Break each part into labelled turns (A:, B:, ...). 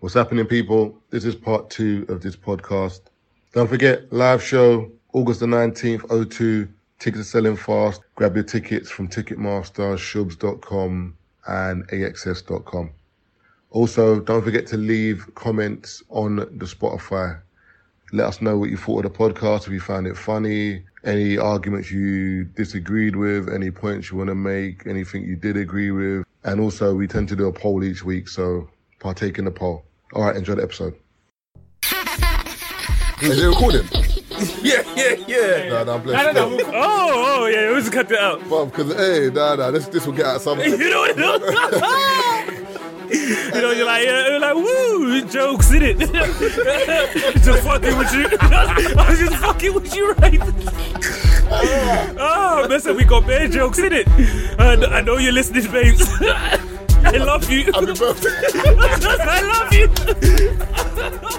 A: What's happening, people? This is part two of this podcast. Don't forget, live show, August the 19th, 02. Tickets are selling fast. Grab your tickets from Ticketmaster, shubs.com, and axs.com. Also, don't forget to leave comments on the Spotify. Let us know what you thought of the podcast, if you found it funny, any arguments you disagreed with, any points you want to make, anything you did agree with. And also, we tend to do a poll each week, so partake in the poll. All right, enjoy the episode. Is it recording?
B: Yeah, yeah, yeah.
A: No, no, I'm blessed.
B: Oh, oh, yeah, we just cut that out.
A: Because, hey, nah, nah, this, this will get out some.
B: You know what You know, you're like, yeah, you're like, woo, jokes in it. just fucking with you. I was just fucking with you, right? oh, listen, we got bad jokes in it. And I know you're listening, babes. I love you.
A: Happy birthday.
B: I love you.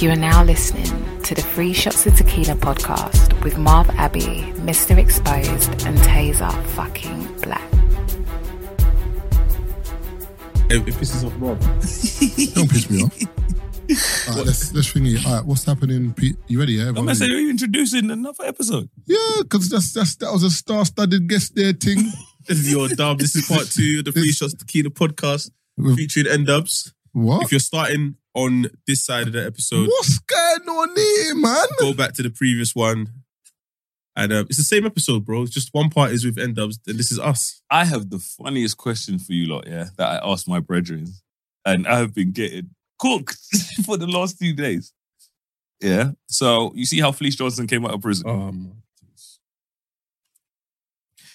C: You are now listening to the Free Shots of Tequila podcast with Marv Abbey, Mr. Exposed, and Taser fucking Black.
D: It, it pisses off Rob.
E: Don't piss me off. All right, let's, let's ring it. All right, what's happening? Pete? You ready? Yeah,
D: I'm
E: Everyone
D: saying
E: ready?
D: you're introducing another episode.
E: yeah, because that's, that's that was a star-studded guest there thing.
D: This is your dub. This is part two of the Free Shots Tequila podcast
E: With-
D: featuring N Dubs. If
E: What?
D: you're starting on this side of the episode,
E: What's going on here, man?
D: go back to the previous one. And um, it's the same episode, bro. It's just one part is with N Dubs, and this is us.
F: I have the funniest question for you lot, yeah, that I asked my brethren, and I have been getting cooked for the last few days. Yeah. So you see how Felice Johnson came out of prison.
D: Um,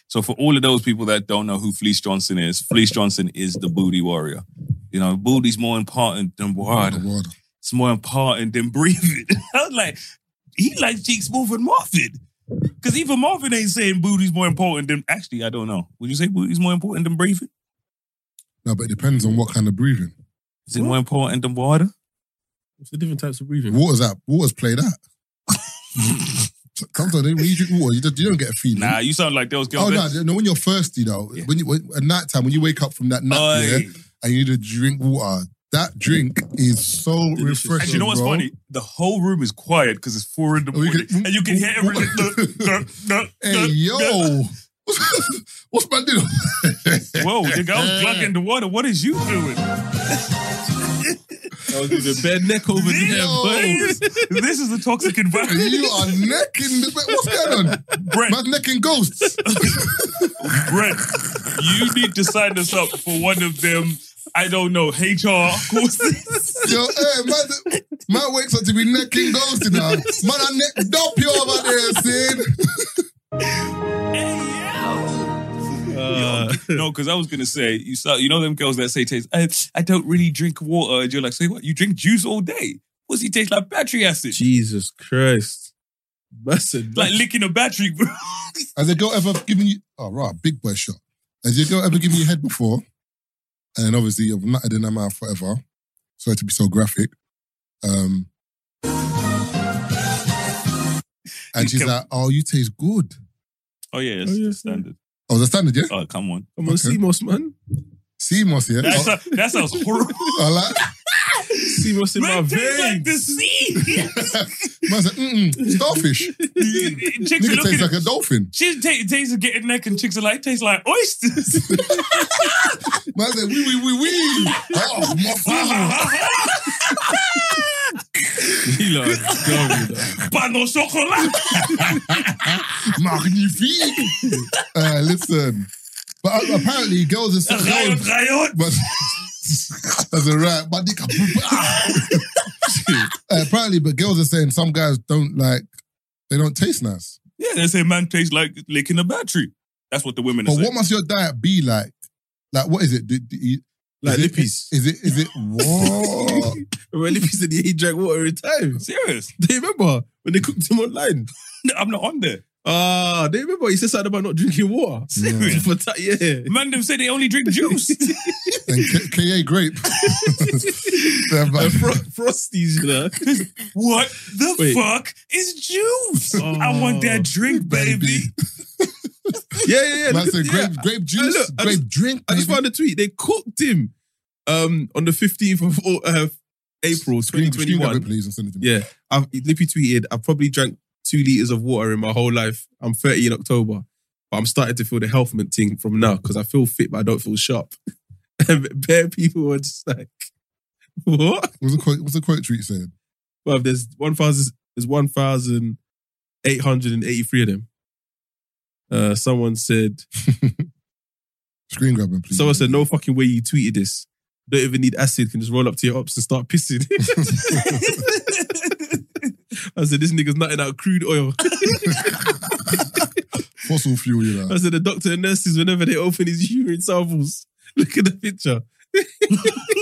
F: So for all of those people that don't know who Felice Johnson is, Felice Johnson is the booty warrior. You know, booty's more important than water.
E: What?
F: It's more important than breathing. I was like, he likes cheeks more than Marvin. Because even Marvin ain't saying booty's more important than actually, I don't know. Would you say booty's more important than breathing?
E: No, but it depends on what kind of breathing.
F: Is it more important than water?
D: it's the different types of breathing.
E: Water's that. Waters play that. Sometimes when you drink water, you, just, you don't get a feeling.
F: Nah, you sound like those girls.
E: Oh no,
F: that-
E: no! When you're thirsty though, when you when, at night time, when you wake up from that nap, yeah,
F: Oi.
E: and you need to drink water, that drink is so
D: Delicious.
E: refreshing.
F: And you know what's
E: bro.
F: funny? The whole room is quiet because it's four in the
E: We
F: morning,
E: can-
F: and you can hear everything.
E: Hey yo, what's my deal?
F: Whoa, the girl's plugging the water. What is you doing?
D: I'll give you a bare neck over there,
E: Yo.
D: boy.
F: This, this is a toxic environment.
E: You are necking the what's going on?
F: Brent,
E: Man's necking ghosts.
F: Brent, you need to sign us up for one of them. I don't know HR courses.
E: Yo, hey, man, man wakes up to be necking ghosts now. Man, I neck dump you over there, Sid.
D: Uh,
F: no, because I was gonna say you saw you know them girls that say taste. I, I don't really drink water, and you're like, say what? You drink juice all day? What's he taste like? Battery acid,
D: Jesus Christ. That's a
F: like licking a battery, bro.
E: Has a girl ever given you? Oh, right, big boy shot. Has your girl ever given you head before? And then obviously you've nutted in her mouth forever. Sorry to be so graphic. Um, and she's
F: Can-
E: like, "Oh, you taste good."
F: Oh yeah, that's
D: Oh, yeah,
F: that's standard.
E: Oh, the standard, yeah.
F: Oh come on,
D: Come on,
E: Okay.
D: Seamos, man.
E: CMOS, yeah.
F: that,
E: Oh,
F: sou- that sounds horrible.
E: I like.
D: Seamos in my
F: Red tastes like the
D: veins.
F: sea.
E: Man said, mm starfish.
F: chicks are
E: Nigga
F: looking.
E: tastes
F: Like
E: like a dolphin.
F: Chicks ta- tastes are getting neck, and chicks are like tastes like oysters.
E: Man said, wee wee wee wee. Oh, my father.
D: You lot are dumb, you know.
F: Pan au chocolat.
E: Magnifique. Uh, listen, but uh, apparently girls are so
F: Riot,
E: girls,
F: riot.
E: but that's a rat. But they can- uh, apparently, but girls are saying some guys don't like. They don't taste nice.
F: Yeah, they say man tastes like licking a battery. That's what the women are
E: But what
F: saying.
E: must your diet be like? Like, what is it? Do, do you,
D: Like
E: is it-
D: lippies.
E: Is it? Is it what?
D: When lippies said he drank water every time.
F: Serious?
D: They remember when they cooked him online.
F: I'm not on there.
D: Ah, they remember he said something about not drinking water.
F: Serious?
D: For ta- yeah.
F: Man, them say they only drink juice.
E: and K- KA grape. Yeah, but-
D: And fro- frosties, you know.
F: what the
D: Wait.
F: fuck is juice?
D: Oh.
F: I want that drink, baby.
D: Yeah, yeah, yeah.
E: Man
D: Look at-
E: said grape,
D: yeah.
E: grape juice,
D: look, I
E: grape
D: just-
E: drink.
D: I just
E: baby.
D: found a tweet. They cooked him Um, on the 15th of Au- uh, April,
E: Screen, screen that
D: 2021.
E: bit, please, and send it to me.
D: Yeah, I've Lippy tweeted, I've probably drank two liters of water in my whole life. I'm 30 in October, but I'm starting to feel the health mint thing from now because I feel fit, but I don't feel sharp. And Bare people are just like, what?
E: What's the quote? What's the quote tweet saying?
D: Well, there's 1,000, there's 1,883 of them. Uh, someone said,
E: Screen grabbing, please.
D: someone said, no fucking way you tweeted this. Don't even need acid, can just roll up to your ops and start pissing. I said, this nigga's nutting out crude oil.
E: fossil fuel. You know.
D: I said the doctor and nurses whenever they open his urine samples. Look at the picture.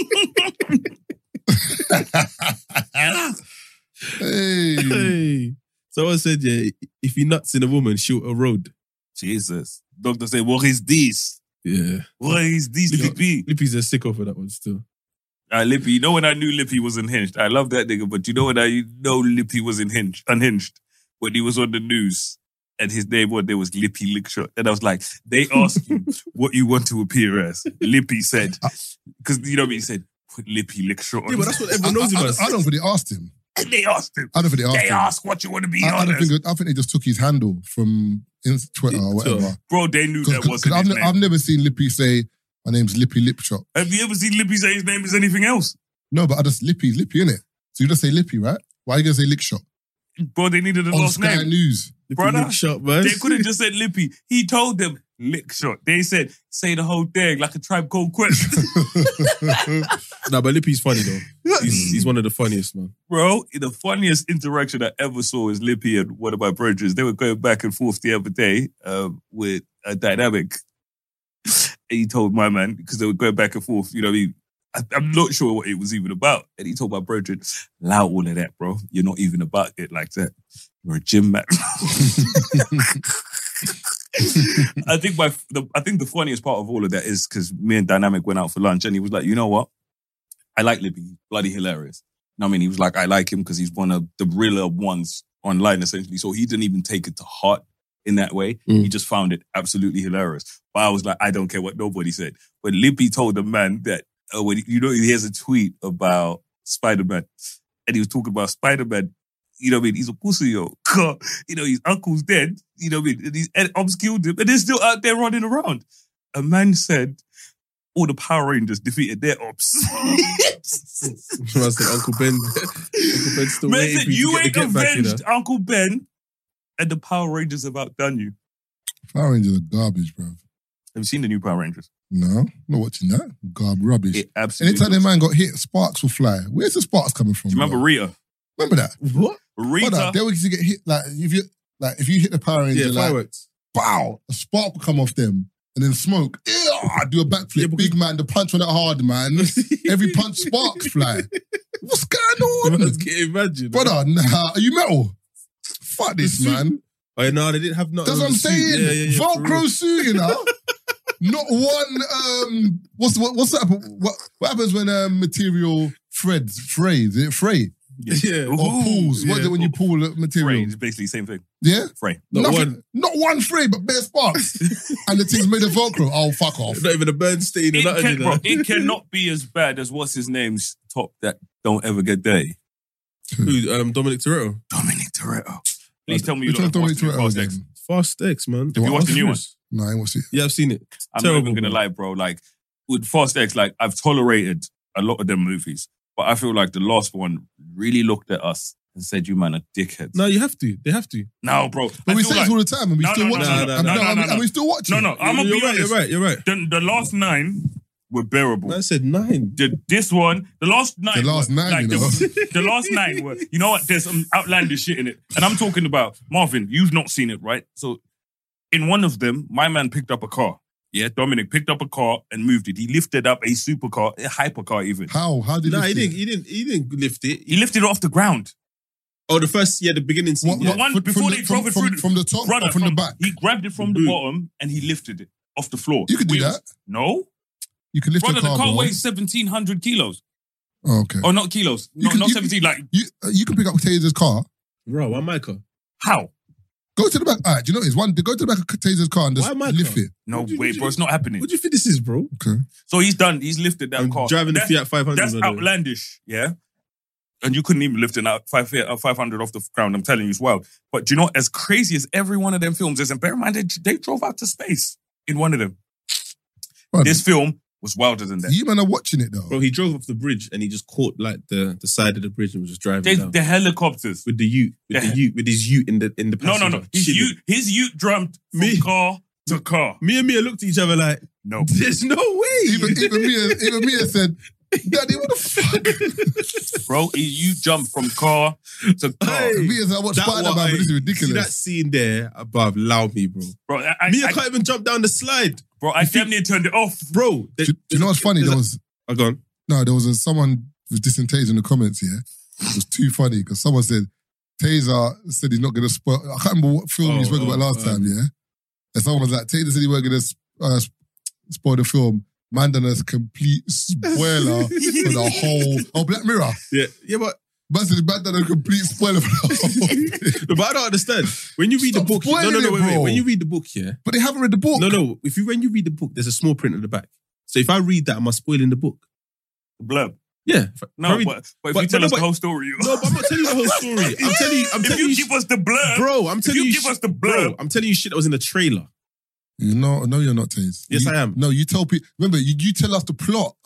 E: hey,
D: Hey. Someone said, yeah, if you nuts in a woman, shoot a road.
F: Jesus. Doctor said, what is this?
D: Yeah.
F: What is this,
D: Look at-
F: Lippy?
D: Lippy's a sick over that one still.
F: Uh, Lippy, you know when I knew Lippy was unhinged? I love that nigga, but you know when I know Lippy was unhinged, unhinged when he was on the news and his name one day was Lippy Lickshot. And I was like, they asked you what you want to appear as. Lippy said,
E: Uh,
F: because you know what he said, put Lippy Lickshot on.
D: Yeah, but that's what
E: I, I,
D: everyone knows him
E: I,
D: as.
E: I don't think they asked him.
F: and they asked him.
E: I don't think they asked
F: They
E: him.
F: asked what you want to be
E: I, I
F: on.
E: don't
F: as.
E: think. I think they just took his handle from in, Twitter or whatever.
F: Bro, they knew that
E: Because
F: wasn't
E: I've,
F: his
E: ne-
F: name.
E: I've never seen Lippy say my name's Lippy Lipchop.
F: Have you ever seen Lippy say his name is anything else?
E: No, but I just Lippy, Lippy in it. So you just say Lippy, right? Why are you gonna say Lickshot
F: Bro, they needed a
E: on
F: last
E: Sky
F: name.
E: News?
F: Brother,
D: Shot, man.
F: They could have just said Lippy. He told them lick shot. They said say the whole thing like a tribe called Quest.
D: Nah, but Lippy's funny though. He's, he's one of the funniest, man.
F: Bro, the funniest interaction I ever saw is Lippy and one of my brothers. They were going back and forth the other day um, with a dynamic. And he told my man because they were going back and forth. You know, what I mean, I, I'm not sure what it was even about. And he told my brother, "Allow all of that, bro. You're not even about it like that. You're a gym mat." I think my the, I think the funniest part of all of that is because me and Dynamic went out for lunch and he was like, "You know what? I like Libby. He's Bloody hilarious." You know what I mean, he was like, "I like him because he's one of the realer ones online, essentially." So he didn't even take it to heart in that way.
D: Mm.
F: He just found it absolutely hilarious. But I was like, "I don't care what nobody said." But Libby told the man that uh, when you know he has a tweet about Spider Man, and he was talking about Spider Man. You know what I mean? He's a pussy, yo. You know his uncle's dead. You know what I mean? And he's and Ops killed him, and they're still out there running around. A man said, "All the Power Rangers defeated their ops."
D: I said, Uncle Ben. Uncle Ben's still
F: man
D: waiting
F: said,
D: for you
F: "You
D: to
F: ain't
D: get, the get back, you know.
F: avenged Uncle Ben, and the Power Rangers have outdone you."
E: Power Rangers are garbage, bro.
F: Have you seen the new Power Rangers?
E: No, not watching that. Garb rubbish.
F: It absolutely.
E: Anytime their
F: Do
E: man got hit, sparks will fly. Where's the sparks coming from?
F: you remember
E: bro?
F: Rita?
E: remember that?
D: What?
E: Brother,
F: Rita.
E: they always used to get hit like if you like if you hit the Power Ranger,
D: Yeah,
E: like
D: fireworks.
E: bow, a spark will come off them, and then smoke. Ew, do a backflip,
D: Yeah, because-
E: big man. The punch went out hard, man. Every punch sparks fly. What's going on,
D: Man's getting imagine.
E: brother? Nah, are you metal? Fuck this,
D: The suit.
E: man.
D: Oh, no, they didn't have nothing. on
E: That's what I'm
D: the suit.
E: saying.
D: Yeah, yeah, yeah, for
E: Velcro
D: real.
E: suit, you know. Not one. Um, what's what, what's that? What, what happens when um, material threads frays? Is it fray
D: Yeah.
E: or
F: Ooh,
E: pulls? What is
D: yeah. oh,
E: it when you pull a material?
F: Frey. It's basically the same thing.
E: Yeah,
F: Frey.
D: Not
E: Nothing-
D: one.
E: Not one fray, but bare sparks, and the thing's made of Velcro. Oh, fuck off.
D: Not even a burn stain or
F: It,
D: nothing.
F: can,
D: you know.
F: bro, it cannot be as bad as what's his name's top that don't ever get dirty.
D: Who, um, Dominic Toretto.
F: Dominic Toretto. Please tell me you
E: Which
F: lot
E: one's
F: have watched
E: Dominic
F: the
E: Toretto
F: Fast X.
E: again?
D: Fast X, man.
E: The
F: You
E: one-
F: watched the new one?
E: No, I ain't watched it.
D: Yeah, I've seen it.
F: I'm not
D: Terrible,
F: even gonna
D: bro.
F: lie, bro. Like with Fast X, like I've tolerated a lot of them movies, but I feel like the last one really looked at us and said, "You man are dickheads."
D: No, you have to. They have to.
F: no, bro.
E: But
F: I
E: we
F: feel
E: say
F: like-
E: this all the time, and we
F: No,
E: still
F: no,
E: watch
D: no,
E: it.
D: no,
E: And
D: no,
F: no,
E: no, and we-
F: no.
E: and we still watch it.
F: no, no. I'm gonna
D: you're
F: be
D: right,
F: honest.
D: You're right. You're right.
F: The, the last nine were bearable.
D: Man said nine.
F: the, this one, the last nine,
E: The last
F: were-
E: nine, you
F: the, the last nine were. You know what? There's some outlandish shit in it, and I'm talking about Marvin. You've not seen it, right? So, in one of them, my man picked up a car. Yeah, Dominic picked up a car and moved it. He lifted up a supercar, a hypercar, even.
E: How? How did
D: No,
E: this
D: he
E: thing-
D: didn't. He didn't. He didn't lift it.
F: He lifted it off the ground.
D: Oh, the first. Yeah, the beginning scene.
E: What-
D: yeah.
E: what-
F: one
E: from-
F: before
E: from
F: they
E: the-
F: drove
E: from-
F: it
E: from-
F: through the-
E: from the top
F: Brother,
E: or from the back? Mm.
F: He grabbed it from the
D: Boot.
F: bottom and he lifted it off the floor.
E: You could do
F: We was-
E: that.
F: No,
E: You can lift
F: brother,
E: a car.
F: the car
E: bro.
F: weighs seventeen hundred kilos.
E: Oh, okay.
F: Oh, not kilos.
E: You
F: No,
E: could-
F: not
E: you-
F: seventeen. Like
E: You uh, you can pick up Taylor's car.
D: Bro, why Micah?
F: how?
E: Go to the back. All right, do you know what it is? One, go to the back of Taser's car and just
D: Why my
E: lift
D: car?
E: it.
F: No
D: What do you-
F: way,
D: what do
F: bro.
D: you-
F: It's not happening.
D: What do you think this is, bro?
E: Okay.
F: So he's done. He's lifted that
D: I'm
F: car.
D: driving the
F: That's-
D: Fiat 500.
F: That's
D: by the way.
F: outlandish, yeah. And you couldn't even lift an out five uh, five hundred off the ground. I'm telling you, it's wild. But do you know, as crazy as every one of them films is, and bear in mind they, they drove out to space in one of them.
E: Bro,
F: This film was wilder than that.
E: you men are watching it though.
D: Bro, he drove off the bridge and he just caught like the, the side of the bridge and was just driving
F: They,
D: down.
F: the helicopters.
D: with the ute, with
F: Yeah.
D: the ute, with his ute in the in the
F: No,
D: passenger.
F: no, no. His
D: chilling.
F: Ute, his Ute jumped from
D: Me.
F: car to car.
D: Me and Mia looked at each other like,
F: No,
D: "There's no way."
E: Even even me even me said, Daddy, what the fuck?
F: bro, you jumped from car to car,
D: Hey.
E: Me as I watch
D: That
E: Spider Man,
D: one,
E: but this is
D: See that
E: ridiculous.
D: scene there above? Allow me, bro.
F: bro. I, I,
D: Mia
F: I-
D: can't even jump down the slide,
F: bro, I damn near turned it off.
D: bro.
E: Do, do you know what's funny? There was
D: I gone.
E: no, there was a, someone was dissing Taser in the comments. Yeah, it was too funny because someone said Taser said he's not going to spoil. I can't remember what film he
D: Oh,
E: spoke about
D: oh,
E: last
D: um,
E: time. Yeah, and someone was like, Taser said he weren't going to uh, spoil the film. Man done a complete spoiler for the whole. Oh, Black Mirror.
D: Yeah, yeah, but
E: Man said man done a complete spoiler for the whole.
D: no, but I don't understand. When you read the
E: Stop
D: book, no, no,
E: spoiling
D: no,
E: it,
D: wait, wait.
E: bro.
D: When you read the book, yeah,
E: but they haven't read the book.
D: no, no. If you when you read the book, there's a small print at the back. So if I read that, am I spoiling the book?
F: Blurb.
D: Yeah. if I- if I
F: No,
D: read-
F: but, but if
D: but-
F: you tell
D: but-
F: us
D: but-
F: the whole story, you.
D: no, but I'm not telling you the whole story. I'm telling you, I'm
F: if
D: telling
F: you
D: you,
F: give us the blurb,
D: bro. I'm
F: if
D: telling
F: you,
D: you,
F: give
D: sh-
F: us the blurb,
D: bro. I'm telling you, shit that was in the trailer.
E: You know, no, you're not Taze.
D: Yes,
E: You-
D: I am.
E: No, you tell people. Remember, you, you tell us the plot.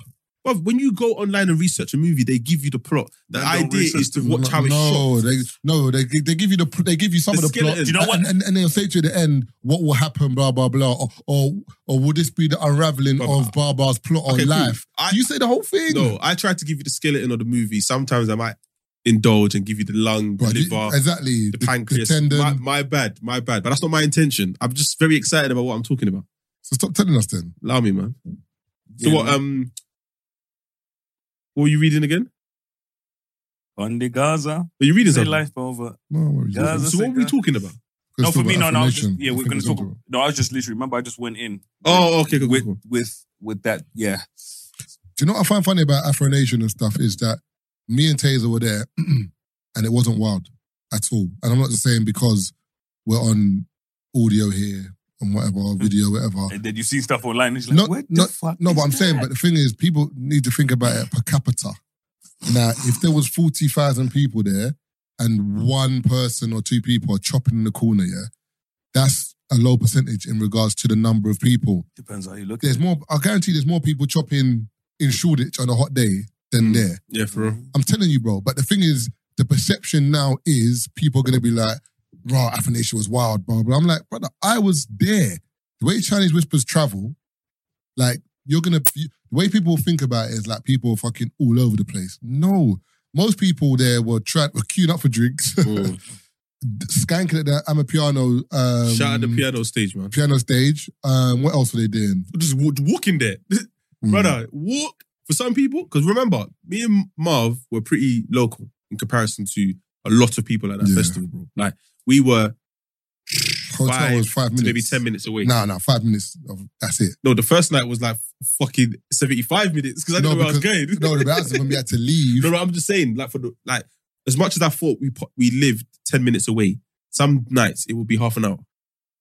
D: But when you go online and research a movie, they give you the plot. The
F: Don't
D: idea
F: research
D: is to watch how it's
E: no,
D: shot.
E: they, no, they gi- they give you the pr- they give you some
D: The
E: of the plot.
D: skeleton.
F: You know what?
E: And, and, and they'll say to you at the end what will happen, blah blah blah, or or, or will this be the unraveling
D: Blah,
E: of Barbar's plot on
D: Okay, cool.
E: life?
D: I-
E: you say the whole thing.
D: No, I try to give you the skeleton of the movie. Sometimes I might indulge and give you the lung, the
E: Bro, you-
D: liver,
E: exactly.
D: uh, the pancreas.
E: tendon.
D: my, my bad, my bad. But that's not my intention. I'm just very excited about what I'm talking about.
E: so stop telling us then.
D: Allow me, man. So
F: Yeah,
D: what?
F: man.
D: Um, what were you reading again?
F: on the Gaza,
D: Are you reading
F: say uh,
D: something?
F: life over.
E: No worries.
F: Yeah, that's-
D: so what were we talking about?
F: No, for me, no, no. I was just-
E: affirmation.
F: yeah,
E: I
F: we're
E: think
F: gonna
E: it's
F: talk.
E: all-
F: No, I was just literally. Remember, I just went in.
D: Oh, okay, cool, cool,
F: with
D: cool.
F: with with that. Yeah,
E: Do you know what I find funny about Afro Nation and stuff is that me and Taser were there and it wasn't wild at all. And I'm not just saying because we're on audio here and
D: Hmm.
E: whatever, video, whatever.
F: and then you see stuff online. It's like,
E: Oh. No,
F: what
E: no,
F: the fuck?
E: no,
F: is
E: but I'm
F: that?
E: saying, but the thing is, people need to think about it per capita. Now, if there was 40,000 people there and one person or two people are chopping in the corner, yeah, that's a low percentage in regards to the number of people.
F: depends how you look.
E: There's
F: at it.
E: more, I guarantee there's more people chopping in Shoreditch on a hot day than
F: Hmm.
D: Mm.
E: there.
D: Yeah, for real.
E: I'm telling you, bro. But the thing is, the perception now is people are going to be like, raw, Athanasius was wild, blah, blah. I'm like, brother, I was there. The way Chinese whispers travel, like, you're going to, the way people think about it is like people are fucking all over the place. No. Most people there were, tra- were queuing up for drinks,
D: Mm.
E: skanking at the Amapiano um,
D: Shout out the piano stage, man.
E: piano stage. Um, what else were they doing?
D: Just wa- walking there.
E: Mm.
D: brother, walk for some people. Because remember, me and Marv were pretty local in comparison to a lot of people at that
E: Yeah.
D: festival, bro. Like we were
E: Hotel
D: five
E: was five minutes.
D: maybe ten minutes away.
E: No, no, five minutes. Of, that's it.
D: No, the first night was like fucking seventy-five minutes because I didn't
E: No,
D: know where I was going.
E: No, the that's when we had to leave.
D: No, but I'm just saying, like for the like, as much as I thought we po- we lived ten minutes away, some nights it would be half an hour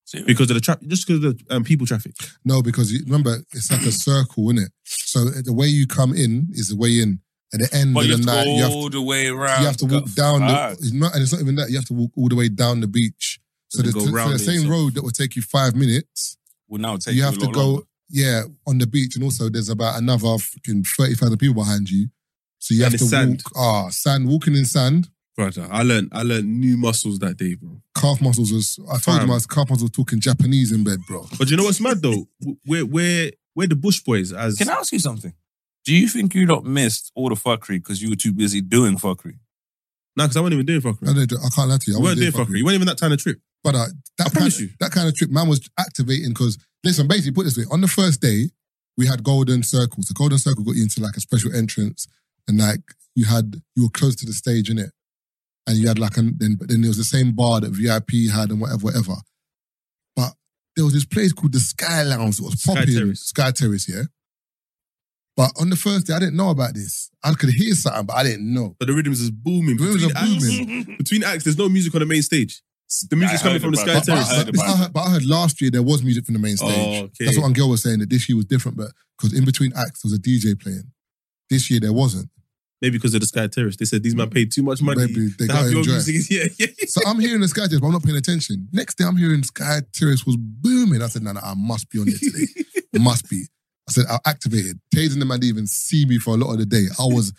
F: Serious.
D: because of the traffic, just because of the um, people traffic.
E: No, because you, remember, it's like a circle, isn't it? So the way you come in is the way in. At the end
F: But
E: of
F: you
E: the
F: have to
E: night,
F: go
E: you have
F: all
E: to,
F: the way around.
E: you have to walk
F: God,
E: down the,
F: fuck.
E: it's not, and it's not even that, you have to walk all the way down the beach. So,
D: And
E: the,
D: go
E: so
D: round
E: the
D: it
E: same
D: yourself.
E: road that will take you five minutes,
F: Will now take
E: you
F: you
E: have
F: a
E: to
F: lot
E: go,
F: longer.
E: yeah, on the beach. And also, there's about another fucking 30,000 people behind you. So you
D: And
E: have to
D: it's sand.
E: walk, ah, sand, walking in sand.
D: Brother, I learned I learned new muscles that day, bro.
E: Calf muscles was, I told
D: Fam.
E: him I was calf muscles talking Japanese in bed, bro.
D: But you know what's mad though? We're we're we're the bush boys as
F: Can I ask you something? Do you think you lot missed all the fuckery because you were too busy doing fuckery?
D: No, because I wasn't even doing
E: I,
D: fuckery.
E: don't, I can't lie to
D: You
E: you. I
D: weren't
E: wasn't
D: doing
E: fucking-
D: fuckery. You weren't even that kind of trip.
E: But uh, that
D: I
E: kind
D: promise
E: of,
D: you.
E: that kind of trip, man, was activating because listen, basically put it this way: on the first day, we had Golden Circle. So Golden Circle got you into like a special entrance, and like you had you were close to the stage in it, and you had like an then but then there was the same bar that VIP had and whatever, whatever. But there was this place called the Sky Lounge that was
D: Sky
E: popping
D: Terrace.
E: Sky Terrace, yeah. But on the first day, I didn't know about this. I could hear something, but I didn't know.
D: But the rhythms is booming.
E: The rhythms
D: between
F: Oh,
E: are booming.
D: Acts, between acts, there's no music on the main stage. The music's
F: I
D: coming
F: heard
D: from the
F: about
D: Sky
F: that.
E: But,
D: Terrace.
F: I heard
E: but, but I
F: about
E: heard, but I heard last year there was music from the main stage.
D: Oh, okay.
E: That's what Angel was saying, that this year was different, but because in between acts there was a DJ playing. This year there wasn't.
D: Maybe because of the Sky Terrace. They said these man paid too much money
E: Maybe they
D: to have
E: gotta
D: your
E: enjoy.
D: music. Yeah, yeah.
E: So I'm hearing the Sky Terrace, but I'm not paying attention. Next day I'm hearing Sky Terrace was booming. I said, no, no, I must be on there today. must be. I said, I activated. Tays and them had even see me for a lot of the day. I was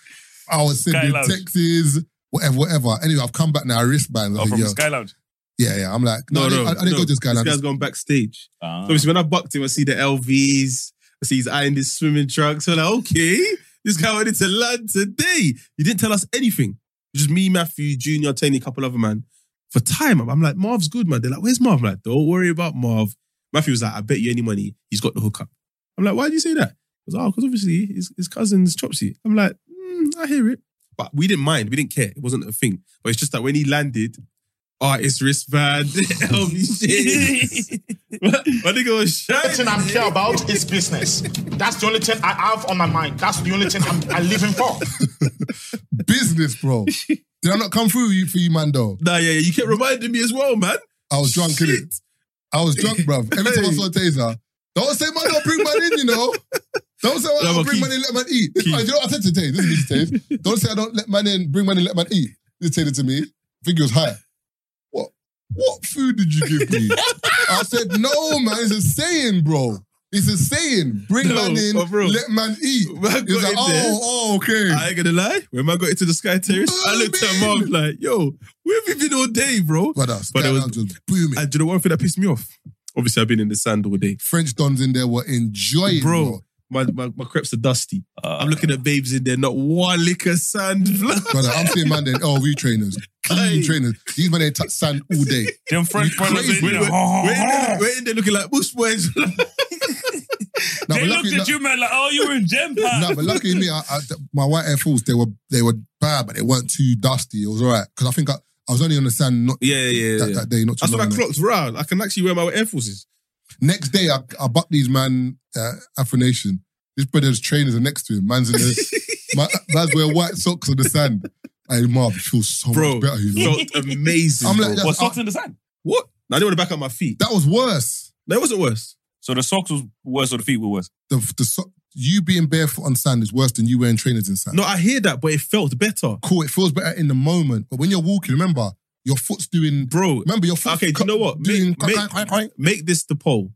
E: I was
F: Sky
E: sending
F: Lounge.
E: texts, whands, whatever, whatever. Anyway, I've come back now, wristbands. I
F: Oh,
E: said,
F: from
E: yeah,
F: Sky Lounge.
E: yeah, yeah. I'm like, no, I, didn't, I, I didn't go to this guy.
D: This
E: Lounge.
D: guy's gone backstage.
F: Ah.
D: So obviously, when I bucked him, I see the LVs. I see he's eyeing his swimming trunks. I'm like, okay, this guy went into land today. You didn't tell us anything. Just me, Matthew, Junior, Tony, a couple other man. For time, I'm- I'm like, Marv's good, man. They're like, where's Marv? I'm like, don't worry about Marv. Matthew was like, I bet you any money he's got the hookup. I'm like, why do you say that? He goes, oh, because obviously his, his cousin's Chopsy. I'm like, mm, I hear it. But we didn't mind. We didn't care. It wasn't a thing. But it's just that when he landed, artist wristband, LV shit. My nigga was
G: only thing I
D: shining.
G: care about is business. That's the only thing I have on my mind. That's the only thing I'm, I'm living for.
E: business, bro. Did I not come through you for you, man? Though
D: Nah, yeah, yeah. You kept reminding me as well, man.
E: I was drunk in it.
D: Shit.
E: I was drunk, bruv. Every time I saw a taser, don't say man, don't bring man in. You know, don't say I
D: No,
E: don't
D: but
E: bring
D: Keith-
E: man in, let man eat. This
D: Keith-
E: man, you know what I said to Taze? This is Taze. Don't say I don't let man in, bring man in, let man eat. This Taze said to me. I think he was high. What? What food did you give me? I said no, man. It's a saying, bro. It's a saying. Bring
D: No,
E: man in,
D: oh, bro.
E: let man eat.
D: When I got
E: He was like,
D: in there,
E: oh, oh, okay.
D: I ain't gonna lie. When I got into the Sky Terrace, I looked at Marv like, yo, where have you been all day, bro?
E: but us,
D: But
E: but
D: it was-
E: just booming.
D: And do you know one thing that pissed me off? Obviously, I've been in the sand all day.
E: French dons in there were enjoying,
D: Bro.
E: bro.
D: My, my, my crepes are dusty.
F: Ah.
D: I'm looking at babes in there, not one lick of sand.
E: Brother, I'm seeing man, they oh, we trainers, clean
D: Aye.
E: trainers. These men they touch sand all day.
F: Them French brothers
D: We're,
F: in
D: we're,
F: there.
D: we're in there, we're in there looking like bush boys.
E: Now,
F: They
E: but
F: looked
E: lucky,
F: at you, man, like, oh, you were in gem pack.
E: no, but lucky me, I, I, my white Air Force, they were they were bad, but they weren't too dusty. It was all right because I think I, I was only on the sand not
D: yeah, yeah, yeah.
E: that,
D: yeah.
E: that day, not too
D: That's
E: long.
D: what I
E: ago.
D: clocked round. I can actually wear my Air Forces.
E: Next day, I, I bucked these man uh, Afro Nation. This brother's trainers are next to him. Man's in the, my, man's wearing white socks on the sand. Hey, Marv, it feels so
D: Bro,
E: much better. You know?
D: felt amazing.
E: I'm like,
D: bro.
E: that's-
F: Well, socks in the sand.
D: what? Now they want to back up my feet.
E: That was worse.
D: No, it wasn't worse.
F: So the socks was worse or the feet were worse.
E: The, the so- you being barefoot on sand is worse than you wearing trainers in sand.
D: No, I hear that, but it felt better.
E: cool. It feels better in the moment, but when you're walking, remember your foot's doing.
D: Bro,
E: Remember your foot.
D: Okay, do you know what?
E: Doing
D: Make-
E: quack,
D: make-
E: quack, quack,
D: make this the poll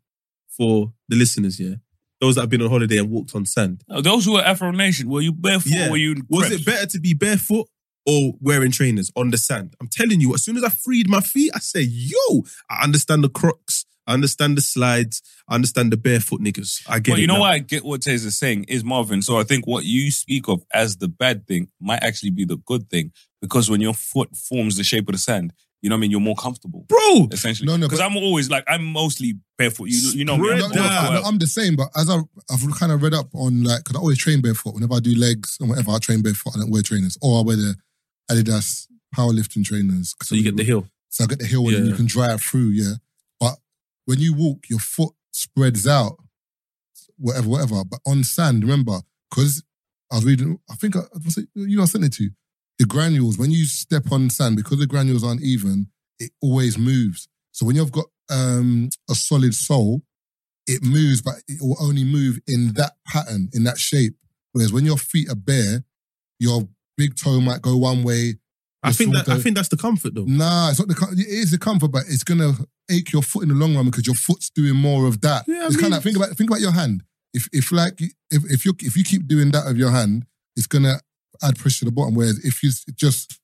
D: for the listeners, yeah? Those that have been on holiday and walked on sand.
F: Now, those who are Afro Nation, were you barefoot
D: Yeah.
F: or were you in
D: Was
F: crepes?
D: it better to be barefoot or wearing trainers on the sand? I'm telling you, as soon as I freed my feet, I said, yo, I understand the crocs, I understand the slides, I understand the barefoot niggas. I get
F: Well,
D: it.
F: you know
D: now.
F: why I get what Taze is saying is Marvin. So I think what you speak of as the bad thing might actually be the good thing because when your foot forms the shape of the sand, you know what I mean. You're more comfortable,
D: Bro,
F: essentially.
E: No, no,
F: because
E: but-
F: I'm always like I'm mostly barefoot. You, you know, me,
D: Spread
F: I'm
E: No,
F: not
E: no,
D: that.
F: barefoot.
E: no, I'm the same, but as I, I've kind of read up on like, because I always train barefoot. Whenever I do legs and whatever, I train barefoot. I don't wear trainers, or I wear the Adidas powerlifting trainers.
D: so you get the heel.
E: So I get the heel, and then
D: Yeah.
E: you can drive through. Yeah, but when you walk, your foot spreads out. Whatever, whatever. But on sand, remember, because I was reading. I think I, was it you I sent it to the granules. When you step on sand, because the granules aren't even, it always moves. So when you've got um, a solid sole, it moves, but it will only move in that pattern, in that shape. Whereas when your feet are bare, your big toe might go one way.
D: I
E: your
D: think
E: small
D: that I
E: toe-
D: think that's the comfort though.
E: Nah, it's not the com- it is the comfort, but it's gonna ache your foot in the long run because your foot's doing more of that.
D: Yeah, I
E: it's
D: mean-
E: kind of think about think about your hand. If if like if if you if you keep doing that of your hand, it's gonna add pressure to the bottom. Whereas if you s- just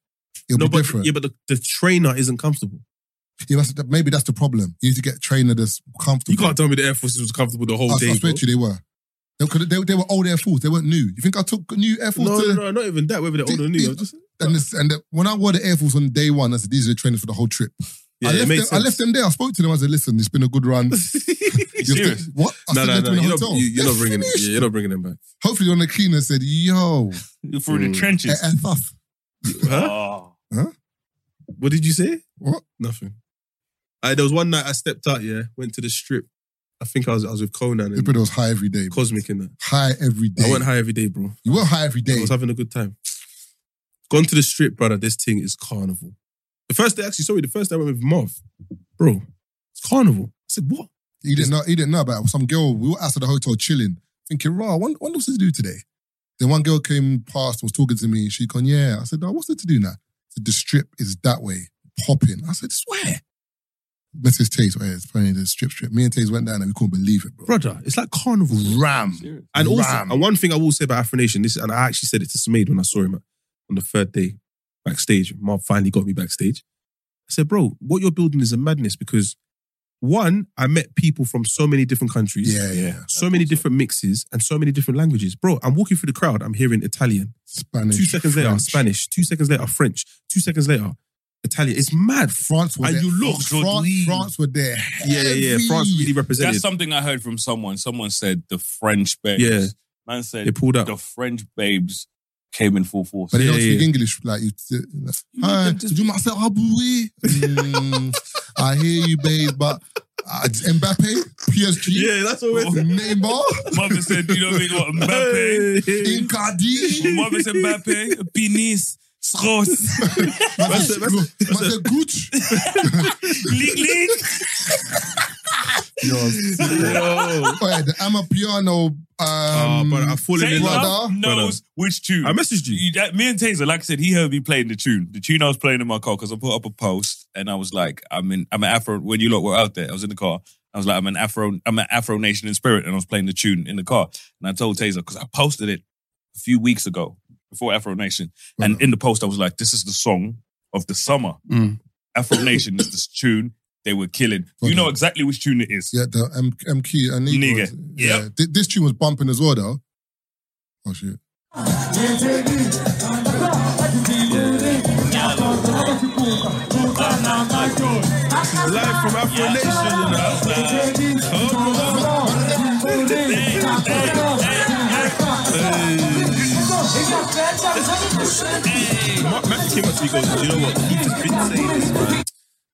E: it'll
D: No,
E: be
D: but
E: different.
D: yeah, but the, the trainer isn't comfortable.
E: You must- maybe that's the problem. You need to get a trainer that's comfortable.
D: You can't tell me the Air Force was comfortable the whole
E: I,
D: day.
E: I
D: bro.
E: swear to you, they were. They, 'cause they, they were old Air Force. They weren't new. You think I took new Air Force?
D: No,
E: to,
D: no, no, not even that. Whether they're old or new, I'm just
E: And, this, and the, when I wore the Air Force on day one, I said these are the trainers for the whole trip.
D: yeah,
E: I,
D: it
E: left them,
D: makes
E: I
D: sense.
E: left them there. I spoke to them. I said, "Listen, it's been a good run. You're
F: serious?
E: still- what? I
D: No, no,
E: said they're
D: no.
E: doing a
D: You're
E: hotel.
D: not, you, you're not
E: They're
D: bringing it.
E: finished.
D: Yeah, you're not bringing them back.
E: Hopefully, one of the cleaners said, "Yo,
F: You're through
D: Mm.
F: the trenches.
E: eh, F off."
D: Huh?
F: Oh.
D: What did you say?
E: What?
D: Nothing. I, there was one night I stepped out. Yeah, went to the strip. I think I was I was with Conan
E: This
D: and
E: brother was high every day. bro.
D: Cosmic in that.
E: High every day.
D: I went high every day, bro.
E: You were high every
D: I
E: day.
D: was having a good time. Gone to the strip, brother. This thing is carnival. The first day, actually, sorry, the first day I went with Marv, bro, it's carnival. I said, what?
E: He didn't know. He didn't know about it. some girl. We were outside the hotel chilling, thinking, "Raw, wonder, wonder what's to do today." Then one girl came past, was talking to me. She gone, "Yeah." I said, oh, "What's there to do now?" She said, "The strip is that way, popping." I said, "Swear." Message Taze, oh, yeah, it's playing the strip strip. Me and Taze went down and we couldn't believe it, bro.
D: Brother, it's like carnival.
E: Ram.
D: And also,
E: Ram.
D: and one thing I will say about Afro Nation, this, and I actually said it to Sumade when I saw him uh, on the third day backstage. Marv finally got me backstage. I said, bro, what you're building is a madness because one, I met people from so many different countries,
E: Yeah, yeah.
D: so many different mixes, and so many different languages. Bro, I'm walking through the crowd, I'm hearing Italian.
E: Spanish.
D: Two seconds later,
E: French.
D: Spanish. Two seconds later, French. Two seconds later, Italian. It's mad.
E: France were
D: And
E: there.
D: you look,
E: France,
F: Jordan.
E: France, France were there.
D: Yeah, yeah, yeah. France
E: Heavy.
D: really represented.
F: That's something I heard from someone. Someone said the French babes.
D: Yeah.
F: Man said
D: They pulled up.
F: the French babes came in full force.
E: But they don't
D: Yeah,
E: speak
D: yeah.
E: English like you. Hi,
F: them just-
E: you must say Aboué. Mm, I hear you, babe, but uh, Mbappe, PSG,
D: yeah, that's what we're
E: Neymar,
F: Mother said, you know what I mean? What, Mbappe?
D: Oh,
E: Icardi.
F: Mother said Mbappe, Penis, Schroes,
E: Must
D: it, that's
E: say- must say Gucci.
F: Ling Ling.
E: Yo,
D: Yo.
E: oh, yeah, the Amapiano. Um,
D: Oh, but I've fallen
F: Taylor
D: in love.
E: brother.
F: knows which tune.
D: I messaged you.
F: You- that- me and Taser, like I said, he heard me playing the tune. The tune I was playing in my car because I put up a post and I was like, I'm in, I'm an Afro. When you lot were out there, I was in the car. I was like, I'm an Afro, I'm an Afro Nation in spirit, and I was playing the tune in the car. And I told Taser because I posted it a few weeks ago before Afro Nation, and in the post I was like, this is the song of the summer.
D: Mm.
F: Afro Nation is this tune they were killing. You
E: Brother.
F: know exactly which tune it is.
E: Yeah, the M- MQ. and Nico.
F: Nigga.
E: Yeah. Th- this tune was bumping as well, though. Oh, shit.
D: Live from Afro Nation, you know. Mark Mack came up to me and goes, you know what? Keith has been saying this, man.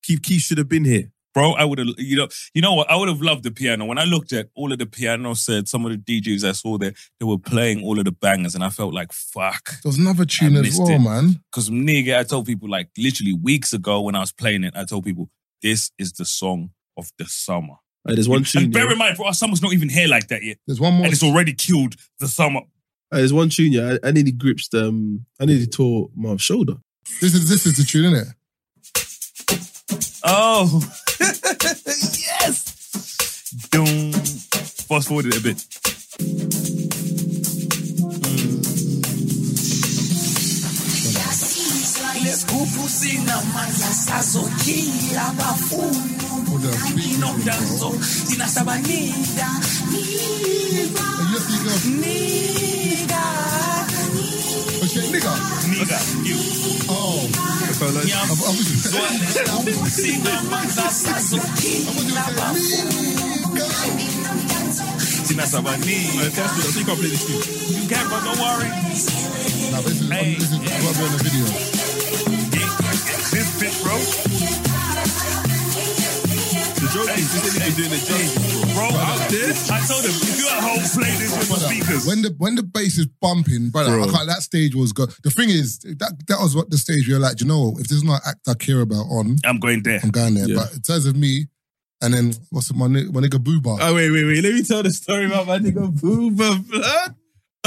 D: Keith, Keith should have been here.
F: bro. I would have, you know, you know what? I would have loved the piano. When I looked at all of the piano sets, some of the DJs I saw there, they were playing all of the bangers, and I felt like fuck.
E: There was another tune
F: I
E: as
F: missed
E: well,
F: it.
E: man.
F: Because nigga, I told people like literally weeks ago when I was playing it, I told people this is the song of the summer.
D: Like, there's one tune.
F: and bear
D: Yeah.
F: in mind, bro, our summer's not even here like that yet,
E: There's one more.
F: and it's already killed the summer.
D: Like, there's one tune. Yeah, I, I nearly gripped. Um, I nearly tore my shoulder.
E: This is this is the tune, isn't it?
F: Oh, yes. Doom. Fast forward it a bit. Hmm.
E: With the big tune, bro. And you have to go, oh, shit, nigga.
F: Nigga, you.
E: Oh, I, I was, I was gonna say, nigga.
F: Tina Sabani. I think I'll play this tune. You can't, but don't worry.
E: Nah, this is,
F: Hey,
E: this is
F: hey.
E: what we're on the video.
F: This bitch, bro.
D: The joke is, this nigga doing it justice, bro.
F: Bro, out there. I told him, if you're at home, play this with the speakers.
E: When the when the bass is bumping, brother, I can't, that stage was good. The thing is, that that was what the stage we were like. "Do You know, if there's not an act I care about on,
F: I'm going there.
E: I'm going there.
D: Yeah.
E: But in terms of me, and then what's it, my ni- my nigga Booba?
D: Oh, wait, wait, wait. Let me tell the story about my nigga Booba Blood.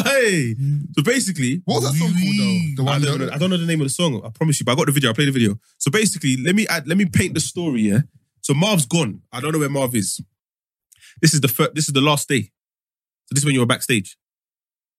D: Hey. So basically,
E: what was that song called though? The
D: I
E: one
D: don't, know,
E: that,
D: I don't know the name of the song. I promise you, but I got the video. I played the video. So basically, let me add, let me paint the story. Yeah. So Marv's gone. I don't know where Marv is. This is the fir- this is the last day. So this is when you were backstage.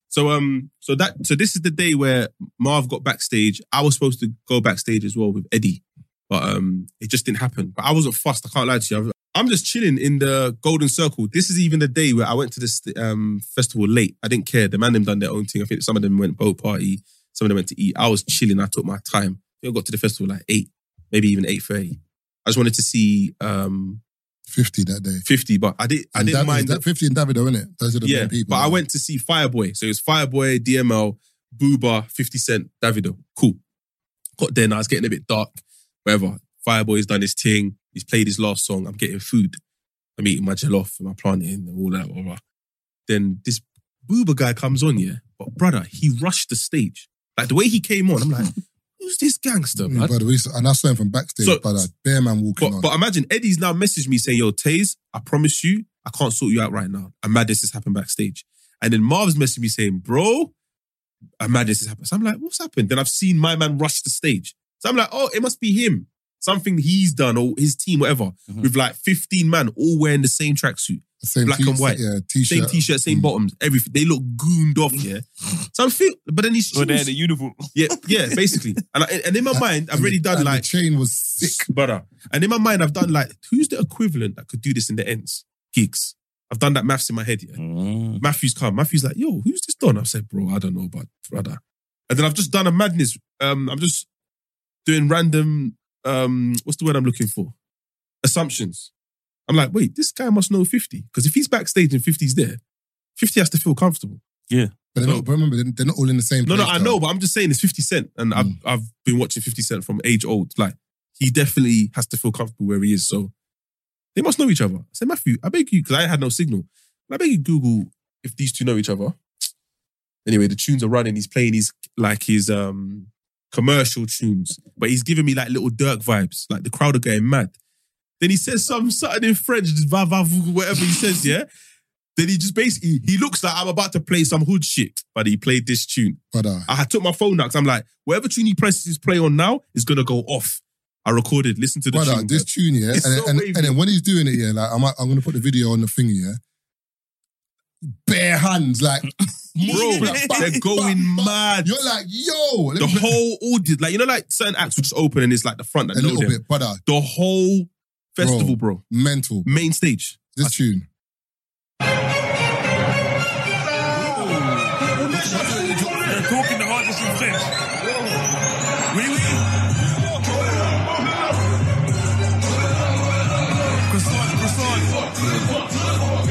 D: So um so that so this is the day where Marv got backstage. I was supposed to go backstage as well with Eddie, but um it just didn't happen. But I wasn't fussed. I can't lie to you. I was- I'm just chilling in the golden circle. This is even the day where I went to this um festival late. I didn't care. The man them done their own thing. I think some of them went boat party. Some of them went to eat. I was chilling. I took my time. I got to the festival like eight, maybe even eight thirty. I just wanted to see um,
E: fifty that day.
D: fifty, but I did. I
E: And
D: didn't
E: Dav-
D: mind.
E: is that fifty and Davido, isn't it? Those are the
D: yeah,
E: main people.
D: but I went to see Fireboy. So it was Fireboy, DML, Booba, Fifty Cent, Davido. Cool. Got there now. It's getting a bit dark. Whatever. Fireboy's done his thing. He's played his last song. I'm getting food. I'm eating my jollof and my plantain and all that. All right. Then this Booba guy comes on, yeah. But brother, he rushed the stage. Like the way he came on, I'm like, who's who's this gangster,
E: Yeah,
D: man?
E: Mm, brother, we used to- and I saw him from backstage,
D: So-
E: brother. Bear man walking
D: But,
E: on.
D: but imagine Eddie's now messaged me saying, "Yo, Taze, I promise you, I can't sort you out right now. A madness has happened backstage." And then Marv's messaged me saying, "Bro, a madness has happened." So I'm like, "What's happened?" Then I've seen my man rush the stage. So I'm like, "Oh, it must be him. Something he's done or his team, whatever."
F: Mm-hmm.
D: With like 15 man all wearing the same tracksuit,
E: same
D: black
E: t-
D: and white.
E: Yeah, t-shirt. Mm.
D: same t-shirt, same bottoms, everything. They look gooned off, yeah. So I'm thinking, but then he's
F: So they're in the uniform.
D: yeah, yeah, basically. And I, and in my mind, I've
E: And
D: already
E: the-
D: done
E: and
D: like
E: the chain was sick.
D: brother. And in my mind, I've done like, who's the equivalent that could do this in the ends? Geeks. I've done that maths in my head. Yeah.
F: Mm.
D: Matthew's come. Matthew's like, yo, who's this Don? I've said, bro, I don't know, but brother. And then I've just done a madness. Um, I'm just doing random. Um, what's the word I'm looking for? Assumptions. I'm like, wait, this guy must know 50 because if he's backstage and 50's there, 50 has to feel comfortable.
E: But, they're
D: So-
E: not, but remember, they're- they're not all in the same.
D: No, no,
E: place,
D: I
E: though.
D: know, but I'm just saying it's 50 Cent, and
E: Mm.
D: I've I've been watching 50 Cent from age old. Like he definitely has to feel comfortable where he is. So they must know each other. I said, Matthew, I beg you, because I had no signal. I beg you, Google if these two know each other. Anyway, the tunes are running. He's playing his like his um commercial tunes, but he's giving me like little Dirk vibes. Like the crowd are getting mad. Then he says some something in French, va, va, vou, whatever he says, yeah. Then he just basically he looks like I'm about to play some hood shit, but he played this tune.
E: brother.
D: I had took my phone out because I'm like, whatever tune he presses his play on now is gonna go off. I recorded, listen to the
E: brother,
D: tune.
E: this
D: bruv.
E: tune, yeah, and,
D: It's so
E: and,
D: wavy.
E: and then when he's doing it, yeah, like I'm, I'm gonna put the video on the thing, yeah. Bare hands, like
D: Bro,
E: Like, bah,
D: they're going
E: bah, bah.
D: mad.
E: You're like, yo, let
D: The
E: me-
D: whole audience, like you know, like certain acts which open and it's like the front that
E: a
D: know
E: little
D: them.
E: bit, brother.
D: The whole festival, bro.
E: Mental.
D: Main stage.
E: This tune.
F: They're talking the hardest in sense. Really? Croissant, croissant.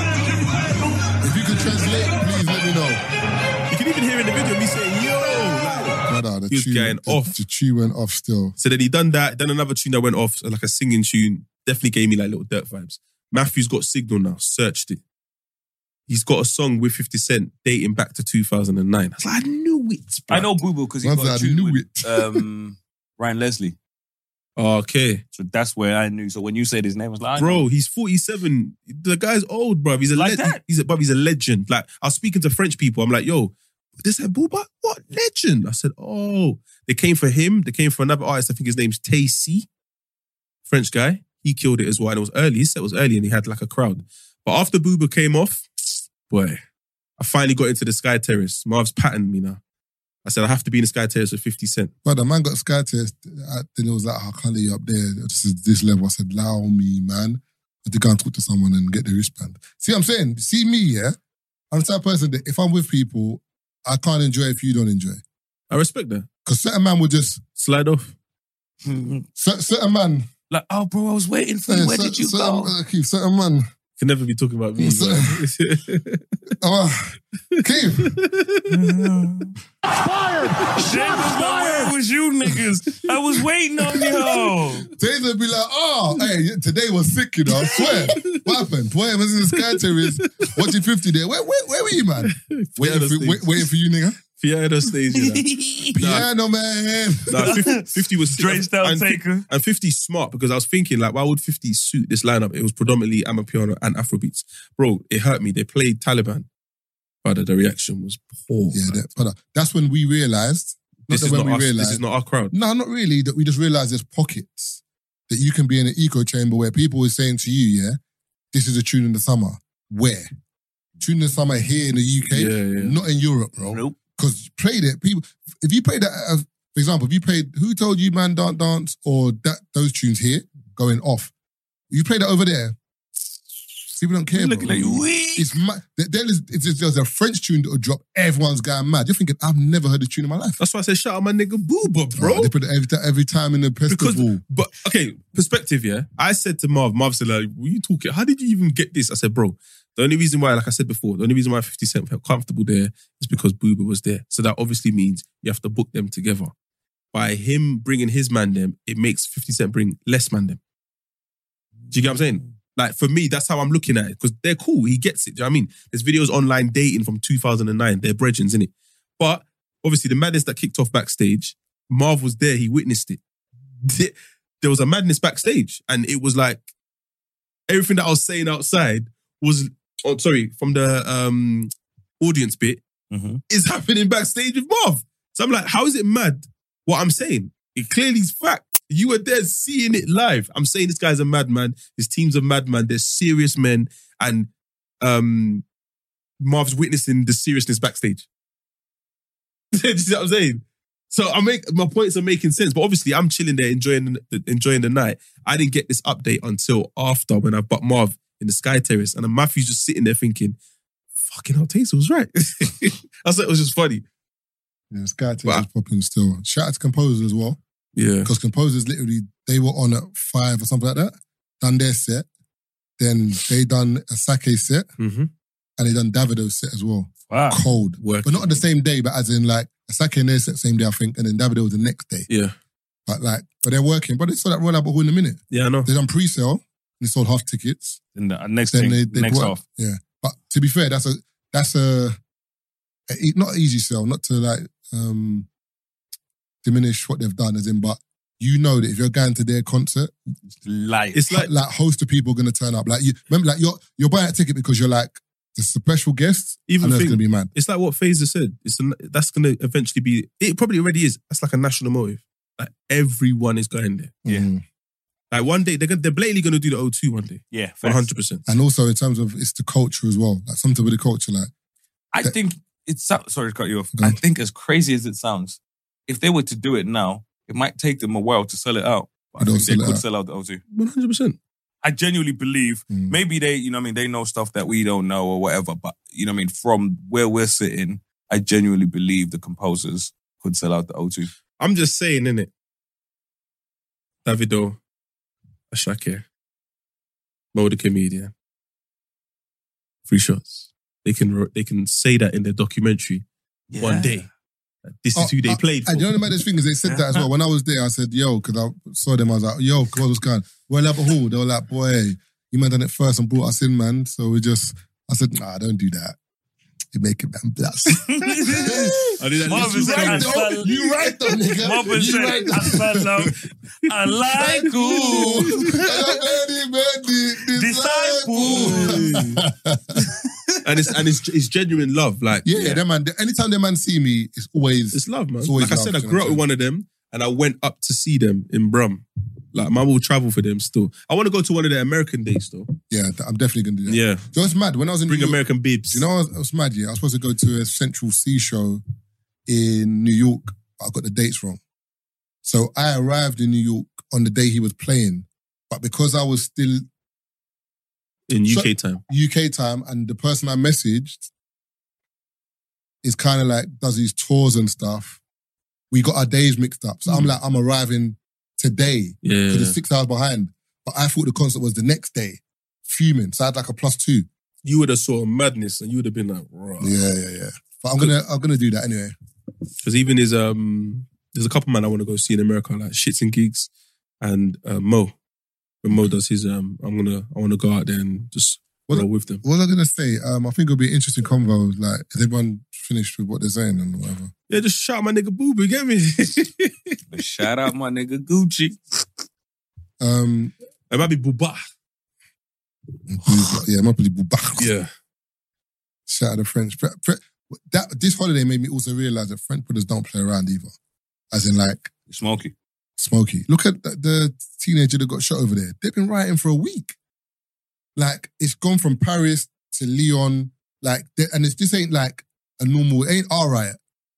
E: If you could translate, please let me know,
D: You can even hear in the video me saying, yo. like-
E: brother. The
D: He was
E: tune,
D: going
E: the,
D: off.
E: The tune went off still.
D: So then he done that, then another tune that went off, like a singing tune, definitely gave me like little dirt vibes. Matthew's got signal now, searched it. He's got a song with 50 Cent dating back to 2009. I was like, I knew it. bruv.
F: I know Boo Boo because he
E: Brother,
F: got
E: I
F: a tune
E: knew
F: with um, Ryan Leslie.
D: Okay.
F: So that's where I knew. So when you said his name, I was like, I know.
D: Bro, he's 47. The guy's old, bro. He's a
F: Like
D: legend.
F: that?
D: He's a bruv, he's a legend. Like I was speaking to French people. I'm like, yo, they said, Booba, what legend? I said, oh, they came for him. They came for another artist. I think his name's Tacy, French guy. He killed it as well. And it was early. He said it was early, and he had like a crowd. But after Booba came off, boy, I finally got into the Sky Terrace. Marv's patterned me now. I said I have to be in the Sky Terrace with 50 Cent.
E: Brother, man got sky test. uh, Then it was like, oh, I can't let you up there. This is this level. I said, allow me, man. I had to go and talk to someone and get the wristband. See what I'm saying? See me, yeah? I'm the type of person that if I'm with people, I can't enjoy if you don't enjoy.
D: I respect that.
E: Because certain man will just,
D: Slide off.
E: cer- certain man,
F: like, oh, bro, I was waiting for
E: eh,
F: you. Where
E: cer-
F: did you
E: certain,
F: go?
E: uh, Keith, certain man,
D: Can never be talking about me. bro.
E: oh, Keith,
F: Shit was not where it was you niggas. I was waiting on you.
E: Taser would be like, oh, hey, today was sick, you know, I swear. what happened? Where was in the sky terrace? Watching 50 there. Where, where, where were you, man? Waiting for, wait, waiting for you, nigga.
D: Fiona stage. You know.
E: Piano, man.
D: Nah, 50, 50 was
F: Drenched out
D: and, fif-
F: taker.
D: and 50 's smart because I was thinking like, why would 50 suit this lineup? It was predominantly Amapiano and Afrobeats, bro. It hurt me. They played Taliban, but the reaction was poor.
E: Yeah,
D: man.
E: that, brother. That's when we realized. Not
D: this
E: that
D: is
E: when
D: not
E: we
D: us. This
E: realized.
D: is not our crowd.
E: no, not really. That we just realized there's pockets that you can be in an echo chamber where people are saying to you, yeah, this is a tune in the summer. Where? Tune in the summer here in the UK,
D: Yeah, yeah.
E: not in Europe, bro.
F: Nope.
E: Because you played it, people. If you played that, uh, for example, if you played "Who Told You Man Don't Dance" or that those tunes here going off, you played that over there. People don't care.
F: Looking
E: bro.
F: like we.
E: It's mad. There- There is, it's just, there's a French tune that will drop. Everyone's going mad. You're thinking, I've never heard a tune in my life.
D: That's why I said shout out my nigga Booba, bro.
E: They put it every, ti- every time in the
D: because,
E: festival.
D: but okay, perspective. Yeah, I said to Marv, Marv said, "Like, were you talking? How did you even get this?" I said, "Bro, the only reason why, like I said before, the only reason why Fifty Cent felt comfortable there is because Booba was there. So that obviously means you have to book them together. By him bringing his man them, it makes Fifty Cent bring less man them. Do you get what I'm saying? Like for me, that's how I'm looking at it because they're cool. He gets it. Do you know what I mean? There's videos online dating from 2009. They're brethrens, innit? But obviously, the madness that kicked off backstage, Marv was there. He witnessed it. Th- There was a madness backstage, and it was like everything that I was saying outside was, oh, sorry, from the um audience bit
F: Mhm.
D: is happening backstage with Marv. So I'm like, how is it mad what I'm saying? It clearly is fact. You were there seeing it live. I'm saying this guy's a madman. His team's a madman. They're serious men. And um, Marv's witnessing the seriousness backstage. Do you see what I'm saying? So I make my points are making sense, but obviously I'm chilling there, enjoying the, enjoying the night. I didn't get this update until after when I butt Marv in the Sky Terrace, and then Matthew's just sitting there thinking, "Fucking hell, Taser was right." I said it was just funny.
E: Yeah, Sky Tech
D: Wow.
E: is popping still. Shout out to composers as well.
D: Yeah,
E: Because composers literally, they were on at five or something like that, done their set. Then they done a Sake set
D: mm-hmm.
E: and they done Davido's set as well.
F: Wow.
E: Cold.
D: work,
E: But not on the same day, but as in like a Sake and their set same day, I think, and then Davido was the next day.
D: yeah,
E: But like, but they're working. But they saw that Royal Albert Hall in a minute.
D: yeah. I know.
E: They done pre-sale and they sold half tickets.
F: And the next
E: Then
F: thing,
E: they, they
F: next
E: bought-
F: off.
E: Yeah. But to be fair, that's a that's a, a e- not an easy sell, not to like um diminish what they've done as in, but you know that if you're going to their concert,
F: Light.
D: It's like
E: like, host of people are gonna turn up. Like you remember, like you're you're buying a ticket because you're like, it's a special guest,
D: even
E: and that's
D: thing,
E: gonna be mad.
D: it's like what Phaser said. It's an, that's going to eventually be. It probably already is. That's like a national motive. Like everyone is going there.
F: Yeah.
E: Mm.
D: Like one day they're gonna, they're blatantly going to do the O2 one day.
F: yeah.
D: One
F: facts.
D: hundred percent.
E: And also in terms of it's the culture as well. Like something with the culture, like
F: I think it's sorry to cut you off.
E: Go
F: I
E: on.
F: think as crazy as it sounds, if they were to do it now, it might take them a while to sell it out. But I
E: They'll
F: think they
E: sell it
F: could
E: out.
F: sell out the O2.
D: One hundred percent.
F: I genuinely believe
E: mm.
F: maybe they, you know, what I mean, they know stuff that we don't know or whatever. But you know, what I mean, from where we're sitting, I genuinely believe the composers could sell out the O2.
D: I'm just saying, innit? Davido, Ashake, Mo the comedian. Free shots. They can they can say that in their documentary one day. That This is
E: Oh,
D: who they
E: I-
D: played for.
E: And the only maddest thing is they said that as well. When I was there, I said, yo, because I saw them, I was like, yo, cause what's going on? Well, up a hall. They were like, boy, you man done it first and brought us in, man. So we just, I said, nah, don't do that. You make it, man. That's
D: I did that
F: Marvin
D: literally-
E: you
F: said,
E: right,
F: "I
E: though.
F: fell-
E: You right, though,
F: Marvin
E: nigga. You
F: said,
E: right,
F: "I fell out. I like who.
E: Disciple.
F: Disciple.
D: and it's and it's it's genuine love. Like
E: Yeah, yeah, that man. Anytime that man see me, it's always
D: It's love, man.
E: It's
D: like
E: always
D: I
E: love,
D: said, I
E: do you know
D: grew
E: what
D: up
E: I'm
D: with
E: saying?
D: one of them, and I went up to see them in Brum. Like, man will travel for them still. I want to go to one of their American dates though.
E: yeah. th- I'm definitely gonna do that. So it's mad. When I was in
D: bring
E: New York,
D: American bibs.
E: Do you know, what I was, I was mad. Yeah, I was supposed to go to a Central Sea show in New York. But I got the dates wrong, so I arrived in New York on the day he was playing. But because I was still
D: in UK time.
E: UK time, and the person I messaged is kind of like does these tours and stuff, we got our days mixed up. So I'm like, I'm arriving today
D: Yeah,
E: because it's six hours behind. But I thought the concert was the next day, fuming. So I had like a plus two.
D: you would have saw madness, and you would have been like, raw.
E: Yeah, yeah, yeah. But I'm gonna, I'm gonna do that anyway.
D: Because even his um, there's a couple man I want to go see in America, like Shits and Gigs, and uh, Mo. When Mo does his um, I'm gonna I want to go out there and just
E: Well,
D: roll with them.
E: What was I gonna say? Um, I think it'll be an interesting convo. Like, has everyone finished with what they're saying and whatever?
D: Yeah, just shout my nigga Boo Boo, get me.
F: But shout out my nigga Gucci.
E: Um,
D: it might be Booba.
E: yeah, my bloody Bubak.
D: Yeah,
E: Shout out to French. Pre- pre- that this holiday made me also realize that French brothers don't play around either. As in, like
F: Smokey.
E: Smokey. Look at the, the teenager that got shot over there. They've been rioting for a week. Like it's gone from Paris to Lyon. Like, they- and it's this ain't like a normal. It ain't all right.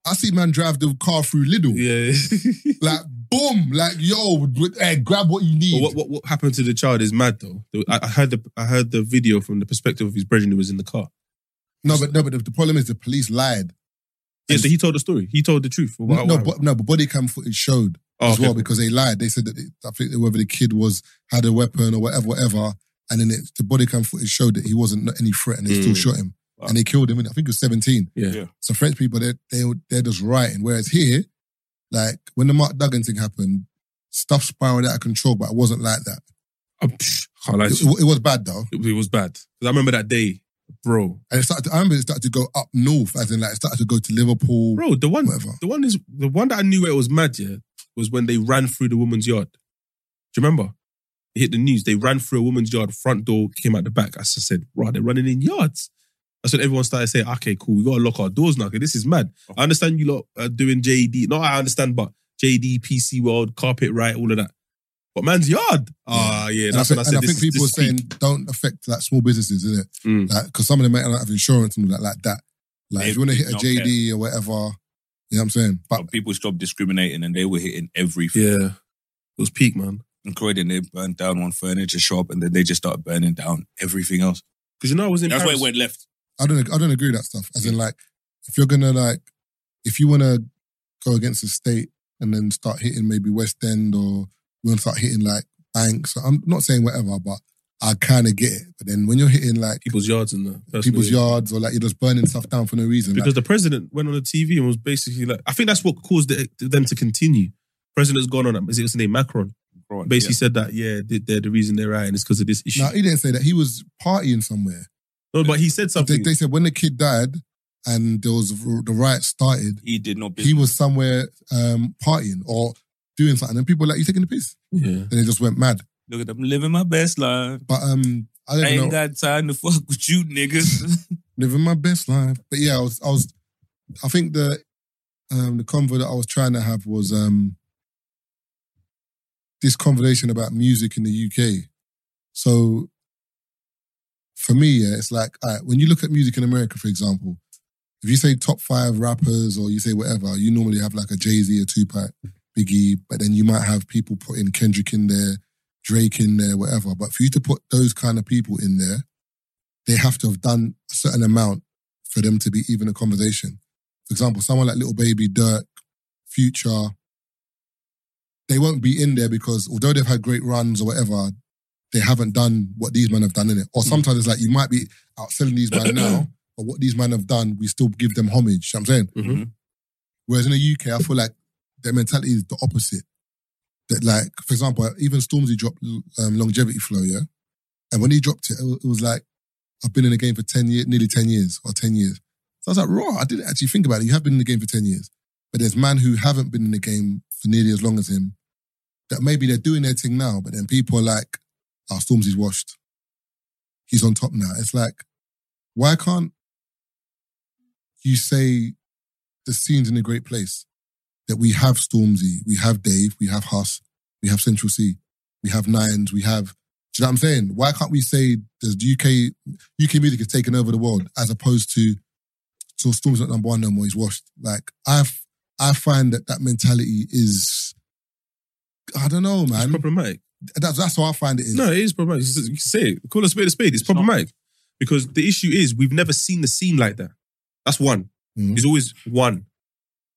E: I see man drive the car through Lidl.
D: yeah.
E: Like boom, like yo, hey, grab what you
D: But
E: need.
D: what, what what happened to the child is mad though. I, I heard the I heard the video from the perspective of his brethren who was in the car.
E: No, but no, but the, the problem is the police lied.
D: Yeah, so he told the story. He told the truth. What-
E: no,
D: what-
E: but, no, but body cam footage showed
D: Oh,
E: as
D: okay.
E: well because they lied. They said that it, I think that whether the kid was had a weapon or whatever, whatever, and then it, the body cam footage showed that he wasn't not any threat, and they still
D: Mm.
E: shot him
F: Wow.
E: and they killed him. And I think he was seventeen.
D: Yeah.
F: Yeah.
E: So French people, they they they're just rioting. Whereas here, like when the Mark Duggan thing happened, stuff spiraled out of control, but it wasn't like that.
D: Um, psh, Can't lie to
E: It,
D: you.
E: it was bad though.
D: It, it was bad. 'Cause I remember that day, bro.
E: And it started to, I remember it started to go up north, as in like it started to go to Liverpool.
D: Bro, the one,
E: Whatever.
D: the one is the one that I knew where it was mad. Yeah, was when they ran through the woman's yard. Do you remember? It hit the news. They ran through a woman's yard. Front door came out the back. I just said, "Right, they're running in yards." That's when everyone started saying, "Okay, cool. We gotta lock our doors now. 'cause this is mad."
F: Oh.
D: I understand you lot are doing E JD. No, I understand, but E JD, PC World, Carpet Right, all of that. But man's yard. Ah, yeah.
E: and I,
D: that's
E: think,
D: when I
E: and
D: said.
E: I
D: this
E: think
D: is-
E: people are
D: this
E: saying
D: peak.
E: don't affect like small businesses, isn't it?
D: Mm.
E: Because some of them might not have insurance and all that, like that. Like
F: They
E: if you want to hit a
F: don't
E: JD or whatever, you know what I'm saying? But
F: But people stopped discriminating and they were hitting everything.
D: Yeah, it was peak, man.
F: And Croydon, they burned down one furniture shop and then they just started burning down everything else.
D: Because you know I was in.
F: That's why
D: Paris.
F: it went left.
E: I don't I don't agree with that stuff. As in like if you're gonna like if you wanna go against the state and then start hitting maybe West End or you wanna start hitting like banks. I'm not saying whatever, but I kinda get it. But then when you're hitting like
D: people's yards and the personal
E: people's
D: yards.
E: yards or like you're just burning stuff down for no reason.
D: Because
E: Like,
D: the president went on the TV and was basically like, I think that's what caused it, them to continue. President's gone on, is it his name, Macron?
F: Croydon,
D: Basically said that, yeah, they- they're the reason they're rioting is because of this issue.
E: now he didn't say that. He was partying somewhere.
D: no, but he said
E: They,
D: something.
E: they said when the kid died and there was the riot started,
F: yeah. He did not.
E: he was somewhere um, partying or doing something. And people were like, You taking the piss?
D: yeah.
E: Then they just went mad.
F: Look at them living my best life.
E: But um I don't
F: I
E: know.
F: ain't got time to fuck with you niggas.
E: living my best life. But yeah, I was, I was, I think the, um, the convo that I was trying to have was um, this conversation about music in the UK. So, for me, yeah, it's like all right, when you look at music in America, for example, if you say top five rappers or you say whatever, you normally have like a Jay Z, a Tupac, Biggie, but then you might have people putting Kendrick in there, Drake in there, whatever. But for you to put those kind of people in there, they have to have done a certain amount for them to be even a conversation. For example, someone like Little Baby, Dirk, Future, they won't be in there because although they've had great runs or whatever, they haven't done what these men have done in it. Or sometimes it's like you might be outselling these men now, but what these men have done, we still give them homage. You know what I'm saying?
D: Mhm.
E: Whereas in the UK, I feel like their mentality is the opposite. That like, for example, even Stormzy dropped um, Longevity Flow, yeah? And when he dropped it, it wa- it was like, I've been in the game for 10 years, nearly 10 years or 10 years. So I was like, raw, I didn't actually think about it. You have been in the game for 10 years. But there's men who haven't been in the game for nearly as long as him that maybe they're doing their thing now, but then people are like, oh, Stormzy's washed. He's on top now. It's like, why can't you say the scene's in a great place? That we have Stormzy, we have Dave, we have Huss, we have Central C, we have Nines, we have do you know what I'm saying? Why can't we say there's the UK UK music has taken over the world as opposed to so Storm's not number one no more, he's washed. Like I f- I find that that mentality is I don't know,
D: It's
E: man.
D: problematic.
E: That's that's how I find it is.
D: No, it is problematic. You can say it. Call a spade a spade. It's, problematic. Because the issue is we've never seen the scene like that. That's one.
E: Mhm.
D: He's always one.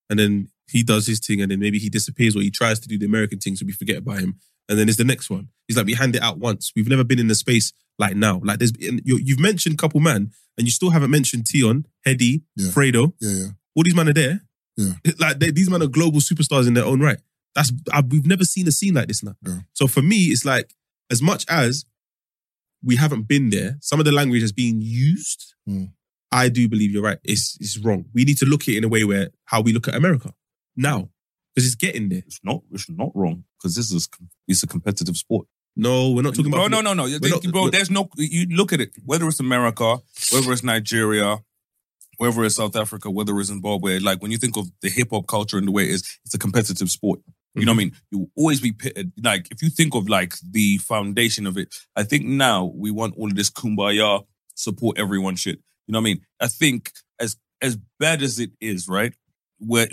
D: And then he does his thing and then maybe he disappears or he tries to do the American thing so we forget about him. And then it's the next one. He's like, we hand it out once. We've never been in the space like now. Like there's, and you you've mentioned Couple Man and you still haven't mentioned Tion, Hedy,
E: Yeah.
D: Fredo.
E: Yeah, yeah.
D: All these men are there.
E: Yeah.
D: Like they, these men are global superstars in their own right. That's I, we've never seen a scene like this now.
E: Yeah.
D: So for me, it's like as much as we haven't been there, some of the language that's being used.
E: Mm.
D: I do believe you're right. It's it's wrong. We need to look at it in a way where how we look at America now because it's getting there.
F: it's not. It's not wrong because this is it's a competitive sport.
D: No, we're not talking
F: bro,
D: about
F: no, no, no,
D: We're not-
F: bro.
D: we're-
F: There's no. You look at it. Whether it's America, whether it's Nigeria, whether it's South Africa, whether it's Zimbabwe. Like when you think of the hip hop culture and the way it is, it's a competitive sport. You know
D: Mm-hmm.
F: what I mean? You will always be pitted. Like if you think of like the foundation of it, I think now we want all of this kumbaya support everyone shit. You know what I mean? I think as as bad as it is, right? Where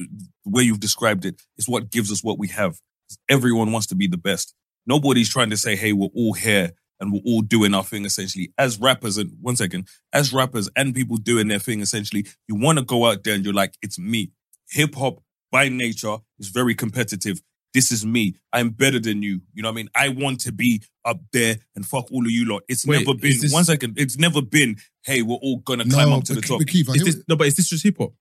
F: where you've described it is what gives us what we have. Everyone wants to be the best. Nobody's trying to say, hey, we're all here and we're all doing our thing essentially. As rappers, and one second, as rappers and people doing their thing essentially, you want to go out there and you're like, it's me. Hip hop by nature is very competitive. This is me. I'm better than you. You know what I mean? I want to be up there and fuck all of you lot. It's
D: Wait,
F: never been,
D: is this-
F: one second, it's never been, hey, we're all going to
E: No,
F: climb up to
E: but,
F: the top.
E: but Keith, I
D: Is
E: hear
D: this,
E: what-
D: no, but is this just hip hop? Or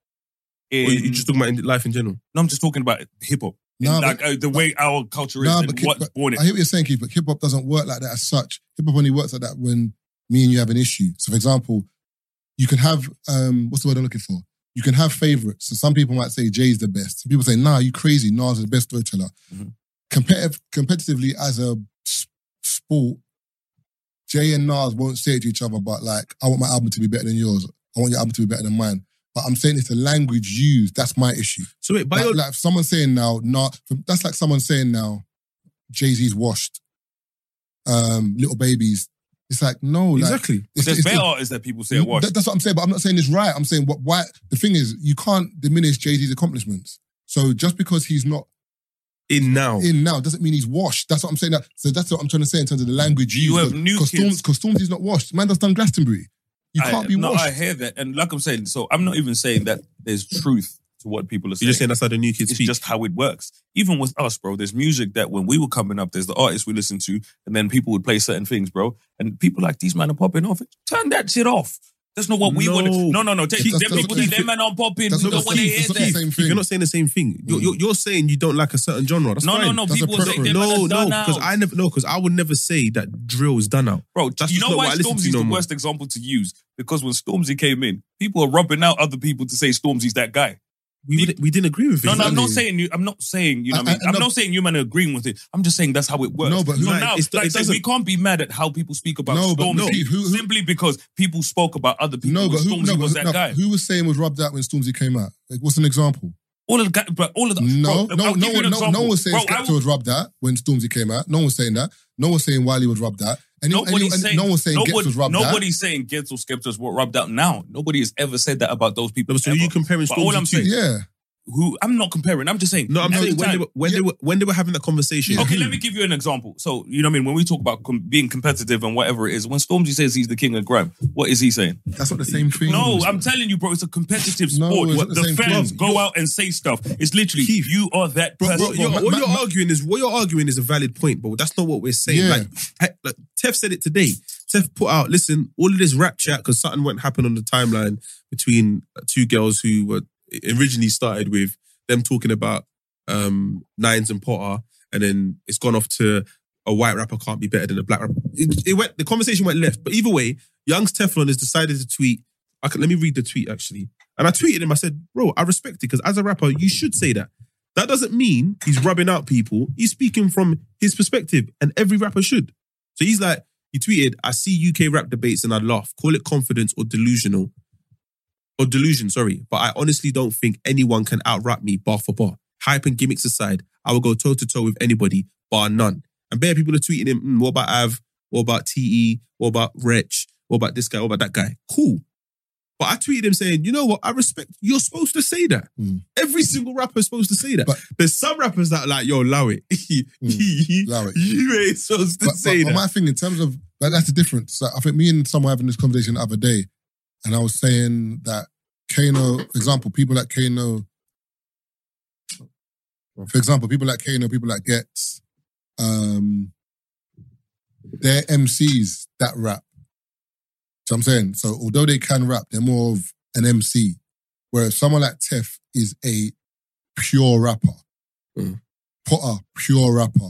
D: you
F: In-
D: you just talking about in life in general?
F: no, I'm just talking about hip hop.
E: Nah,
F: like
E: but-
F: uh, the way our culture is
E: Nah,
F: and
E: but, hip,
F: what's
E: but
F: born it.
E: I hear what you're saying, Keith, but hip hop doesn't work like that as such. Hip hop only works like that when me and you have an issue. So, for example, you can have um, what's the word I'm looking for? You can have favorites. So some people might say Jay's the best. Some people say, Nah, you crazy. Nas is the best storyteller.
F: Mhm.
E: Competitive, competitively as a s- sport, Jay and Nas won't say it to each other, but like, I want my album to be better than yours. I want your album to be better than mine. But I'm saying it's the language used. That's my issue.
D: So wait, by
E: Like,
D: your
E: like someone saying now, not that's like someone saying now, Jay Z's washed. Um, little babies. It's like no, like,
D: exactly.
F: But
E: it's,
F: There's
E: it's-
F: better
E: it's-
F: artists that people say watch.
E: that- that's what I'm saying, but I'm not saying it's right. I'm saying what why the thing is, you can't diminish Jay Z's accomplishments. So just because he's not
D: In now,
E: in now doesn't mean he's washed. That's what I'm saying. That, so that's what I'm trying to say in terms of the language.
F: You
E: used.
F: have new
E: Cause
F: kids.
E: Storms, cause Storms is not washed. Man, that's done Glastonbury. You can't
F: I,
E: be
F: no,
E: washed.
F: I hear that, and like I'm saying, so I'm not even saying that there's truth to what people are
D: you're
F: saying.
D: just saying that's how the new kids
F: it's
D: speak.
F: just how it works. Even with us, bro, there's music that when we were coming up, there's the artists we listened to, and then people would play certain things, bro. And people like these men are popping off. Turn that shit off. That's not what we
D: No.
F: want. No, no, no. Take,
E: That's-
F: them
E: that's
F: people
E: what
F: think
E: Keith-
F: them men aren't popping.
E: that's
F: You
E: what
F: don't want to
E: Keith-
F: hear
E: that's what
F: that.
E: Keith- same thing.
D: You're not saying the same thing. You're, you're, you're saying you don't like a certain genre. That's
F: No,
D: fine.
F: no, no.
E: That's a
F: People are saying them men
D: No,
F: are
D: no,
F: done
D: because
F: out.
D: I never no, because I would never say that drill is done out.
F: Bro,
D: That's
F: you
D: just
F: know
D: not
F: why
D: what I listen to
F: Stormzy's
D: no
F: the
D: more.
F: worst example to use? Because when Stormzy came in, people are rubbing out other people to say Stormzy's that guy.
D: We would, we didn't agree with it.
F: No, no, I'm
E: Exactly.
F: not saying you. I'm not saying you know.
E: I-
F: what I mean,
E: I-
F: I'm
E: no.
F: not saying you man are agreeing with it. I'm just saying that's how it works.
E: No, but who-
F: so
D: Like,
F: now,
D: it's-
F: like,
D: it
F: so we
D: doesn't-
F: can't be mad at how people speak about
E: No, but
F: Stormzy
E: no. Who- who-
F: simply because people spoke about other people.
E: no, but who,
F: Stormzy
E: no, but
F: was
E: who-
F: that
E: no,
F: guy.
E: who was saying was rubbed out when Stormzy came out? Like, what's an example?
F: all of the guy, but all of the
E: No,
F: bro,
E: no,
F: I'll give
E: no
F: you an
E: one, no, no
F: example.
E: one was saying
F: Bro, I
E: Skepta
F: will-
E: was rubbed that when Stormzy came out. No one was saying that. No one was saying Wiley was rubbed that. And
F: Nobody's
E: and,
F: saying,
E: no one was saying Gets
F: nobody-
E: was rubbed that.
F: Nobody's saying Getz or Skepta's were rubbed out now. Nobody has ever said that about those people.
D: No, so
F: ever.
D: you comparing
F: But all I'm
D: Stormzy to-
F: saying,
E: Yeah,
F: who I'm not comparing. I'm just saying.
D: No, I'm
F: at
D: saying
F: the
D: when, they
F: time-
D: were, when they were when they were having that conversation.
E: Yeah.
F: Okay,
E: who?
F: let me give you an example. So, you know what I mean? When we talk about com- being competitive and whatever it is, when Stormzy says he's the king of grime, what is he saying?
E: that's not the same thing.
F: No, I'm telling you, bro, it's a competitive
E: No,
F: sport.
E: it's
F: What-
E: not
F: the
E: the same
F: fans
E: thing.
F: go out and say stuff. It's literally,
D: Keith.
F: you are that
E: Bro,
F: person.
D: What you're, what
E: Ma-
D: you're
E: ma-
D: arguing is what you're arguing is a valid point, but that's not what we're saying.
E: Yeah.
D: Like, he- like Tef said it today. Tef put out, listen, all of this rap chat because something went happen on the timeline between uh, two girls who were originally started with them talking about um, Nines and Potter, and then it's gone off to a white rapper can't be better than a black rapper. It, it went the conversation went left, but either way, Young's Teflon has decided to tweet. I can, let me read the tweet actually, and I tweeted him. I said, "Bro, I respect it because as a rapper, you should say that." That doesn't mean he's rubbing out people. He's speaking from his perspective, and every rapper should. So he's like, he tweeted, I see UK rap debates and I laugh. Call it confidence or delusional. Or delusion, sorry. But I honestly don't think anyone can out rap me bar for bar. Hype and gimmicks aside, I will go toe to toe with anybody, bar none. And bare people are tweeting him, "Mm, what about Av? What about TE? What about Wretch? What about this guy? What about that guy? Cool. But I tweeted him saying, you know what? I respect, you're supposed to say that.
E: Mm.
D: Every single rapper is supposed to say that.
E: But- Hmm.
D: There's some rappers that are like, yo, allow it.
E: Allow it.
D: You ain't supposed to
E: but,
D: say
E: but
D: that.
E: my thing in terms of like, that's the difference. Like, I think me and someone having this conversation the other day, and I was saying that Kano, for example, people like Kano, for example, people like Kano, people like Getz, um, they're MCs that rap. So I'm saying, so although they can rap, they're more of an MC, whereas someone like Tef is a pure rapper.
D: Mm.
E: Potter, pure rapper.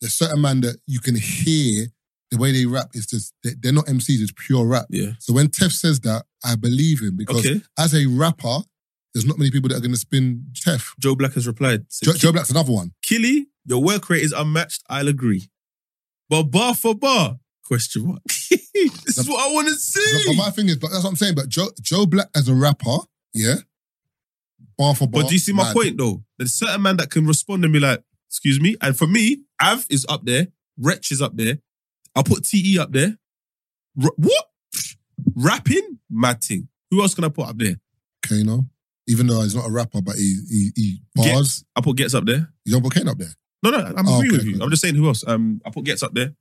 E: there's certain man that you can hear the way they rap is just they- they're not MCs, it's pure rap.
D: Yeah.
E: So when Tef says that, I believe him because
D: Okay.
E: as a rapper, there's not many people that are going to spin Tef.
D: Joe Black has replied.
E: Joe, Joe Black's another one.
D: Killy, your work rate is unmatched. I'll agree. But bar for bar, question mark. this is what I want to
E: But, but
D: see.
E: my thing is, but that's what I'm saying. But Joe, Joe Black as a rapper, yeah, bar for bar.
D: But do you see my
E: mad.
D: point though? There's certain man that can respond and be like, excuse me. And for me, Av is up there, Wretch is up there. I'll put TE up there. R- what? Rapping? Matting. Who else can I put up there?
E: Kano, even though he's not a rapper, but he he, he bars.
D: I put Gets up there.
E: You don't put Kano up there.
D: No, no, I'm
E: Oh,
D: agreeing
E: okay,
D: with you.
E: okay.
D: I'm just saying who else. Um, I put Gets up there.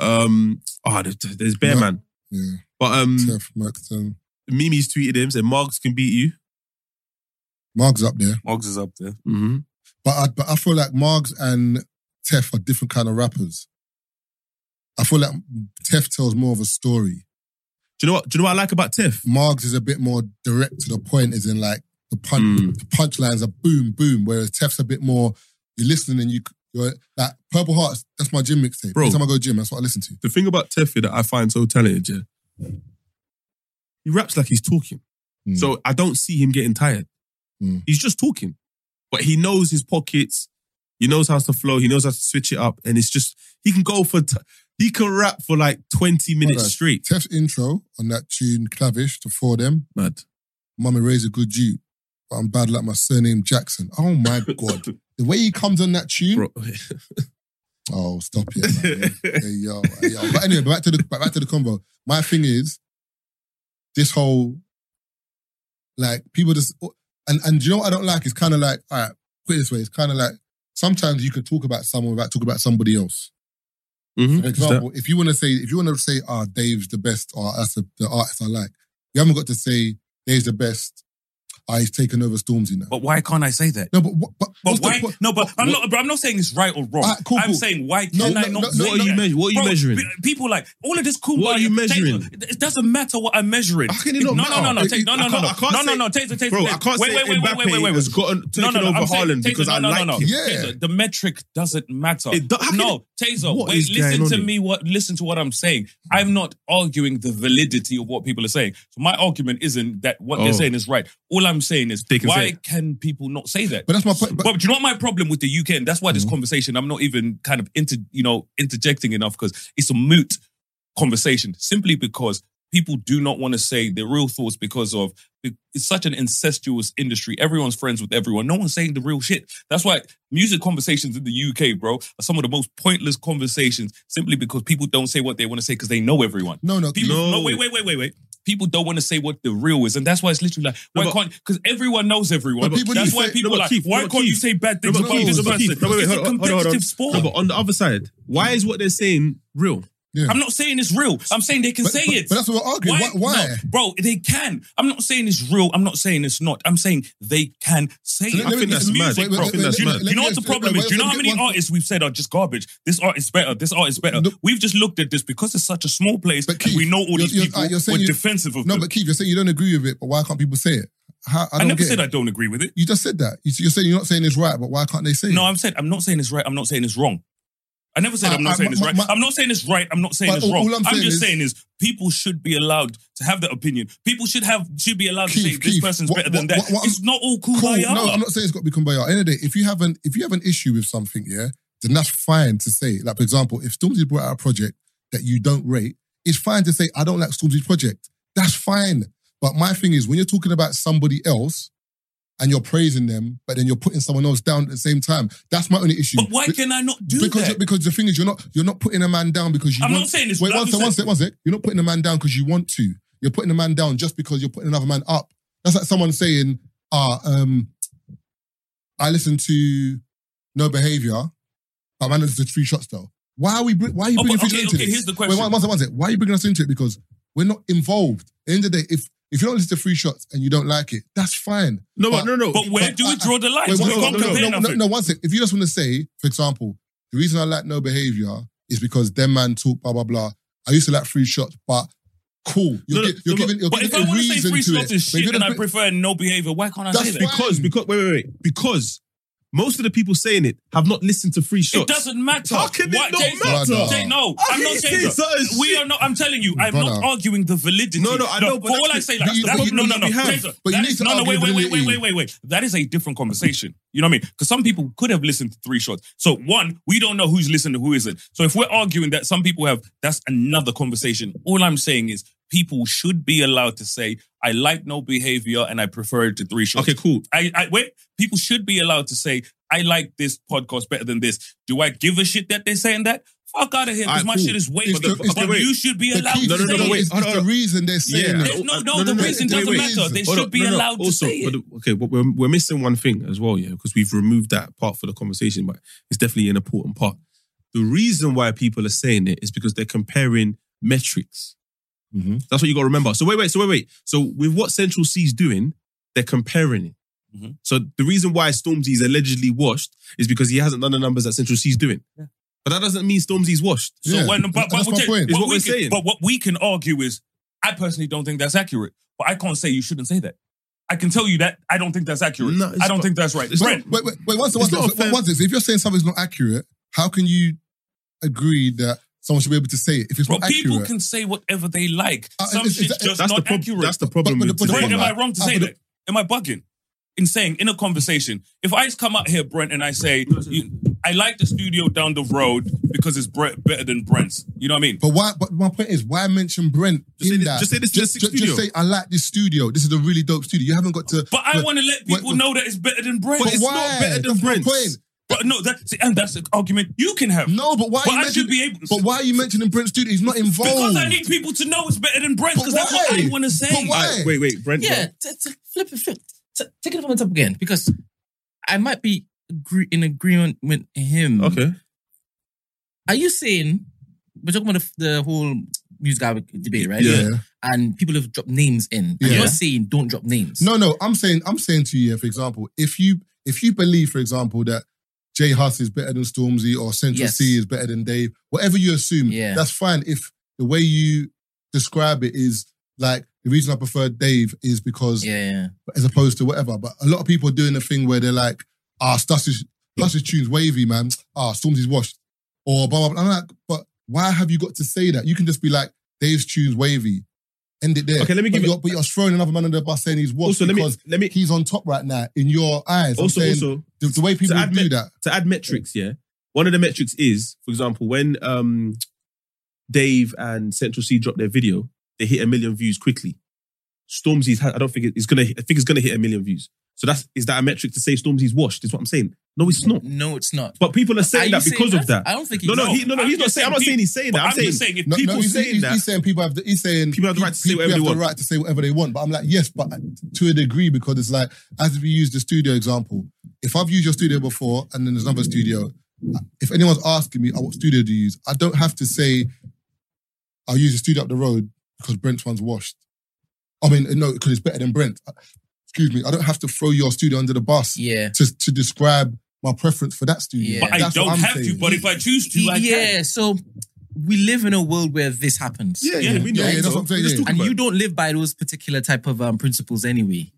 D: Um, ah, there's, there's Bear
E: No.
D: Man,
E: Yeah,
D: but um,
E: Seth Merkton.
D: Mimi's tweeted him saying Margs can beat you.
E: Marg's up there,
F: Moggs is up there.
D: Mm-hmm.
E: but I, but I feel like Marg's and Tef are different kind of rappers. I feel like Tef tells more of a story.
D: Do you know what? Do you know what I like about Tiff?
E: Marg's is a bit more direct to the point, as in like the punch
D: Mm.
E: the punchlines are boom boom, whereas Tef's a bit more. You're listening and you you're like Purple Hearts. That's my gym mixtape.
D: Bro.
E: Every time I go gym, that's what I listen to.
D: The thing about Tiff that I find so talented, yeah, he raps like he's talking.
E: Mm.
D: So I don't see him getting tired.
E: Mm.
D: He's just talking, but he knows his pockets. He knows how to flow. He knows how to switch it up, and it's just he can go for t- he can rap for like twenty minutes
E: Hold on.
D: straight.
E: Tef's intro on that tune, Clavish, to four them.
D: Mad.
E: Mummy raised a good Jew, but I'm bad like my surname Jackson. Oh my god, the way he comes on that tune.
D: Bro.
E: Oh, stop it. man. hey, yo, hey, yo. But anyway, back to the back to the combo. My thing is this whole like people just and and do you know what I don't like? It's kind of like all right, put it this way. It's kind of like sometimes you can talk about someone without talking about somebody else.
D: Mhm.
E: For example, if you want to say if you want to say, "Ah, Dave's the best," or "That's the, the artist I like," you haven't got to say Dave's the best. Ah, he's taken over Stormzy now.
F: But why can't I say that?
E: no, but what? But,
F: But
E: what's the
F: why?
E: point?
F: No, but I'm
E: what-
F: not. But I'm not saying it's right or wrong.
E: Alright, cool,
F: I'm
E: cool.
F: saying why
E: No,
F: can
E: no,
F: I not?
E: no,
F: say
E: no,
D: What are you
F: that?
D: measuring? What are you
F: Bro,
D: measuring?
F: pe- People like all of this cool.
D: What are you measuring?
F: it doesn't matter what I'm measuring.
D: How can it not
F: no,
D: matter?
F: no, no, no, take- no,
D: I
F: no, no,
D: can't-
F: no,
D: I can't
F: no, no,
D: say-
F: no, Taser, Taser,
D: Bro,
F: Taser.
D: I can't
F: wait,
D: say
F: wait, wait,
D: Mbappe
F: wait, wait, wait,
D: has
F: wait.
D: gotten
F: No,
D: taken
F: no, no,
D: over
F: I'm saying-
D: Haaland
F: Taser,
D: because
F: no,
D: I
F: no,
D: like
F: no, no.
D: him.
E: Yeah.
F: Taser, the metric doesn't matter.
D: It do- how can
F: no, Taser,
D: What
F: wait,
D: is going
F: listen
D: on
F: to
D: here?
F: me. What? Listen to what I'm saying. I'm not arguing the validity of what people are saying. So my argument isn't that what
D: Oh.
F: they're saying is right. All I'm saying is
D: They can say
F: why
D: it.
F: can people not say that?
E: But that's my point. But,
F: But do you know what my problem with the UK, and that's why this conversation, I'm not even kind of inter, you know, interjecting enough because it's a moot conversation. Simply because people do not want to say their real thoughts because of it's such an incestuous industry. Everyone's friends with everyone. No one's saying the real shit. That's why music conversations in the UK, bro, are some of the most pointless conversations. Simply because people don't say what they want to say because they know everyone.
E: no, no,
F: People,
D: No.
F: no. wait, wait, wait, wait, wait. People don't want to say what the real is, and that's why it's literally like,
D: No,
F: why
D: but-
F: can't? Because everyone knows everyone.
E: But people
F: that's
E: do
F: why
E: say-
F: people
D: no,
F: are
D: but
F: like,
D: Keith,
F: why
D: no, but
F: can't you
D: Keith,
F: say bad
D: No,
F: things
D: but
F: about
E: Keith,
F: this
E: no, but
F: person?
D: Keith, no, wait, wait,
F: it's
D: hold
F: a
D: on, hold on, hold on.
F: competitive
D: No,
F: sport.
D: but on the other side, why is what they're saying real?
E: yeah.
F: I'm not saying it's real. I'm saying they can
E: but,
F: say
E: but,
F: it.
E: But that's what we're arguing. Why? why?
F: No, bro, they can. I'm not saying it's real. I'm not saying it's not. I'm saying they can say
E: So
F: it.
E: let- let
D: think
E: me-
D: that's
E: let me-
D: mad.
E: wait, wait,
D: Bro, I
E: wait,
D: think that's
E: let-
D: mad.
E: let
F: Do
E: me
F: you know what
E: just-
F: the problem
E: wait,
F: is? Do you
E: wait,
F: know how
E: let me
F: many
E: get one-
F: artists we've said are just garbage? This art is better. This art is better.
E: No.
F: We've just looked at this because it's such a small place.
E: But Keith,
F: and we know all
E: you're-
F: these
E: you're-
F: people.
E: uh, you're saying
F: we're
E: you-
F: defensive of
E: No,
F: them.
E: but Keith, you're saying you don't agree with it, but why can't people say it? How, I
F: I
E: don't
F: never
E: get
F: said
E: it.
F: I don't agree with it.
E: You just said that. You- You're saying you're not saying it's right, but why can't they say
F: No,
E: it?
F: I'm saying I'm not saying it's right. I'm not saying it's wrong. I never said
E: I-
F: I, am not
E: I-
F: saying
E: uh, my-
F: it's right.
E: my-
F: I'm not saying it's right. I'm not saying
E: But
F: it's
E: all-
F: wrong.
E: all I'm
F: I'm,
E: saying
F: just
E: is-
F: saying is people should be allowed to have that opinion. People should have should be allowed
E: Keith,
F: to say this
E: Keith,
F: person's
E: what-
F: better than
E: what-
F: that.
E: what- what I'm-
F: it's not all cool.
E: cool. No, I'm not saying it's got to be kumbaya. End of the day, if you have an if you have an issue with something, yeah, then that's fine to say. Like for example, if Stormzy brought out a project that you don't rate, it's fine to say I don't like Stormzy's project. That's fine. But my thing is when you're talking about somebody else and you're praising them, but then you're putting someone else down at the same time. That's my only issue.
F: but why
E: Be-
F: can I not do
E: because
F: that?
E: because the thing is you're not you're not putting a man down because you
F: I'm
E: want
F: not saying it's
E: wait
F: I'm
E: one
F: just
E: sec one
F: saying-
E: sec one sec you're not putting a man down because you want to you're putting a man down just because you're putting another man up that's like someone saying ah um I listen to no behavior but man listens to three shots though why are we bring, why are you
F: Oh,
E: bringing
F: but-
E: three
F: okay,
E: shots into
F: okay,
E: this
F: here's the
E: wait
F: question.
E: one, one sec one sec why are you bringing us into it because we're not involved at the end of the day if if you don't listen to three shots and you don't like it that's fine
D: No,
E: But-
D: no, no.
F: but where do we
E: I-
F: draw the line?
E: Wait,
F: we
E: one- no,
F: can't
E: no,
F: compare
E: no, no,
F: nothing.
E: no, one sec. If you just want to say, for example, the reason I like no behavior is because them man talk blah blah blah. I used to like free shots, but cool.
D: No,
E: You're,
D: no,
E: gi- you're
D: no,
E: giving, you're
F: But if I
E: giving a
F: want to
E: reason
F: say free
E: to
F: shots
E: it.
F: is
E: But
F: shit
E: if you're
F: and I
E: just-
F: prefer no behavior, why can't I
E: That's
F: say that?
E: fine.
D: because because wait wait wait because most of the people saying it have not listened to free shots.
F: It doesn't matter.
D: How can it
F: Why-
D: not
F: Jay, no,
E: matter?
F: Jay, no,
D: How
F: I'm
D: can
F: not
D: you
F: saying
D: say certain
F: that. We
D: shit?
F: are not. I'm telling you, I'm not
E: Brother.
F: arguing the validity.
D: No, no, I know, but
F: for all
D: that's
F: I say,
D: the-
F: like,
E: but you-
F: that's
E: but you-
F: no, no,
E: but
F: no,
E: you have-
F: Jay,
E: but you
F: that
E: need
F: is-
E: to
F: no, no,
E: argue
F: wait, wait, wait, wait,
E: validity.
F: wait, wait, wait. That is a different conversation. You know what I mean? Because some people could have listened to three shots. So one, we don't know who's listening, who isn't. So if we're arguing that some people have, that's another conversation. All I'm saying is. People should be allowed to say, I like no behavior and I prefer it to three shots.
D: okay, cool.
F: I, I wait. People should be allowed to say, "I like this podcast better than this." Do I give a shit that they're saying that? fuck out of here because
D: Alright,
F: my
D: cool.
F: shit is way
E: It's
F: better.
E: the- it's the-
F: But
D: wait.
F: you should be
E: The
F: allowed
E: key
F: to
D: No, no, no,
E: thing
F: say
D: no, wait.
E: is-
D: hold
E: is
D: on.
E: the reason they're saying
D: Yeah.
E: that.
F: No, no,
D: no,
F: the
D: no,
F: reason
D: wait,
F: doesn't
D: wait.
F: matter. They
D: Hold
F: should
D: on,
F: be
D: no, no.
F: allowed to
D: Also,
F: say
D: but
F: it.
D: the- okay, what we're, we're missing one thing as well, yeah, because we've removed that part for the conversation, but it's definitely an important part. The reason why people are saying it is because they're comparing metrics.
E: Mhm.
D: That's what you got to remember. So wait, wait, so wait, wait. So with what Central C's doing, they're comparing it.
F: Mhm.
D: So the reason why Stormzy's allegedly washed is because he hasn't done the numbers that Central C's doing. But that doesn't mean Stormzy's washed.
F: So
E: Yeah,
F: when, but, but
E: that's
F: what
E: my
F: you-
E: point.
D: Is
F: we
D: what we're
F: can-
D: saying.
F: But what we can argue is, I personally don't think that's accurate. But I can't say you shouldn't say that. I can tell you that I don't think that's accurate.
D: No, it's
F: I don't
D: not-
F: think that's right.
D: it's not-
F: Brent,
E: Wait, wait, wait. Once,
D: It's
E: once,
D: not
E: once,
D: fair-
E: once this, if you're saying something's not accurate, how can you agree that someone should be able to say it if it's
F: bro,
E: not
F: people
E: accurate?
F: can say whatever they like.
E: Uh,
F: Some
E: is- is
F: shit's
E: that-
F: just
D: That's the,
F: not
D: prob-
F: accurate.
D: that's the problem.
E: But-
D: with
E: but the
D: today.
F: Brent,
E: problem-
F: am I wrong to
E: Uh,
F: say
E: but
F: that? Am I bugging? In saying in a conversation, if I come out here, Brent, and I say you, I like the studio down the road because it's Brent, better than Brent's. You know what I mean?
E: But why? But my point is, why mention Brent
D: Just
E: in
D: say this-
E: that?
D: just say this is
E: Just,
D: the
E: just,
D: studio.
E: say I like this studio. This is a really dope studio. You haven't got to.
F: But I want to let
E: wait,
F: people
E: wait.
F: know that it's better than Brent's.
D: But it's
E: why?
D: not better than
E: That's my
D: Brent's.
E: point.
F: But no, that, see, and that's an argument you can have.
E: No, but why?
F: But
E: are you
F: I should
E: mentioning-
F: be able-
E: But why are you mentioning Brent Studio? He's not involved.
F: Because I need people to know it's better than Brent's
E: But
F: because that's what
E: why?
F: I want to say.
E: But why?
D: Wait, wait, Brent.
H: Yeah, t- t- flip it, flip. T- take it from the top again because I might be agree- in agreement with him.
D: Okay.
H: Are you saying we're talking about the, the whole music Arabic debate, right?
E: Yeah.
H: And people have dropped names in. And
E: Yeah.
H: You're saying don't drop names.
E: No, no. I'm saying, I'm saying to you, yeah, for example, if you if you believe, for example, that Jay Huss is better than Stormzy or Central
H: Yes.
E: C is better than Dave, whatever you assume,
H: Yeah.
E: that's fine. If the way you describe it is like the reason I prefer Dave is because
H: Yeah, yeah.
E: as opposed to whatever. But a lot of people are doing the thing where they're like, ah, Stuss's, Stuss's tune's wavy, man. Ah, Stormzy's washed. Or blah, blah, blah. I'm like, but why have you got to say that? You can just be like, Dave's tune's wavy. End it there.
D: Okay, let me
E: but
D: give you-
E: you're, But you're throwing another man under the bus saying he's washed
D: Also, let me
E: because
D: let me
E: he's on top right now in your eyes. I'm
D: also
E: saying
D: also
E: the, the way people
D: to add
E: do
D: me-
E: that.
D: to add metrics. Yeah, one of the metrics is, for example, when um Dave and Central C dropped their video, they hit a million views quickly. Stormzy's, ha- I don't think it- it's gonna. I think it's gonna hit a million views. So that's is that a metric to say Stormzy's washed? Is what I'm saying. No, it's not.
H: No, it's not.
D: But people are saying
H: Are you
D: that because of that.
H: I don't think
D: No, no,
H: he's-
D: he, no, no.
F: I'm
D: He's not
F: just
D: saying. I'm not
F: saying
D: saying he's saying
F: but
D: that. I'm saying.
F: just saying if
E: No,
F: people
E: no, he's,
D: saying
E: he's,
D: that-
E: he's saying people have the, he's saying
D: People have the right to say
E: people
D: whatever they
E: have
D: want.
E: the right to say whatever they want. But I'm like, yes, but to a degree because it's like as we use the studio example. If I've used your studio before and then there's another studio, if anyone's asking me, oh, what studio do you use? I don't have to say I'll use the studio up the road because Brent's one's washed. I mean, no, because it's better than Brent. Uh, Excuse me, I don't have to throw your studio under the bus
H: Yeah.
E: to, to describe my preference for that studio.
H: Yeah.
F: But I
E: That's what
F: don't
E: I'm
F: have
E: saying.
F: to. But if I choose to, I can.
H: yeah, so we live in a world where this happens.
D: Yeah,
F: Yeah,
D: yeah, we know.
E: yeah, that's what I'm saying,
D: Let's
E: yeah.
D: talk
H: and
D: about
H: you
D: it.
H: don't live by those particular type of um, principles anyway.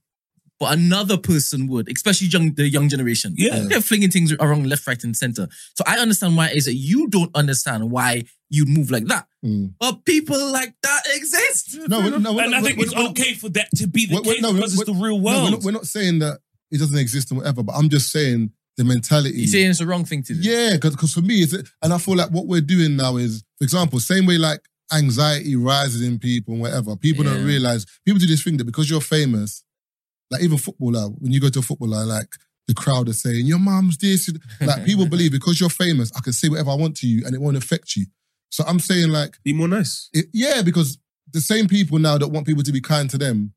H: But another person would, especially young, the young generation.
F: Yeah.
H: they're flinging things around left, right, and center. So I understand why it is that you don't understand why you move like that.
E: Mm.
H: But people like that exist.
E: No, no, no,
F: And I think it's
E: okay.
F: okay for that to be the
E: Wait, wait,
F: case
E: no,
F: because it's
E: wait,
F: the real
E: No, we're, not,
F: world.
E: we're not saying that it doesn't exist and whatever, but I'm just saying the mentality.
H: You're saying it's the wrong thing to do.
E: yeah, because for me, it's, and I feel like what we're doing now is, for example, same way like anxiety rises in people and whatever, people don't
H: Yeah.
E: realize, people do this thing that because you're famous, like even footballer, when you go to a footballer, like the crowd are saying, your mum's this. and-" Like people believe because you're famous, I can say whatever I want to you and it won't affect you. So I'm saying like,
D: Be more nice.
E: it, yeah, because the same people now that want people to be kind to them,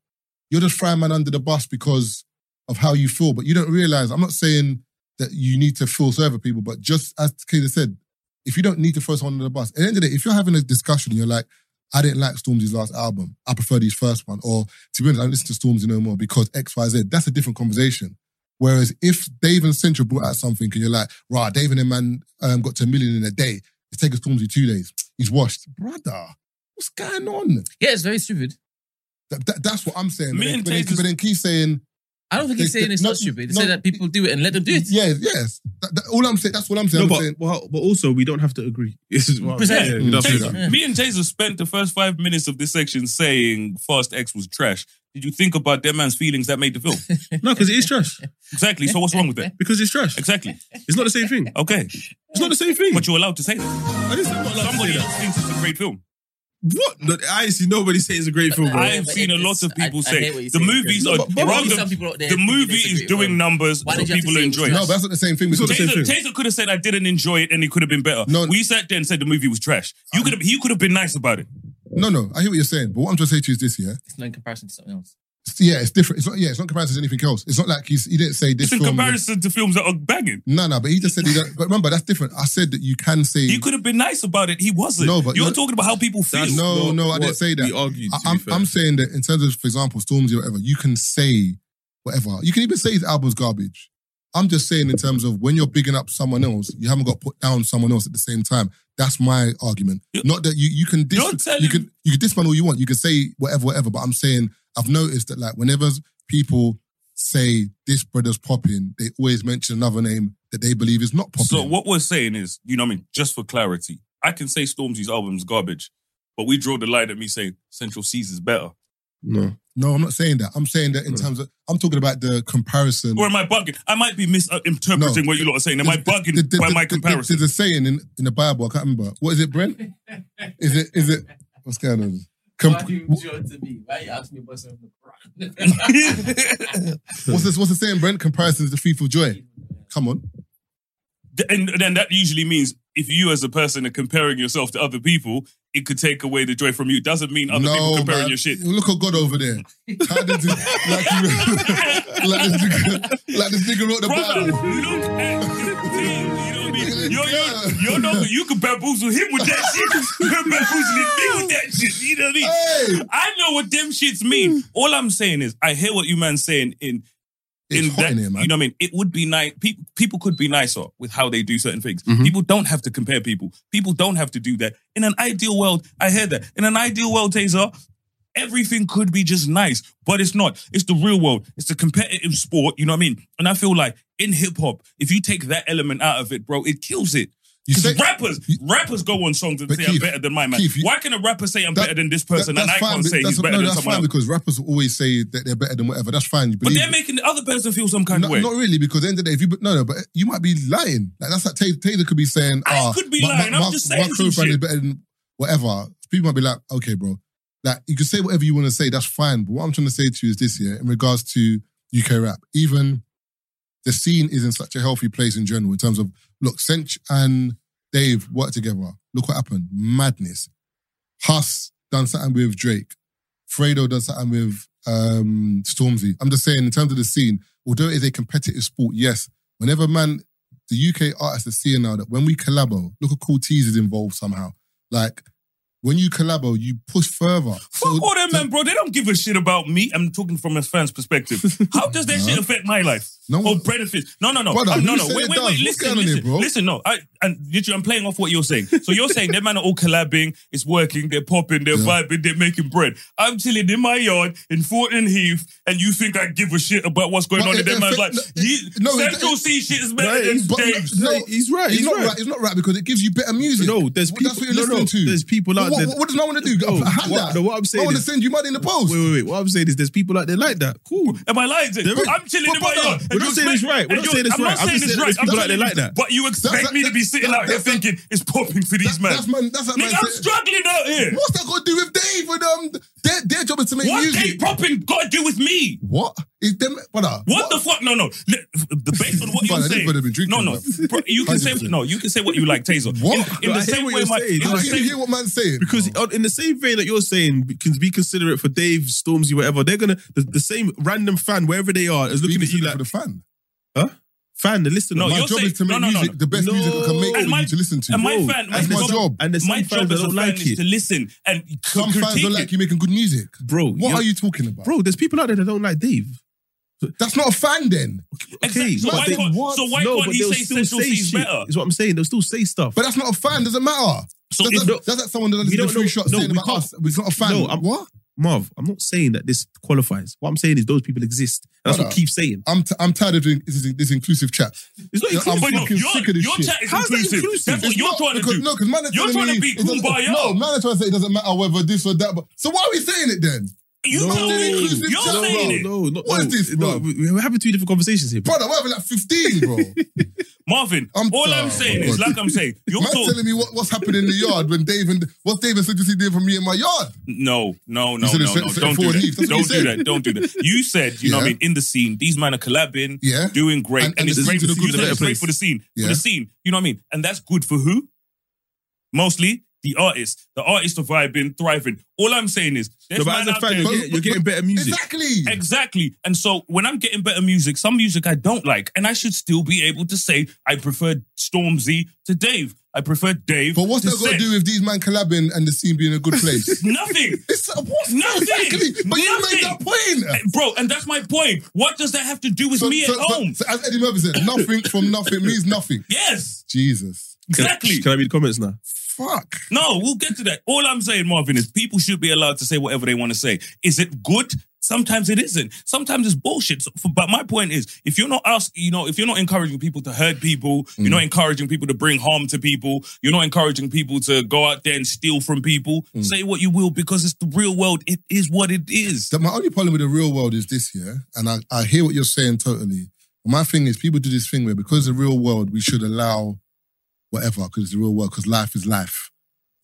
E: you're just frying man under the bus because of how you feel. But you don't realize, I'm not saying that you need to feel so other people, but just as Kayla said, if you don't need to throw someone under the bus, at the end of the day, if you're having a discussion and you're like, I didn't like Stormzy's last album, I prefer his first one, or to be honest, I don't listen to Stormzy no more because X, Y, Z, that's a different conversation. Whereas if Dave and Central brought out something and you're like, right, Dave and the man um, got to a million in a day, it's taking Stormzy two days, he's washed. Brother, what's going on?
H: Yeah, it's very stupid.
E: That, that- that's what I'm saying.
F: Me
E: But then,
F: and
E: but then,
F: Taser's-
E: but then Keith's saying,
H: I don't think he's
E: They-
H: saying it's
E: no,
H: not stupid. They
E: no,
H: say that people do it and let them do it.
E: yeah, yes. That- that- all I'm saying, that's what I'm saying.
D: No,
E: I'm
D: but,
E: saying Mm,
D: well, but also we don't have to agree. This is what I'm
H: Precisely.
D: saying. We don't have to
E: Yeah.
D: agree.
H: Yeah.
F: Me and Taser spent the first five minutes of this section saying Fast X was trash. Did you think about that man's feelings that made the film?
D: No, because it is trash.
F: exactly. So what's wrong with that?
D: Because it's trash.
F: Exactly.
D: It's not the same thing.
F: Okay.
D: It's not the same thing.
F: But you're allowed to say that.
D: I didn't say I'm not allowed to
F: Somebody
D: say that.
F: else thinks it's a great film.
D: What? No, I ain't see nobody say it's a great film. Bro.
F: I have
H: but
F: seen
H: it
F: a lot
H: is-
F: of people
H: I- I
F: say
H: hear what you're
F: the
H: saying,
F: movies
H: Chris.
F: are
H: But- but
F: rather-
H: some people out there
F: the
H: think
F: movie
H: it's a
F: is
H: great
F: doing
H: film.
F: numbers
H: Why
F: so
H: did you have to
F: people
H: say it
F: enjoy
H: was
F: it.
E: No, but that's not the same thing.
D: It's not the
E: because-
D: same
F: Taser,
D: thing.
F: Taser could have said I didn't enjoy it and it could have been better.
E: No.
F: we sat there and said the movie was trash. You could have, he could have been nice about it.
E: No, no, I hear what you're saying, but what I'm trying to say to you is this: yeah,
H: It's not in comparison to something else.
E: It's- yeah, it's different. It's not, yeah, it's not comparison to anything else. It's not like he's, he didn't say this.
F: It's in
E: film-
F: comparison to films that are banging.
E: No, no, but he just said he. Don't, but remember, that's different. I said that you can say.
F: He could have been nice about it. He wasn't.
E: No, but
F: you're,
E: you're-
F: talking about how people feel.
D: That's
E: No,
D: not
E: no, I didn't
D: what
E: say that.
D: We argued.
E: I,
D: to be
E: I'm,
D: fair.
E: I'm saying that in terms of, for example, Stormzy or whatever, you can say whatever. You can even say his album's garbage. I'm just saying in terms of when you're bigging up someone else, you haven't got put down someone else at the same time. That's my argument.
F: You-
E: Not that you you can dis-
F: You're telling-
E: you can you can disman all you want. You can say whatever, whatever. But I'm saying I've noticed that like whenever people say this brother's popping, they always mention another name that they believe is not popping.
F: So what we're saying is, you know what I mean? Just for clarity, I can say Stormzy's album's garbage, but we draw the line at me saying Central C's is better.
E: Mm.
A: No.
E: No, I'm not saying that. I'm saying that in terms of I'm talking about the comparison.
F: Or am I bugging? I might be misinterpreting
E: No.
F: what you lot are saying. Am I bugging
E: The- the-
F: by
E: the-
F: my
E: the-
F: comparison?
E: There's a saying in, in the Bible, I can't remember. What is it, Brent? Is it, is it, what's going on? Com- wh-
H: to me? Why you asking me about something?
E: what's, this, what's the saying, Brent? Comparison is the thief of joy. Come on.
F: and then that usually means if you as a person are comparing yourself to other people, it could take away the joy from you. Doesn't mean other people comparing
E: man.
F: your shit.
E: Look at God over there. How did you, like, you- like this nigga, like this nigga wrote the
F: Brother,
E: Bible.
F: look at the team. You know what I mean? You're,
E: Yeah.
F: you're, you're not, you could bamboozle him with that shit. You could bamboozle me with that shit. You know what I mean?
E: Hey, Hmm.
F: I know what them shits mean. All I'm saying is, I hear what you man saying in
E: it's
F: in
E: hot
F: that.
E: in here, man.
F: You know what I mean? It would be nice. People people could be nicer with how they do certain things.
E: Mm-hmm.
D: Mhm.
F: People don't have to compare people. People don't have to do that. In an ideal world, I hear that. In an ideal world, Taser. Everything could be just nice, but it's not. It's the real world. It's the competitive sport. You know what I mean? And I feel like in hip hop, if you take that element out of it, bro, it kills it.
E: You
F: Because
E: say-
F: rappers,
E: you-
F: rappers go on songs and
E: But
F: say I'm
E: Keith,
F: better than my man.
E: Keith, you-
F: Why can a rapper say I'm
E: That-
F: better than this person
E: That-
F: and I
E: that's
F: can't
E: fine,
F: say
E: that's-
F: he's better
E: no,
F: than
E: that's
F: someone
E: fine
F: else?
E: because rappers always say that they're better than whatever. That's fine. You
F: But
E: believe
F: they're
E: it.
F: making the other person feel some kind
E: No,
F: of way.
E: not really, because at the end of the day, if you no, no, but you might be lying. Like that's like Taylor, Taylor could be saying,
F: I
E: "Ah,
F: could be
E: my-
F: lying.
E: my-
F: I'm
E: my-
F: just
E: my
F: saying some
E: clothes brand
F: shit.
E: is better than whatever." People might be like, "Okay, bro, like you can say whatever you want to say. That's fine." But what I'm trying to say to you is this here in regards to UK rap. Even the scene is in such a healthy place in general in terms of look, Sench and Dave worked together. Look what happened, madness. Huss done something with Drake. Fredo done something with um, Stormzy. I'm just saying, in terms of the scene, although it is a competitive sport, yes, whenever man, the UK artists are seeing now that when we collabo, look at Cool Tees is involved somehow. Like, when you collabo, you push further.
F: Fuck all them men, bro. They don't give a shit about me. I'm talking from a fan's perspective. How does that shit affect my life?
E: No
F: or
E: one-
F: benefit? No, no, no.
E: Brother,
F: Uh,
E: you
F: no, no.
E: said
F: Wait,
E: it
F: wait,
E: does.
F: wait.
E: What's
F: Listen,
E: going on here,
F: listen,
E: bro?
F: listen. No, I, and literally, I'm playing off what you're saying. So you're saying that man are all collabing. It's working. They're popping. They're vibing. They're making bread. I'm chilling in my yard in Fortin Heath, and you think I give a shit about what's going
E: But
F: on in
E: it
F: that man's life?
E: affect-
F: Ye-
E: no, it-
F: Central C shit is better
D: Right,
F: than
D: but-
F: Dave's.
E: No,
D: Hey, he's right.
E: It's
D: He's
E: not
D: right.
E: right. It's not right because it gives you better music.
D: No, there's
E: Well,
D: people.
E: That's what you're
D: no,
E: listening
D: no,
E: to.
D: There's people out
E: what,
D: there.
E: What, what does I want to do?
D: No,
E: I hand
D: what-
E: out.
D: no, what I'm saying
E: I want to
D: is-
E: send you money in the post.
D: Wait, wait, wait. What I'm saying is, there's people out there like that. Cool.
F: Am I lying? Zay?
D: There is-
F: I'm chilling
D: But
F: in my
D: brother,
F: yard.
D: we're
F: and
D: not
F: you
D: saying it's
F: expect-
D: right. We're
F: and
D: not
F: you-
D: saying it's
F: I'm
D: right.
F: Not
D: I'm
F: saying
D: just
F: it's
D: saying
F: right.
D: there's people
F: I'm
D: out there
F: telling
D: like
F: you,
D: that.
F: But you expect
E: that-
F: me to be
E: that-
F: sitting
E: that-
F: out here
E: that's-
F: thinking it's popping for these
E: That-
F: men.
E: That's man. That's that man.
F: Nigga, I'm
E: said-
F: struggling out here.
E: What's that got to do with Dave and um? Their their job is to make
F: What
E: music.
F: they popping got to do with me?
E: What is them, brother?
F: What, the fuck? No, no. Le- The based on what you're
E: Brother, this
F: saying.
E: brother been drinking,
F: No, no.
E: bruv.
F: Bro, You can say
E: 100%.
F: no. You can say what you like, Taser.
E: What?
F: In, in
D: No, I
F: the
D: hear
F: same
D: what
F: way,
D: you're
F: my.
D: saying.
F: in
E: How
F: the
E: can you
F: same-
E: hear what man's saying?
D: Because
F: Oh.
D: on- in the same vein that you're saying, can be considerate for Dave, Stormzy, whatever. They're gonna the, the same random fan wherever they are is looking
E: Be
D: at you
E: considerate
D: like
E: for the fan.
D: huh? Fan, the listener.
F: No,
E: My
F: you're
E: job
F: saying-
E: is to make
F: no, no, no,
E: music,
F: no.
E: the best music I can make
D: No.
E: for
F: And my-
E: you to listen to.
F: and my
D: Bro,
F: fan,
E: that's
F: and
E: my
F: some-
E: job.
D: And there's
F: my
D: some fans
F: job
D: that
F: as a
D: don't
F: fan
D: like
F: is
D: it.
F: to listen and c-
E: Some fans
F: critique
E: don't
F: it.
E: like you making good music.
D: bro.
E: What
D: you're-
E: are you talking about?
D: bro? There's people out there that don't like Dave.
E: That's not a fan then.
F: Exactly. So
D: but
F: why
D: they-
F: can't- so why
D: no,
F: can't
D: but
F: he
D: they'll
F: say
D: still
F: Central
D: say
F: C is
D: shit,
F: better?
D: Is what I'm saying. They'll still say stuff.
E: But that's not a fan. Doesn't matter.
F: So
E: that's,
F: if-
E: that's, that's like someone that doesn't
D: We
E: give a
D: don't
E: free
D: know-
E: shot
D: no,
E: saying
D: we
E: about
D: can't-
E: us. It's not a fan.
D: No, I'm-
E: what?
D: Marv, I'm not saying that this qualifies. What I'm saying is those people exist. And that's what
E: Brother.
D: keeps saying.
E: I'm, t- I'm tired of doing this, this inclusive chat.
D: It's not
E: Yeah,
D: inclusive.
E: I'm
F: But no,
E: fucking
F: your,
E: sick of this
F: your
E: shit.
F: chat is
D: How's that
F: inclusive.
D: inclusive?
F: That's what
E: It's
F: you're
E: not,
F: trying to
E: because,
F: do.
E: No, because man are
F: You're
E: telling
F: trying
E: me
F: to be
E: it doesn't-
F: kumbaya.
E: No, man are trying to say it doesn't matter whether this or that. But so why are we saying it then?
B: You
E: No.
B: tell me.
E: Inclusive
B: You're
E: gender
B: saying it.
D: No, not,
E: What
D: no,
E: is this,
D: No,
E: bruv?
D: we- we're having two different conversations here.
E: Brother, what like 15, bro?
F: Marvin,
E: I'm-
F: all
E: oh,
F: I'm saying
E: my
F: is,
E: God.
F: like I'm saying, you're
E: Man
F: talking.
E: telling me what, what's happening in the yard when Dave and what's David said he did for me in my yard.
F: No, no, no,
E: said
F: no, no.
E: it's set- set
F: Don't do
E: forward
F: that.
E: heaps. That's what
F: Don't
E: you
F: do
E: said.
F: that. Don't do that. You said, you know what I
E: Yeah.
F: mean, in the scene, these men are collabing,
E: Yeah.
F: doing great,
E: And-
F: and,
E: and
F: it's
E: this
F: great
E: is
F: for the
E: to the good
F: you said
E: place.
F: it's great for the scene.
E: Yeah.
F: For the scene, you know what I mean? And that's good for who? Mostly the artist. The artists are vibing, thriving. All I'm saying is there's
D: No, but
F: man
D: as a
F: out
D: fan,
F: there-
D: you're, getting, you're getting better music.
E: Exactly.
F: Exactly. And so when I'm getting better music, some music I don't like, and I should still be able to say I prefer Stormzy to Dave. I prefer Dave.
E: But what's
F: to
E: that got to
F: Seth.
E: do with these man collabing and the scene being a good place?
F: Nothing.
E: it's what?
F: Nothing.
E: Exactly. But you made that
F: Nothing.
E: point.
F: Bro, and that's my point. What does that have to do with me at home?
E: so as Eddie Murphy said, nothing from nothing means nothing.
F: yes,
E: Jesus.
D: Can I-
F: exactly.
D: Can I read the comments now?
E: Fuck.
F: no, we'll get to that. All I'm saying, Marvin, is people should be allowed to say whatever they want to say. Is it good? Sometimes it isn't. Sometimes it's bullshit. So, f- but my point is, if you're not asking, you know, if you're not encouraging people to hurt people,
E: Mm.
F: you're not encouraging people to bring harm to people, you're not encouraging people to go out there and steal from people.
E: Mm.
F: Say what you will because it's the real world. It is what it is.
E: That my only problem with the real world is this year, and I, I hear what you're saying totally. My thing is, people do this thing where because the real world, we should allow whatever because it's the real world because life is life.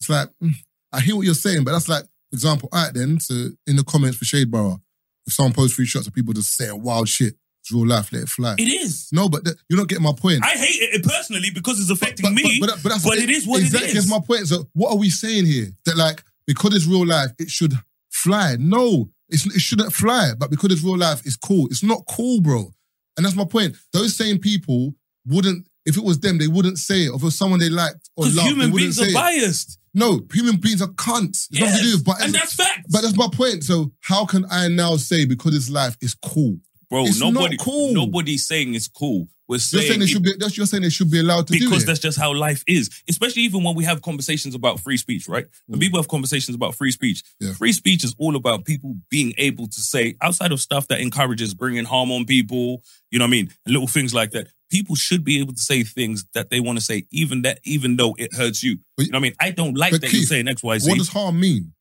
E: It's like mm, I hear what you're saying, but that's like for example. All right, then so in the comments for Shade Borough, if someone posts three shots of people just saying wild shit, it's real life, let it fly.
F: It is.
E: no, but that you're not getting my point.
F: I hate it personally because it's affecting me. But,
E: that- that's-
F: it is what
E: exactly,
F: it is.
E: That's my point. So, what are we saying here? That like because it's real life, it should fly. No, it's, it shouldn't fly. But because it's real life, it's cool. It's not cool, bro. And that's my point. Those same people wouldn't, if it was them, they wouldn't say it. Or if it was someone they liked or
F: Because
E: loved,
F: human
E: they
F: beings
E: wouldn't say
F: are
E: it.
F: biased.
E: No, human beings are cunts. It's nothing to do
F: Yes.
E: with- but
F: and that's fact.
E: but that's my point. So how can I now say because it's life, it's cool?
F: Bro,
E: It's not
F: nobody,
E: cool.
F: nobody's saying it's cool. We're
E: You're
F: saying,
E: saying they
F: it-
E: should be. That's you're saying they should be allowed to do
F: because
E: it.
F: that's just how life is. Especially even when we have conversations about free speech, right? When people have conversations about free speech,
E: Mm. Yeah.
F: free speech is all about people being able to say, outside of stuff that encourages bringing harm on people, you know what I mean, and little things like that. People should be able to say things that they want to say, even that, even though it hurts you.
E: But-
F: you know what I mean? I don't like
E: but
F: that you're
E: Keith,
F: saying X, Y, Z,
E: What does harm mean?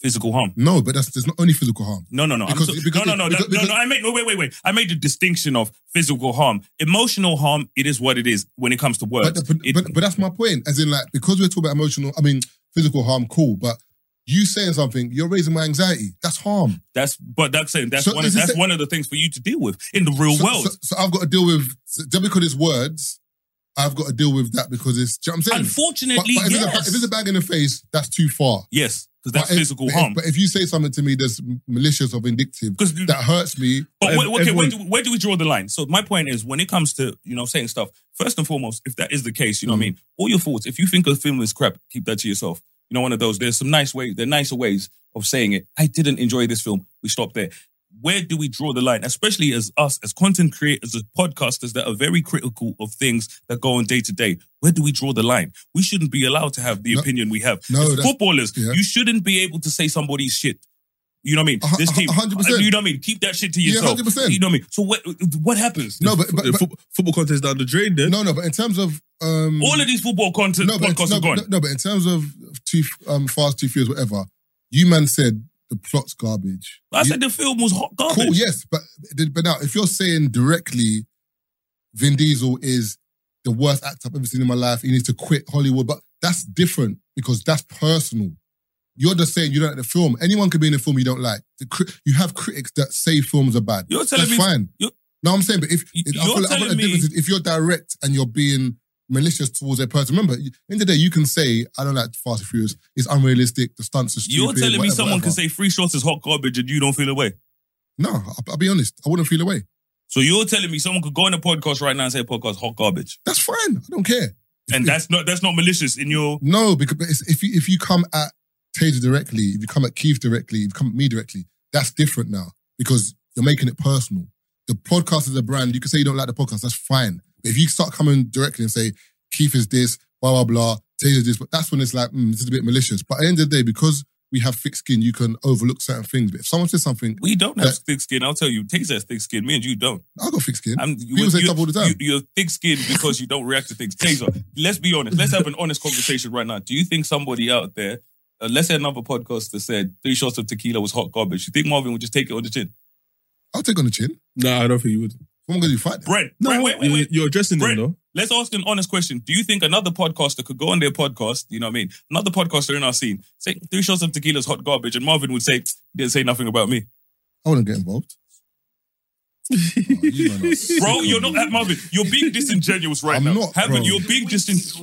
F: physical harm.
E: No, but that's there's not only physical harm.
F: No, no, no. I'm
E: Because-
F: so-
E: because-
F: no, no, no,
E: because-
F: no, no,
E: because-
F: no. I made no. Wait, wait, wait. I made the distinction of physical harm, emotional harm. It is what it is when it comes to words.
E: But, but,
F: It-
E: but, but that's my point. As in, like, because we're talking about emotional, I mean, physical harm, cool. But you saying something, you're raising my anxiety. That's harm.
F: that's but that's saying that's
E: So
F: one.
E: is
F: Of,
E: this
F: that's
E: a-
F: one of the things for you to deal with in the real
E: so,
F: world.
E: So, so I've got to deal with, so just because it's words, I've got to deal with that because it's, do you know what I'm saying? But,
F: Unfortunately,
E: but if, it's a, ba-
F: yes,
E: if it's a bag in the face, that's too far.
F: yes, because that's
E: But if-
F: physical
E: but if-
F: harm.
E: but if you say something to me that's malicious or vindictive,
F: 'Cause-
E: that hurts me.
F: But
D: Ev-
F: where, okay, where
D: everyone-
F: do, where do we draw the line? So my point is, when it comes to you know saying stuff, first and foremost, if that is the case, you
E: Mm.
F: know what I mean. All your thoughts. If you think a film is crap, keep that to yourself. You know, one of those. There's some nice ways. There are nicer ways of saying it. I didn't enjoy this film. We stop there. Where do we draw the line, especially as us, as content creators, as podcasters that are very critical of things that go on day to day? Where do we draw the line? We shouldn't be allowed to have the
E: No.
F: opinion we have.
E: No,
F: As
E: that's-
F: footballers,
E: yeah.
F: you shouldn't be able to say somebody's shit. You know what I mean?
E: A hu-
F: This
E: a hu-
F: team,
E: a hundred percent.
F: you know what I mean? Keep that shit to
E: Yeah,
F: yourself.
E: 100%.
F: You know what I mean? So what what happens?
E: No, but, but,
D: the
E: but-
D: fo- football contest down the drain then.
E: no, no, but in terms of. Um,
F: All of these football content
E: no, but,
F: podcasts
E: no,
F: are gone.
E: no, no, but in terms of two, um, Fast, Two Furious, whatever, you man said the plot's garbage.
F: I
E: You-
F: said the film was hot garbage.
E: Cool, yes, but but now if you're saying directly, Vin Diesel is the worst actor I've ever seen in my life. He needs to quit Hollywood, but that's different because that's personal. You're just saying you don't like the film. Anyone can be in a film you don't like. The cri- you have critics that say films are bad.
F: You're telling
E: that's
F: me-
E: fine.
F: you-
E: no, I'm saying, but if
F: You-
E: I
F: you're
E: feel like- I feel like
F: telling
E: the
F: me-
E: difference is if you're direct and you're being malicious towards a person, remember, you- in the day you can say I don't like Fast and Furious. It's unrealistic. The stunts are stupid.
F: You're telling me
E: whatever,
F: someone
E: whatever.
F: can say free shots is hot garbage and you don't feel away.
E: No, I'll, I'll be honest. I wouldn't feel away.
F: So you're telling me someone could go on a podcast right now and say a podcast hot garbage,
E: That's fine. I don't care.
F: and that's not that's not malicious in your.
E: No, because but it's, if you if you come at Taser directly, if you come at Keith directly, if you come at me directly, that's different now because you're making it personal. The podcast is a brand. You can say you don't like the podcast. That's fine. But if you start coming directly and say Keith is this, blah blah blah, Taser this, but that's when it's like mm, this is a bit malicious. But at the end of the day, because we have thick skin, you can overlook certain things. But if someone says something,
F: We don't have
E: Yeah.
F: thick skin. I'll tell you, Taser has thick skin. Me and you don't.
E: I got thick skin.
F: I'm, Um, you,
E: People say stuff all the time.
F: You, are thick skinned because you don't react to things. Taser, let's be honest. Let's have an honest conversation right now. Do you think somebody out there Unless another podcaster said three shots of tequila was hot garbage, you think Marvin would just take it on the chin?
E: I'll take on the chin.
D: No, I don't think you would.
E: What am I going to do? Fight them?
F: Brent,
D: No,
F: Brent, wait, wait,
D: you-
F: wait.
D: you're addressing them
F: Brent.
D: though.
F: Let's ask an honest question. Do you think another podcaster could go on their podcast, you know what I mean? Another podcaster in our scene, say three shots of tequila is hot garbage, and Marvin would say, "He didn't say nothing about me.
E: I want to get involved. Oh, you man are sick
F: Bro,
E: of
F: you're
E: me.
F: not at Marvin. You're being disingenuous right
E: I'm
F: now.
E: not,
F: Haven't
E: bro.
F: you're being disin-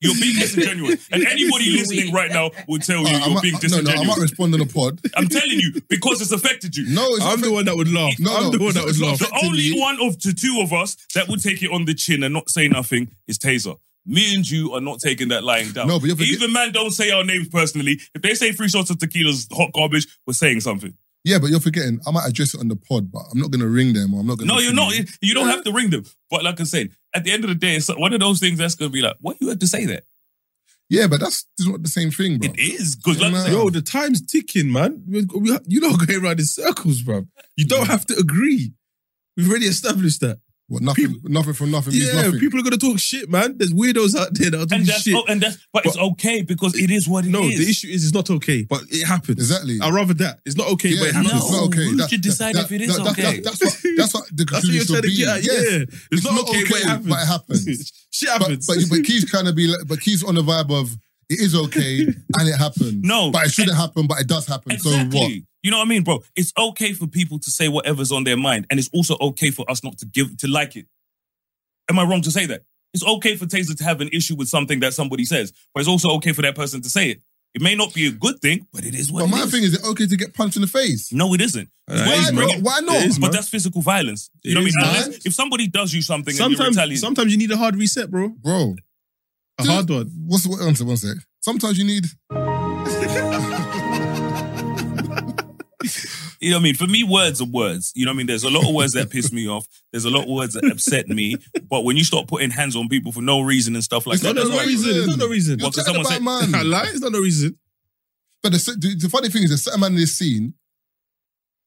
F: you're being disingenuous. And anybody listening right now will tell you
E: Alright, I
F: you're
E: might-
F: being
E: Uh, no, no, I
F: disingenuous.
E: might respond on the pod.
F: I'm telling you, because it's affected you.
E: No, it's
D: I'm the one that would laugh.
E: No,
D: I'm
E: Oh, no,
D: the one
E: it's-
D: that would
E: it's not
D: laugh.
E: fair.
F: The only one of the two of us that will take it on the chin and not say nothing is Taser. Me and you are not taking that lying down.
E: No, but you're forget-
F: even man don't say our names personally. If they say three shots of tequila's hot garbage, we're saying something.
E: Yeah, but you're forgetting. I might address it on the pod, but I'm not going to ring them or I'm not going to.
F: No, you're not. You don't have to ring them. But like I said, at the end of the day, it's one of those things that's gonna be like, why you have to say that?
E: Yeah, but that's it's not the same thing, bro.
F: It is because like I
E: No.
F: said,
D: Yo, the time's ticking, man. We- we- You're not going around in circles, bro. You don't have to agree. We've already established that.
E: What, nothing, nothing from nothing means
D: Yeah,
E: nothing.
D: people are gonna talk shit, man. There's weirdos out there that are
F: and
D: talking
F: that's
D: shit.
F: oh, and that's but, it's okay because it is what it is.
D: no, the issue is it's not okay, but it happens.
E: Exactly.
D: I'd rather that. It's not okay,
E: Yeah,
D: but it
E: no,
D: happens.
E: it's not okay.
F: who
E: That-
F: should
E: that-
F: decide
E: that-
F: if it is
E: that- that-
F: okay?
E: that's what that's what the
D: That's what you're trying
E: conclusion should
D: to
E: be.
D: get at.
E: Yes.
D: Yeah. It's,
E: It's
D: not,
E: not
D: okay, but it
E: okay,
D: happens.
E: but it happens.
D: shit
E: But,
D: happens.
E: but but Keith's trying to be like, but Keith's on the vibe of it is okay and it happened.
F: No.
E: but it shouldn't happen. But it does happen. So what?
F: You know what I mean, bro? It's okay for people to say whatever's on their mind, and it's also okay for us not to give to like it. Am I wrong to say that? It's okay for Taser to have an issue with something that somebody says, but it's also okay for that person to say it. It may not be a good thing, but it is what
E: But
F: it
E: my
F: is.
E: thing is, it okay to get punched in the face?
F: no, it isn't.
D: That
E: Why
D: is, man.
E: not? Why not?
D: It is,
F: But
D: man.
F: that's physical violence. You know
D: It
F: what
D: is,
F: I mean?
E: man.
F: Unless, if somebody does you something and you retaliate,
D: sometimes, sometimes you need a hard reset, bro.
E: Bro,
D: A
E: Dude.
D: hard one.
E: what's what? One sec, one sec. Sometimes you need.
F: You know what I mean? For me, words are words. You know what I mean? There's a lot of words that piss me off. There's a lot of words that upset me. But when you start putting hands on people for no reason and stuff like
E: It's
D: No,
F: that,
D: there's
E: not a
F: that's
D: no
F: like-
D: reason. There's no reason.
E: You're
F: What, 'cause
E: chatting
F: someone
E: about
D: I
E: man.
D: lie. It's not no reason.
E: But the, the, the funny thing is, there's certain man in this scene,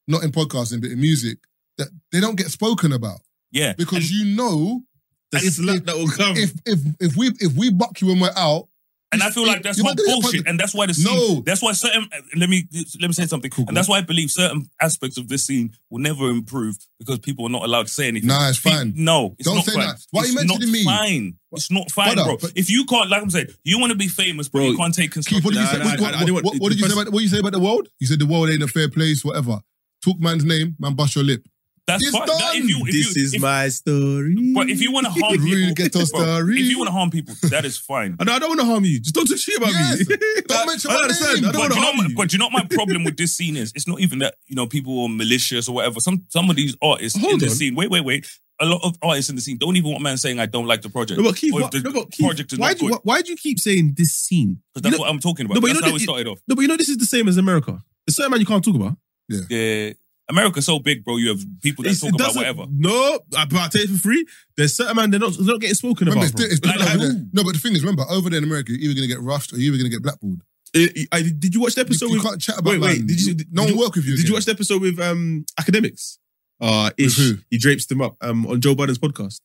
E: not in podcasting, but in music, that they don't get spoken about
F: yeah.
E: because you know
D: There's
E: if-
D: slap that will come.
E: if if if we if we buck you when we're out,
F: And I feel like that's
E: You
F: not
E: might do that,
F: bullshit,
E: but-
F: and that's why the scene.
E: No.
F: That's why certain. Let me let me say something.
E: Cool,
F: and that's why I believe certain aspects of this scene will never improve because people are not allowed to say anything.
E: Nah, it's
F: Pe-
E: fine.
F: No, it's
E: Don't
F: not
E: say
F: fine.
E: that. Why are you
F: It's
E: mentioning
F: not
E: me?
F: Fine. It's not fine,
E: Brother,
F: bro.
E: but-
F: If you can't, like I'm saying, you want to be famous, bro.
D: Bro,
F: you can't take
E: Keith,
F: constructive.
E: what did you
D: Nah,
E: say?
D: nah,
E: What-
D: I- I
E: what-
D: didn't want-
E: what- What did you say
D: because-
E: about what you say about the world? You said the world ain't a fair place, whatever. Talk man's name, man, bust your lip.
F: That's
E: It's
F: fine. That- if
E: done.
F: you, if
D: this
F: you,
D: is
F: if,
D: my story.
F: But if you want to harm
E: Real
F: people,
E: ghetto
F: bro,
E: story.
F: if you want to harm people, that is fine.
D: I don't, I don't want to harm you. Just don't talk shit about
E: Yes.
D: me.
E: Don't
D: Like,
E: mention
D: I
E: my
D: understand.
E: name.
D: I don't
F: But
D: want
F: do, you
D: to
F: know,
D: harm
F: my-
D: you.
F: but do you know what my problem with this scene is? It's not even that, you know, people are malicious or whatever. Some some of these artists in
D: Hold
F: the
D: on.
F: scene, wait, wait, wait. A lot of artists in the scene don't even want man saying I don't like the project.
D: No, but Keith,
F: Or if
D: why-
F: the
D: no, but Keith,
F: project is
D: why,
F: not
D: do,
F: good.
D: you- why, why do you keep saying this scene?
F: Because
D: You
F: that's
D: know-
F: what I'm talking about.
D: No, but you
F: that's
D: know
F: how
D: that
F: it
D: you-
F: started off.
D: No, but you know this is the same as America. There's certain man you can't talk about.
F: Yeah. America's so big, bro. You have people that
D: It's-
F: talk about
D: doesn't-
F: whatever.
D: No, I, but I tell you for free. There's certain man they're not, they're not getting spoken
E: Remember,
D: about.
E: it's,
D: bro.
E: it's
D: Like,
E: people
D: like,
E: over there. No, but the thing is, remember, over there in America, you're either gonna get rushed or you're either gonna get blackballed.
D: eh, I- did you watch the
E: You,
D: episode?
E: you
D: with,
E: can't chat about
D: wait, wait.
E: man.
D: Did you?
E: You-
D: Did,
E: no
D: did
E: one
D: you-
E: work with you.
D: Did you
E: again.
D: watch the episode with um academics? Uh,
E: With
D: Ish.
E: who?
D: He drapes them up um on Joe Biden's podcast.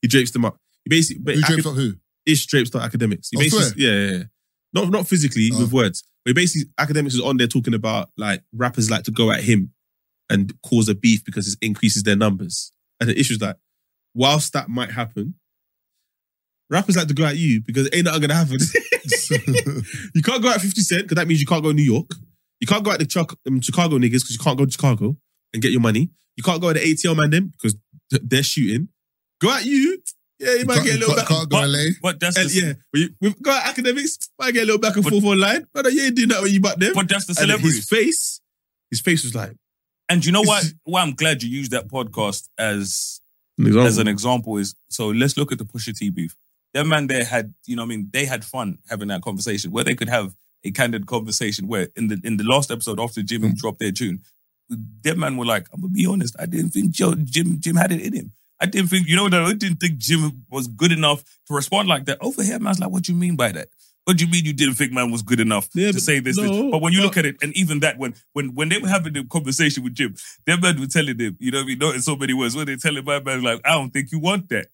D: He drapes them up. He basically, but
E: Who
D: acad-
E: drapes up who?
D: Ish drapes not academics. He
E: Oh, swear.
D: basically, yeah, yeah, yeah. Not not physically
E: Oh.
D: with words, but basically academics is on there talking about like rappers like to go at him and cause a beef because it increases their numbers. And the issue's like, whilst that might happen, rappers like to go at you because ain't nothing gonna happen. you can't go at 50 Cent because that means you can't go to New York. You can't go at the Chuck, um, Chicago niggas because you can't go to Chicago and get your money. You can't go at the ATL man them because th- they're shooting. Go at you, yeah, you
E: You
D: might
E: can't,
D: get a
E: you
D: little
E: can't,
D: bit.
E: can't go
F: but-
E: LA.
F: But that's
D: And
F: the,
D: Uh, yeah, we, we've got academics. Might get a little back and
F: But-
D: forth online, but uh, you ain't doing that when you back them.
F: but that's the
D: and
F: celebrities.
D: his face, his face was like
F: And you know what? Why I'm glad you used that podcast as as an example is so let's look at the Pusha T beef. That man there had, you know, what I mean, they had fun having that conversation where they could have a candid conversation. Where in the in the last episode after Jim
D: Mm.
F: dropped their tune, that man were like, "I'm gonna be honest, I didn't think Joe, Jim Jim had it in him. I didn't think, you know, that I didn't think Jim was good enough to respond like that." Over here, man's like, "What do you mean by that?" What do you mean you didn't think man was good enough
D: Yeah,
F: to
D: but-
F: say this,
D: no,
F: But when you
D: but-
F: look at it, and even that, when when when they were having the conversation with Jim, their man were telling him, you know what I mean, not in so many words. When they telling my man, like, I don't think you want that.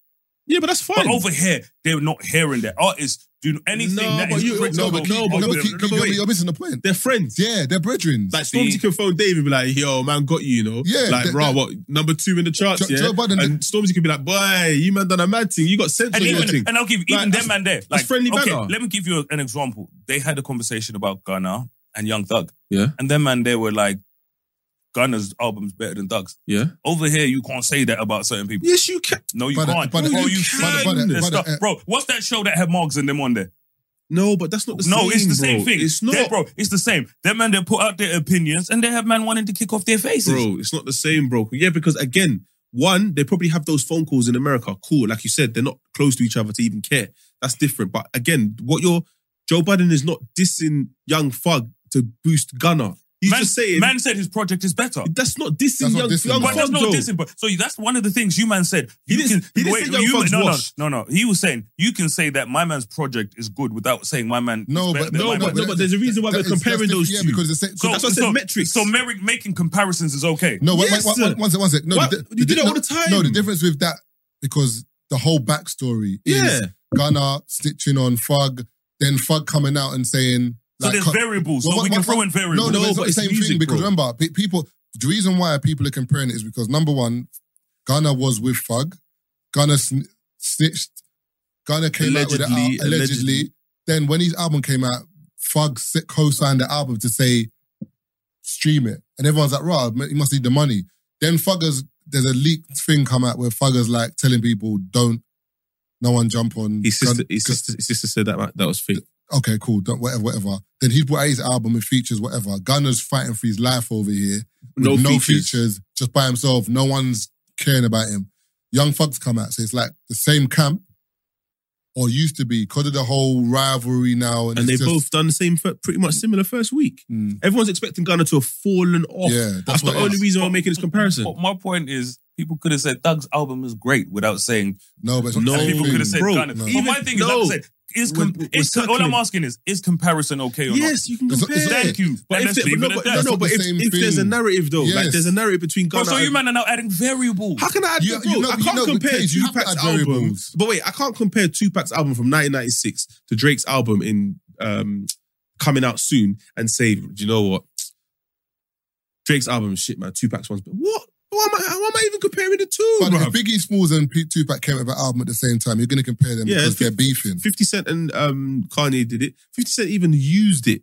D: yeah, but that's fine.
F: But over here, they're not hearing that. Artists Do anything
D: No,
F: that
D: but
F: is
D: you-
F: critical
D: no, but
E: no,
D: no,
E: but
D: but
E: you-
D: wait,
E: you-
D: no, but
E: you're,
D: wait.
E: you're missing the point.
D: They're friends.
E: Yeah, they're brethren.
D: Like
F: See?
D: Stormzy can phone Dave and be like, "Yo, man, got you, you know."
E: Yeah,
D: like,
E: that-
D: bro,
E: that-
D: what number two in the charts?
E: Joe-
D: yeah,
E: Joe Biden-
D: and Stormzy could be like, "Boy, you man done a mad thing. You got sense on
F: And,
D: your thing."
F: even, and I'll give
D: Like,
F: even
D: that's-
F: them and there. Like
D: friendly
F: okay,
D: banter.
F: Let me give you an example. They had a conversation about Gunna and Young Thug.
D: Yeah.
F: And them and they were like, Gunna's album's better than Thug's.
D: yeah,
F: Over here, you can't say that about certain people.
D: yes, you can.
F: No, you
E: But, uh,
F: can't.
E: but, uh,
F: oh,
E: you
F: you
E: can.
F: can.
E: But, uh,
F: There's
E: but, uh,
F: stuff- bro, what's that show that had Margs and them on there?
D: No, but that's not the
F: no,
D: same.
F: it's the same
D: bro.
F: thing.
D: It's not,
F: They- bro. It's the same. Them man, they put out their opinions, and they have man wanting to kick off their faces.
D: bro. It's not the same, bro. Yeah, because again, one, they probably have those phone calls in America. Cool, like you said, they're not close to each other to even care. That's different. But again, what you're Joe Biden is not dissing Young Thug to boost Gunner. He's
F: man,
D: just saying
F: man said his project is better.
D: that's not dissing
E: That's not
D: Young,
E: dissing,
D: young
E: man.
F: But
D: Thug.
F: that's not
D: though.
F: dissing. But so that's one of the things you man said.
D: He
F: You
D: didn't- he didn't say Young
F: you,
D: Thug's
F: no, no,
D: washed.
F: no, no. He was saying you can say that my man's project is good without saying my man.
E: No,
F: is better
E: but
F: than
E: no,
F: my
D: but-
F: man.
D: no, but there's a reason why
E: that
D: we're
E: is- that's
D: comparing
E: different,
D: those
E: yeah,
D: two.
E: because it's the
F: so
E: same.
D: that's what I said,
F: so,
D: metrics.
F: So Merrick making comparisons is okay.
E: No, one-
D: Yes,
E: one-
D: sir.
E: one- one sec, one sec. No,
D: Why-
E: the-
D: you did
E: the-
D: it all
E: no,
D: the time.
E: No, the difference with that because the whole backstory
D: Yeah.
E: is Gunner stitching on Fug, then Fug coming out and saying.
F: So
E: like,
F: there's
E: cut-
F: variables.
E: Well,
F: so
E: what-
F: we can
E: what-
F: throw in
E: No,
F: variables.
D: No,
E: no, it's
D: but
E: not the
D: it's
E: same thing
D: music,
E: because
D: bro.
E: remember, pe- people. The reason why people are comparing it is because number one, Ghana was with Fug, Ghana sn- snitched, Ghana came out with
D: Allegedly,
E: it al- allegedly.
D: allegedly.
E: Then when his album came out, Fug si- co-signed the album to say stream it, and everyone's like, "Rah, he must need the money." Then Fuggers, there's a leaked thing come out where Fuggers like telling people, "Don't, no one jump on."
D: His sister,
E: Gun-
D: his
E: Gun-
D: sister, his sister said that man, that was fake.
E: okay, cool, don't, whatever, whatever. Then he brought out his album with features, whatever. Gunner's fighting for his life over here. with
D: No,
E: no
D: features.
E: features, just by himself. No one's caring about him. Young Fugs come out, so it's like the same camp, or used to be, because of the whole rivalry now. And,
D: and they
E: it's just-
D: both done the same, fir- pretty much similar first week.
E: Mm.
D: Everyone's expecting Ghana to have fallen off.
E: Yeah, that's
D: that's,
E: what
D: the
E: it
D: only
E: is.
D: reason why I'm making this comparison.
F: But my point is, people could have said Thug's album is great without saying
E: No, but it's not
D: No,
E: the
F: And
E: same
F: people
E: thing.
F: could have said
D: Bro,
F: Ghana.
E: no.
F: But
D: Even-
F: my thing is,
D: no.
F: like I said, is, com-
D: We're- we're
F: is co- all I'm
D: circling.
F: asking is, is comparison okay or
D: yes, you can
E: It's not-
D: compare.
E: it's not-
F: Thank you.
D: But
F: And
D: if,
F: let's
D: there,
F: leave
D: but
F: it
D: no,
F: at
D: but, no,
F: that.
D: no,
E: That's
D: but
E: not
D: if,
E: the same
D: if there's a
E: thing.
D: narrative though, like
E: Yes.
D: there's a narrative between
F: not?
D: Ghana.
F: Bro, so you
D: and-
F: man are now adding variables.
D: How can I? Add,
E: You-
D: bro,
E: you know-
D: I
E: you
D: can't
E: know with
D: compare
E: Cage, you have to
D: Tupac's
E: add
D: album.
E: variables.
D: But wait, I can't compare Tupac's album from 1996 to Drake's album in um, coming out soon and say, do you know what? Drake's album is shit, man. Tupac's one's but what? Why am I? Why am I even comparing the two,
E: But
D: bruv?
E: if Biggie Smalls and P- Tupac came out with an album at the same time, you're going to compare them
D: Yeah,
E: because
D: it's fif-
E: they're beefing.
D: 50 Cent and um, Kanye did it. 50 Cent even used it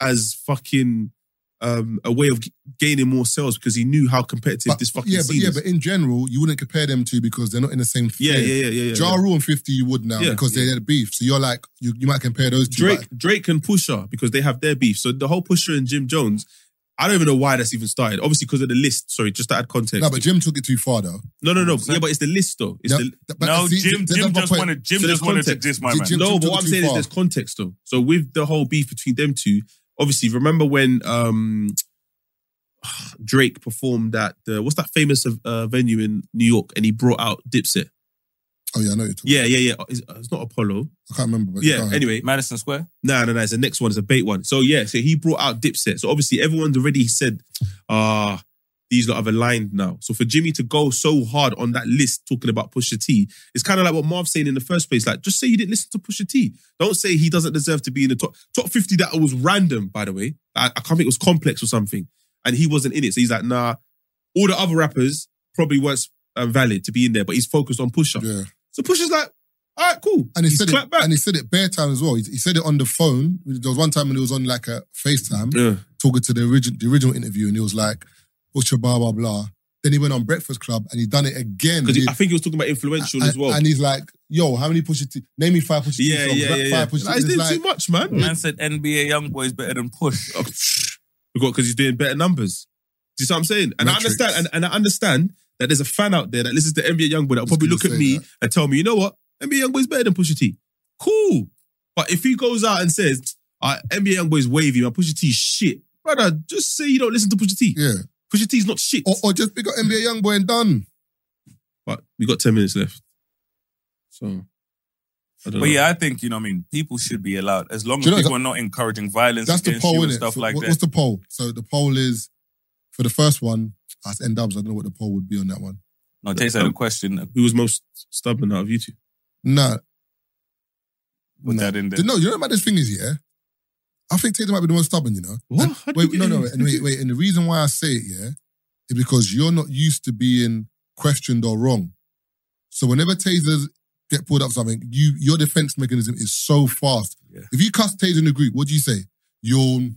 D: as fucking um, a way of g- gaining more sales because he knew how competitive
E: But-
D: this fucking
E: yeah, but
D: scene
E: yeah,
D: is.
E: but in general, you wouldn't compare them two because they're not in the same
D: yeah, yeah,
E: sphere.
D: yeah, yeah, yeah.
E: Ja Rule and 50 you would now
D: Yeah,
E: because they
D: yeah.
E: had beef. So you're like, you, you might compare those two.
D: Drake,
E: but-
D: Drake and Pusher because they have their beef. So the whole Pusher and Jim Jones, I don't even know why that's even started. Obviously because of the list. Sorry, just to add context.
E: no, but Jim took it too far though.
D: no, no, no. Yeah, but it's the list though. It's
E: No,
D: the,
E: but
F: no,
E: see,
F: Jim,
E: that's
F: Jim
E: my
F: just
E: point.
F: wanted, Jim
D: So there's
F: just wanted to
D: context.
F: diss my
E: Jim-
F: man.
E: Jim-
D: no,
E: took
D: but what
E: it
D: I'm
E: too
D: saying
E: far.
D: is there's context though. So with the whole beef between them two, obviously remember when um Drake performed at the what's that famous uh, venue in New York and he brought out Dipset.
E: Oh yeah, I know what you're talking.
D: Yeah, yeah, yeah. It's, uh, it's not Apollo.
E: I can't remember. But
D: Yeah.
E: go ahead.
D: Anyway,
F: Madison Square.
D: no, no, no. It's the next one. It's a bait one. So yeah, so he brought out Dipset. So obviously everyone's already said, ah, these lot have aligned now. So for Jimmy to go so hard on that list talking about Pusha T, it's kind of like what Marv's saying in the first place. Like, just say you didn't listen to Pusha T. Don't say he doesn't deserve to be in the top top fifty. That was random, by the way. I, I can't think it was complex or something, and he wasn't in it. So he's like, nah. All the other rappers probably weren't uh, valid to be in there, but he's focused on Pusha.
E: Yeah.
D: So Pusha's like, all right, cool.
E: And he
D: He's
E: said
D: clapped
E: it, and he said it bare time as well. He, he said it on the phone. There was one time when he was on like a FaceTime
D: yeah.
E: talking to the original the original interview, and he was like, "What's your blah blah blah." Then he went on Breakfast Club and he done it again.
D: Because
E: He-
D: I think he was talking about influential
E: and,
D: as well.
E: and he's like, "Yo, how many Pusha T? Name me five Pusha T
D: Yeah,
E: songs.
D: yeah,
E: Like,
D: yeah.
E: Five
D: yeah.
E: Pusha T.
D: Like, he's
E: It's
D: doing
E: like,
D: too much, man.
F: Man said NBA young boy is better than Push.
D: Oh, we got because he's doing better numbers. Do you see what I'm saying? And
E: Metrics.
D: I understand. And, and I understand that there's a fan out there that listens to NBA YoungBoy that'll probably
E: gonna
D: look at
E: say
D: me
E: that.
D: and tell me, you know what, NBA YoungBoy's better than Pusha T. Cool. But if he goes out and says, uh, NBA YoungBoy's wavy, man, Pusha T is shit, brother, just say you don't listen to Pusha T.
E: yeah, Oh,
D: Pusha T's not shit.
E: or, or just pick up NBA YoungBoy and done.
D: But we got ten minutes left, so I don't know.
F: But yeah, I think, you know what I mean, people should be allowed, as long as
E: Do you know
F: people are not encouraging violence
E: That's the
F: against
E: poll,
F: you
E: in
F: and
E: it.
F: stuff like
E: What's
F: that.
E: the poll? So the poll is for the first one. That's N Dubs. I don't know what the poll would be on that one.
F: No,
E: Um,
F: Taser had a question.
D: who was most stubborn out of you two?
E: No,
F: Put that in there.
E: No, you know what my this thing is, yeah? I think Tatum might be the most stubborn, you know?
D: What?
E: And-
D: How do you
E: wait,
D: get
E: no, no,
D: in?
E: wait, and wait, wait. And the reason why I say it, yeah, is because you're not used to being questioned or wrong. So whenever tasers get pulled up something, you your defense mechanism is so fast.
F: Yeah.
E: If you cuss taser in the group, what do you say? Yawn,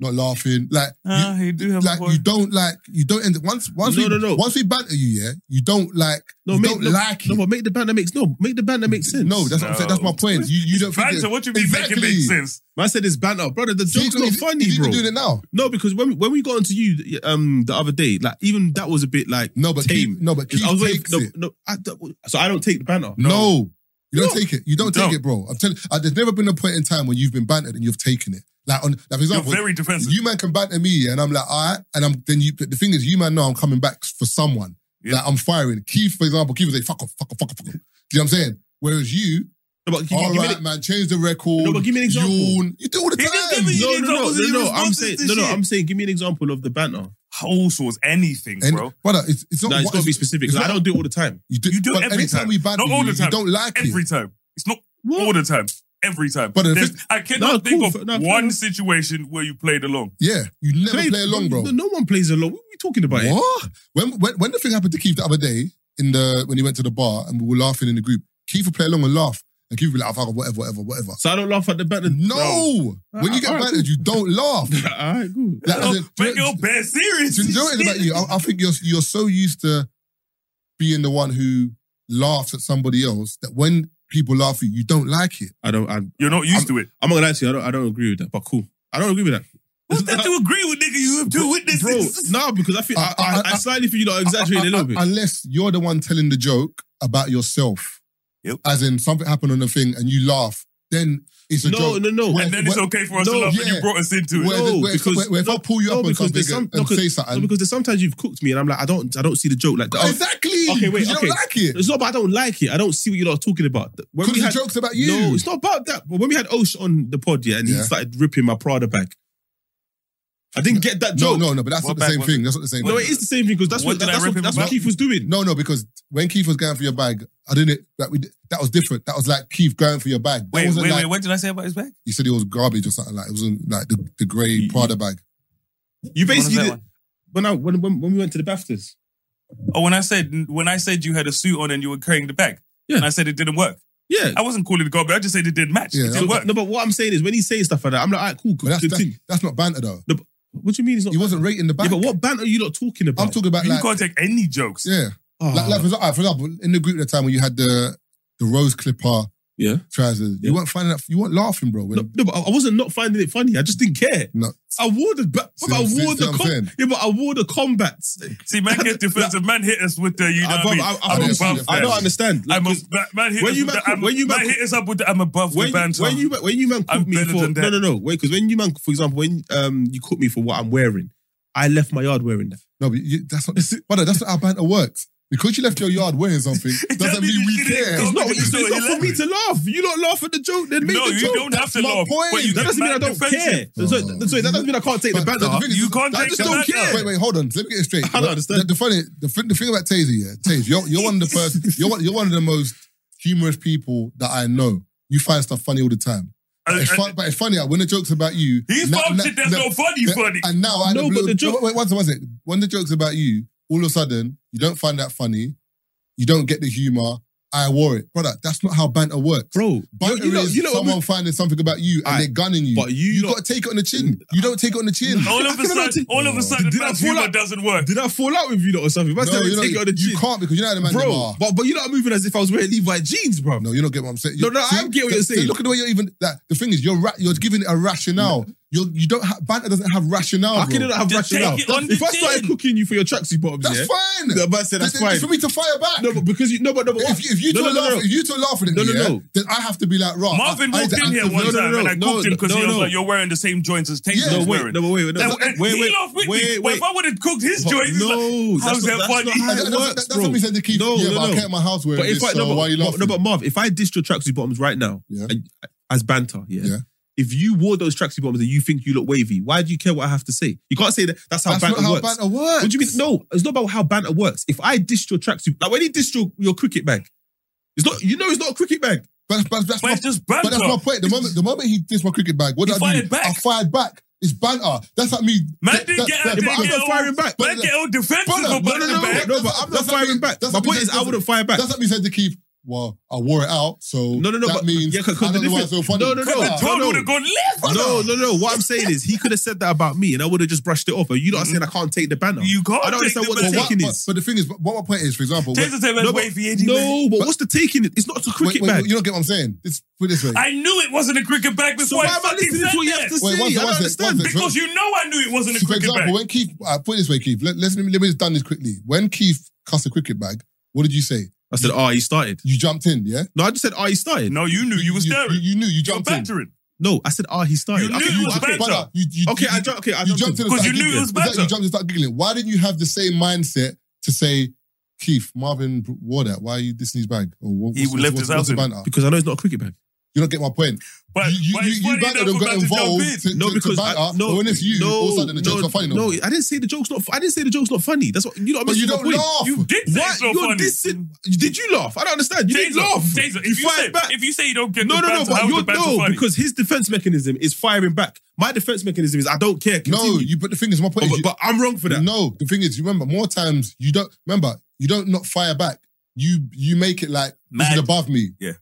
E: not laughing. Like,
F: Ah,
E: you,
F: you do have a
E: like
F: point.
E: you don't like you don't end once once
D: No,
E: we
D: no, no.
E: once we banter you, yeah, you don't like
D: No,
E: you
D: make,
E: don't
D: no,
E: like
D: no,
E: it.
D: but make the band that makes no, make the band that makes sense.
E: No, that's what I'm saying. That's my
F: No.
E: point. You you don't think
F: Banter,
E: it-
F: what you mean make it make sense?
D: man said it's banter, brother. The
E: See,
D: joke's
E: look,
D: not
E: he's-
D: funny,
E: he's
D: bro.
E: Even doing it now.
D: No, because when when we got onto you um the other day, like even that was a bit like
E: No, but
D: tame.
E: Keith, no, but Keith
D: I was waiting-
E: takes
D: no,
E: it.
D: no, I don't- so I don't take the banter.
E: No. You don't take it. You don't
F: Don't.
E: take it, bro. I'm telling. Uh, there's never been a point in time when you've been bantered and you've taken it. Like on, like for
F: You're
E: example,
F: very defensive.
E: you man can banter me, and I'm like, all right, and I'm then you. The thing is, you man know I'm coming back for someone.
F: Yeah.
E: Like I'm firing Keith, for example. Keith was like, fuck off, fuck off, fuck off, fuck off. Do you know what I'm saying? Whereas you,
D: No, but give,
E: all
D: give
E: right,
D: me the-
E: man, change the record.
D: No, but give me an example.
E: Yawn. You do all the
F: He just
E: time.
F: gave me-
D: no,
F: Give
D: no, no,
F: examples of
D: no, no.
F: your
D: I'm
F: responses
D: saying
F: to
D: no, no.
F: shit.
D: I'm saying give me an example of the banter.
F: Whole source, anything,
E: And,
F: bro.
E: brother, it's, it's not.
D: Nah, it's
E: what-
D: got to be specific.
E: it's
D: Like, I
E: not-
D: don't do it all the time.
E: You do,
F: You do
E: but
F: every
E: anytime
F: time.
E: we banter
F: Not all
E: you,
F: the
E: you
F: time.
E: don't like it.
F: Every time. It's not all the time. Every time.
E: But the
F: There's-
E: thing-
F: I cannot
D: No,
F: think
D: cool.
F: of
D: No, fair
F: one
D: enough.
F: situation where you played along.
E: Yeah, you never play, along, bro.
D: No, no one plays along. What are we talking about? here?
E: What? When, when when the thing happened to Keith the other day in the when he went to the bar and we were laughing in the group, Keith would play along and laugh, and Keith would be like, "Fuck, whatever, whatever, whatever."
D: So I don't laugh at the banter.
E: No, when you get
D: Alright,
E: battered, you don't laugh.
D: all right, cool.
E: Like, as
F: Oh,
E: in,
F: Make
E: do,
F: your bad serious.
E: do you know what it is about you? I, I think you're you're so used to being the one who laughs at somebody else that when people laugh at you, you don't like it.
D: I don't. I'm,
F: You're not used to it.
D: I'm not gonna lie to you. I don't. I don't agree with that. But cool. I don't agree with that.
F: What's that to agree with, nigga? You have two
D: Bro,
F: witnesses.
D: no, because I feel I, I, I, slightly feel you're exaggerating a little bit.
E: Unless you're the one telling the joke about yourself,
F: Yep.
E: as in something happened on the thing and you laugh, then it's a
D: No,
E: joke.
D: no, no.
E: Where-
F: And then it's
E: where-
F: okay for us to
E: No,
F: laugh
E: yeah.
F: and you brought us into it.
E: Where,
D: No,
E: where-
D: because-
E: where- where if I
D: no,
E: pull you
D: no,
E: up on
D: because
E: something
D: there's some-
E: and
D: no, 'cause-
E: say
D: No,
E: something,
D: because there's sometimes you've cooked me and I'm like, I don't, I don't see the joke. Like, that.
E: exactly.
D: Okay, wait,
E: 'Cause You
D: okay.
E: don't like it
D: It's not. But I don't like it. I don't see what you're not talking about. When
E: because
D: we
E: the
D: had,
E: joke's about you.
D: No, it's not about that. But when we had Osh on the pod, yeah, and he
E: Yeah.
D: started ripping my Prada bag, I didn't get that
E: no,
D: joke.
E: no, no, but that's
F: What
E: not the
F: bag
E: same
F: was
E: thing.
F: it?
E: That's not the same.
D: No,
E: thing.
D: it is the same thing because that's
F: What
D: what,
F: did I
D: that's,
F: rip
D: what,
F: him
D: that's what
F: about?
D: Keith was doing.
E: No, no, because when Keith was going for your bag, I didn't. Like we, did- that was different. That was like Keith going for your bag. That
F: Wait, wait,
E: wasn't like,
F: wait. What did I say about his back?
E: He said it was garbage or something like. It wasn't like the, the grey Prada bag.
D: You basically
F: that
D: did,
F: one?
D: when, I, when when when we went to the Baftas.
F: Oh, when I said when I said you had a suit on and you were carrying the bag,
D: Yeah.
F: and I said it didn't work.
D: Yeah.
F: I wasn't calling it garbage. I just said it didn't match. it
E: Yeah,
D: So-
F: didn't work.
D: no, but what I'm saying is when he's saying stuff like that, I'm like, all right, cool,
E: But
D: cool.
E: that's that,
D: continue.
E: that's not banter though.
D: No, but what do you mean it's not?
E: He wasn't rating the
D: yeah,
E: bag.
D: but what band are you not talking about?
E: I'm talking about
F: you
E: like
F: can't take any jokes.
E: yeah.
D: Oh,
E: Like, like for, exa- alright, for example, in the group at the time when you had the the rose clipper
D: Yeah.
E: trousers,
D: Yeah.
E: you weren't finding that. You weren't laughing, bro. When,
D: no, no, but I I wasn't not finding it funny. I just didn't care.
E: No.
D: I wore the ba-
E: See
D: but I
E: what- see-
D: wore
E: see
D: the
E: what I'm saying?
D: com- yeah, but I wore the combats.
F: See, man gets defensive. Man hit us with the you know
D: I,
F: what I mean.
D: I- I-
F: I'm
E: I'm
D: I-
F: above
E: above
D: I don't
E: that.
D: understand. Like,
F: I'm a,
D: 'cause
F: man hit
D: when
F: us
D: you
F: with
D: man-
F: the, I'm,
D: when you
F: man
D: man-
F: hit us up with the I'm above
D: when,
F: the banter.
D: when you when you man
F: I'm
D: caught me
F: better
D: for
F: than
D: no
F: that.
D: no no wait because when you man for example when um you caught me for what I'm wearing, I left my yard wearing that.
E: no, but you, that's not. Brother, that's not how banter works. Because you left your yard wearing something
F: doesn't
E: doesn't mean
F: mean
E: we
F: you didn't
E: care.
F: go
D: It's not,
F: but
D: it's
F: you know
D: not
F: it
D: for me to laugh. You don't laugh at the joke, then make
F: no,
D: the
F: you
D: joke.
F: don't have
E: That's
F: to
E: my
F: laugh.
E: point.
F: But you
D: that
F: get
D: doesn't mean I
F: mad
D: don't
F: defensive.
D: care. So, so-
E: Oh.
D: so that doesn't mean I can't take the
E: But
D: banter.
E: the thing is-
F: You can't
D: I
F: take
D: just
F: the
D: don't
F: banter.
D: care.
E: Wait, wait, hold on. Let me get it straight.
D: I don't understand.
E: The, the funny, the, thing- the thing about Taser, yeah, Taser, you're, you're one of the first, you're one, you're one of the most humorous people that I know. You find stuff funny all the time.
F: Uh,
E: But it's,
F: uh,
E: fun, but it's funny like, when the joke's about you.
F: He's
E: na-
F: found
E: na-
F: shit that's
E: na-
F: not funny,
E: na-
F: funny.
E: And now I
D: No, but the joke-
E: Wait, one second, one second. When the joke's about you, all of a sudden you don't find that funny. You don't get the humor. I wore it, brother. That's not how banter works.
D: Bro,
E: Banter
D: you know,
E: is
D: you know, what
E: someone
D: we-
E: finding something about you and
D: Aight,
E: they're gunning you.
D: but you
E: you
D: lot-
E: got to take it on the chin. You don't take it on the chin.
F: All
D: I
F: of a
D: can
F: sudden,
D: imagine-
F: all of a sudden,
D: Did I
F: man's
D: fall
F: humor
D: out?
F: doesn't work.
D: did I fall out with you lot or something? If I
E: No,
D: started
E: you, know,
D: taking it on the
E: you
D: chin,
E: can't because you know how the man them
D: bro.
E: are.
D: But, but you're not moving as if I was wearing Levi jeans, bro.
E: No, you don't get what I'm saying.
D: No, no,
E: See?
D: I get what you're
E: See,
D: saying.
E: Look at the way you're even. Like, the thing is, you're ra- you're giving it a rationale. You're, you don't ha- banter doesn't have rationale.
D: How can you
E: bro.
D: not have
F: Just
D: rationale?
F: take it on the
D: If I started
F: chin.
D: cooking you for your tracksuit bottoms,
E: That's
D: yeah,
E: fine.
D: the man said that's
E: It's-
D: fine.
E: it's for me to fire back.
D: No, but because you no, but no, but what-
E: if, if you two
D: no, no,
E: laugh,
D: no, no.
E: if you two laugh at it,
D: No, no,
E: yeah,
D: no.
E: then I have to be like, rah.
F: Marvin
E: I, I,
F: walked
E: I-
F: in here
E: I-
F: one
E: no, no,
F: time
E: no,
F: and I
E: no.
D: no,
F: cooked him because
D: no,
F: he was
D: no.
F: like, "You're wearing the same joints as Tatum
E: Yeah.
D: No,
F: was
D: wait,
F: wearing."
D: no, but wait, no,
F: That-
D: wait,
F: and
D: wait,
F: he
D: wait,
F: laughed with me.
D: wait,
F: But
D: wait.
F: if I would have cooked his
D: But
F: joints, he's like,
D: no, that's
F: how's
D: not-
F: that
D: that's
F: funny?
D: not how
E: That's-
D: it
E: that's-
D: works,
E: that's
D: bro.
E: what we said to Keith.
D: No,
E: yeah,
D: no,
E: but I
D: no.
E: can't at my house wearing
D: But
E: this,
D: if I
E: so
D: no, but,
E: why are you
D: but-
E: laughing?
D: no, but Marv, if I dissed your tracksuit bottoms right now,
E: Yeah.
D: and- uh, as banter, yeah,
E: Yeah.
D: If you wore those tracksuit bottoms and you think you look wavy, why do you care what I have to say? You can't say that. That's how
E: That's
D: banter
E: not how
D: works.
E: banter works.
D: What do you mean? No, it's not about how banter works. If I dissed your tracksuit, like when he dissed your, your cricket bag, it's not. You know, it's not a cricket bag.
E: But, but that's
F: But
E: my,
F: it's just
E: but
F: banter.
E: that's my point. The moment the moment he dissed my cricket bag, what
F: He
E: did I do?
F: fired back.
E: I fired back. It's banter. That's like me.
F: Man
E: that-
F: didn't
E: that-
F: get
E: that-
F: out there
E: but I'm
F: and get
E: not
F: all-
E: firing back.
F: Man
E: But-
F: get all defensive
E: Brother,
F: about
E: no,
F: the
E: no, no,
F: back.
E: no,
D: No, but I'm not
E: That's what I
D: firing
E: mean.
D: back.
E: That's
D: My
E: what I
D: point
E: mean.
D: is, I wouldn't fire back.
E: That's like me saying to Keith, well, I wore it out, so
D: No, no, no,
E: that
D: but-
E: means
D: yeah, 'cause- 'cause
E: I
D: the
E: don't know why it's
D: difference-
E: so funny.
D: no, no, no.
E: Brother,
F: The
D: No,
F: tone
D: no.
F: would have gone left.
D: No, no, no. What I'm saying is, he could have said that about me, and I would have just brushed it off. Are you
E: Mm-hmm.
D: not saying I can't take the banner?
F: You can't
D: I don't
F: take
D: understand
F: the
D: what
F: banner.
E: But,
D: the
E: what,
D: taking
E: but,
D: is.
E: but the thing is, but what my point is, for example,
F: Taser said, let's
D: No,
F: wait for AD.
D: No, but what's the taking it? It's not to cricket
E: wait, wait,
D: bag.
E: you don't get what I'm saying. It's put it this way.
F: I knew it wasn't a cricket back
D: So
F: before
D: why
F: I
D: am I
F: fucking
D: listening
F: said
D: to what you have
F: that.
D: to say?
E: Wait, one
D: I
E: sec,
D: don't
E: one sec, one
D: understand.
E: sec.
F: Because you know I knew it wasn't a
E: for
F: cricket back.
E: example, when Keith, I put it this way, Keith. Let, let's let me, let me just done this quickly. When Keith cussed a cricket bag, what did you say?
D: I said, oh, he started.
E: You jumped in, yeah?
D: No, I just said, oh, he started.
F: No, you knew you were
E: You,
F: staring.
E: you knew you
F: You were
E: jumped in.
F: bantering.
D: No, I said, oh, he started.
F: You
D: okay,
F: knew it was
D: okay.
F: bad.
E: Brother, you, you,
D: Okay,
E: you,
D: I jumped. Okay, I
E: you
D: jumped.
E: jumped in and
F: Because you
E: started
F: knew it
E: giggling.
F: was
E: Exactly,
F: banter.
E: You jumped and started giggling. Why did you have the same mindset to say, Keith, Marvin wore that? Why are you dissing his bag? Or what,
F: He left
E: what's- what's-
F: his
E: what's the
F: house in.
E: banter?
D: because I know it's not a cricket bag.
E: You don't get my point.
F: But
E: you,
F: but
E: you,
F: it's
E: you, you
F: funny
E: banter
F: enough
E: them
F: for
E: got
F: man to jump in.
E: involved to,
D: No,
E: to,
D: because
E: to banter.
D: I, no,
E: but when it's you,
D: no,
E: all of a sudden the jokes
D: no,
E: are funny.
D: No,
E: more.
D: I didn't say the joke's not. fu- I didn't say the joke's not funny. That's what you know. What
E: but
D: I'm
E: you
D: missing
E: don't
D: my point.
E: laugh.
F: You did say
D: What
F: it's not
D: you're
F: funny.
D: dissing? You, did you laugh? I don't understand. You didn't
F: Taser,
D: laugh.
F: Taser, if you,
D: fired
F: say,
D: back.
F: if you say you don't get
D: no,
F: the
D: no, no,
F: banter,
D: but
F: how's
D: you're
F: the banter
D: no
F: funny?
D: because his defense mechanism is firing back. My defense mechanism is I don't care.
E: No,
D: Continue.
E: you. But the thing is, my
D: but,
E: point is, you-
D: but I'm wrong for that.
E: No, the thing is, you remember more times you don't remember. You don't not fire back. You you make it like this
F: Mad.
E: is above me.
F: Yeah.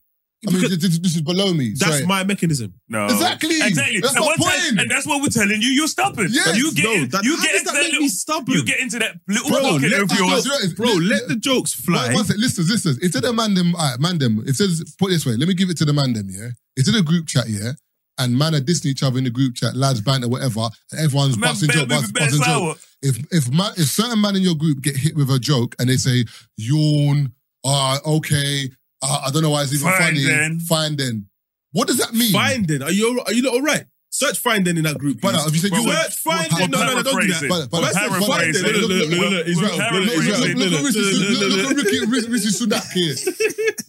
E: I mean
D: Because-
E: this, this is below me.
D: That's
E: Sorry.
D: my mechanism.
F: No.
E: Exactly.
F: Exactly.
E: That's
F: and,
E: my
F: one time-
E: point.
F: and that's what we're telling you. You're stubborn.
E: Yes.
F: you get,
D: No,
F: in-
D: that-
F: you
D: how
F: get
D: does
F: into
D: that
F: that
D: make me
F: little,
D: stubborn?
F: You get into that little
D: Bro,
F: pocket
D: let
F: of
E: that-
F: yours.
E: that's right.
D: Bro, let the jokes fly.
E: One, one sec, listen, listen. If they're the man them, all right, man them. If there's put it this way, let me give it to the man them. Yeah, it's in a group chat. Yeah, and man are dissing each other in the group chat, lads banter, whatever. And everyone's
F: Man,
E: busting
F: better
E: joke,
F: be
E: bust-
F: better
E: busting
F: sour.
E: joke. If if man, if certain man in your group get hit with a joke and they say yawn, ah okay, ah, I don't know why it's even
F: Fine
E: funny.
F: then.
E: Fine then. What does that mean?
D: Finding, are you are you not all right? Search finding in that group.
E: Brother,
D: please.
E: you said you
D: Search
E: were-
D: finding. No, no, no, don't do that.
E: Brother, brother,
D: Well, that's
E: brother,
D: it, fine
E: brother,
D: then. Look, look, look, look, Israel,
E: look,
F: look,
E: look,
F: Israel,
D: look,
E: look, look, look,
D: look,
E: look,
D: look,
E: look,
D: look,
E: Ricky, Ricky, Ricky Sunak here.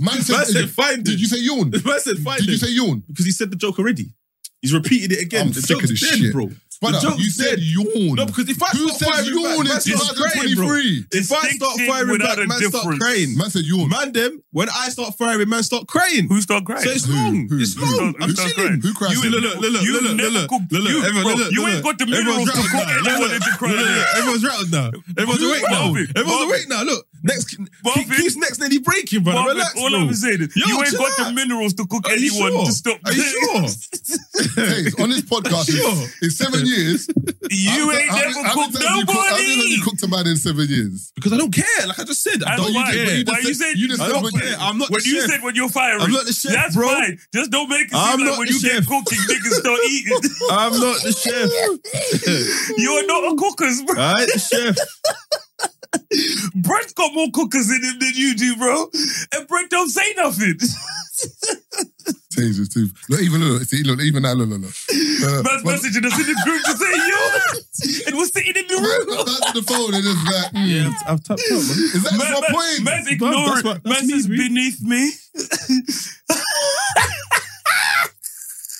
E: Man
D: Man said
E: said,
D: find
E: did you say yawn?
D: The man said find
E: Did you
D: it.
E: say yawn?
D: because he said the joke already. He's repeated it again.
E: I'm
D: the
E: sick of
D: joke's
E: this
D: dead,
E: shit.
D: bro.
E: Brother,
D: the joke's
E: you
D: dead.
E: said yawn.
D: No, because if I
E: Who
D: start
E: said
D: firing
E: yawn
D: back, man
E: in
D: starts crying, bro.
E: 2023?
D: If I start
F: Distinction
D: firing
F: without
D: back,
F: a
D: man start
F: difference.
D: crying.
E: Man said yawn.
D: Man, them when I start firing, man start crying.
F: Who start crying?
D: So it's wrong.
E: who-
D: It's
E: who
D: wrong.
F: start-
D: I'm
F: who start
D: chilling.
E: Who cries?
F: You ain't-
D: Look, look, look,
F: You
D: look, look,
F: never
D: look,
F: cooked-
D: look,
F: you-
D: everyone,
F: bro,
D: look,
F: you
D: look,
F: ain't got the
D: everyone's
F: minerals to
D: rattled
F: cook
D: now.
F: anyone
D: Look,
F: into
D: look,
F: crying.
D: look, look, Everyone's rattled now. Everyone's
F: You-
D: awake now.
F: Marvin,
D: Everyone's
F: Marvin.
D: awake now. Look, next,
F: Marvin.
D: Keith's next nearly breaking,
F: Well, but
D: brother. Relax,
F: all
D: bro.
F: I'm saying is,
D: Yo,
F: you ain't
D: chill
F: got the
D: out.
F: minerals to cook
D: Are you
F: anyone
D: sure?
F: to stop.
D: Are you sure?
E: Taze, on this podcast,
D: Sure.
E: in seven years,
F: You
E: how-
F: ain't
E: how-
F: never
E: how many
F: cooked
E: times you cook- How many times
F: nobody.
E: you cooked a man in seven years?
D: Because I don't care. Like I just said, I
F: I
D: don't
F: don't
E: you
F: why?
D: care.
E: did, but you
F: Why
E: just
F: you
E: said-
F: said
E: you just
D: I
E: said
D: don't
E: what-
D: care. I'm not
F: when
D: the
F: you
D: chef.
F: said when you're firing,
D: I'm not the chef,
F: that's
D: bro.
F: fine. Just don't make it seem
D: I'm
F: like
D: not
F: when
D: the
F: you
D: chef.
F: get cooking, niggas start eating.
D: I'm not the chef.
F: you are not a cookers, bro.
D: Alright, chef.
F: Brent's got more cookers in him than you do, bro. And Brent don't say nothing.
E: Taze is too. Look, even look, see, look, even that, look, look, look. Uh,
F: Man's
E: well,
F: messaging us in the group to say, yo, and we're sitting in the room.
E: That's the phone and it's like, mm,
D: Yeah, I've, I've tapped out, man.
E: is that
F: Man,
E: my
F: man-
E: point?
F: Man's
D: Bro, that's
F: ignoring.
D: what- that's
F: Man's
D: me,
F: is
D: bro.
F: beneath me.
E: That's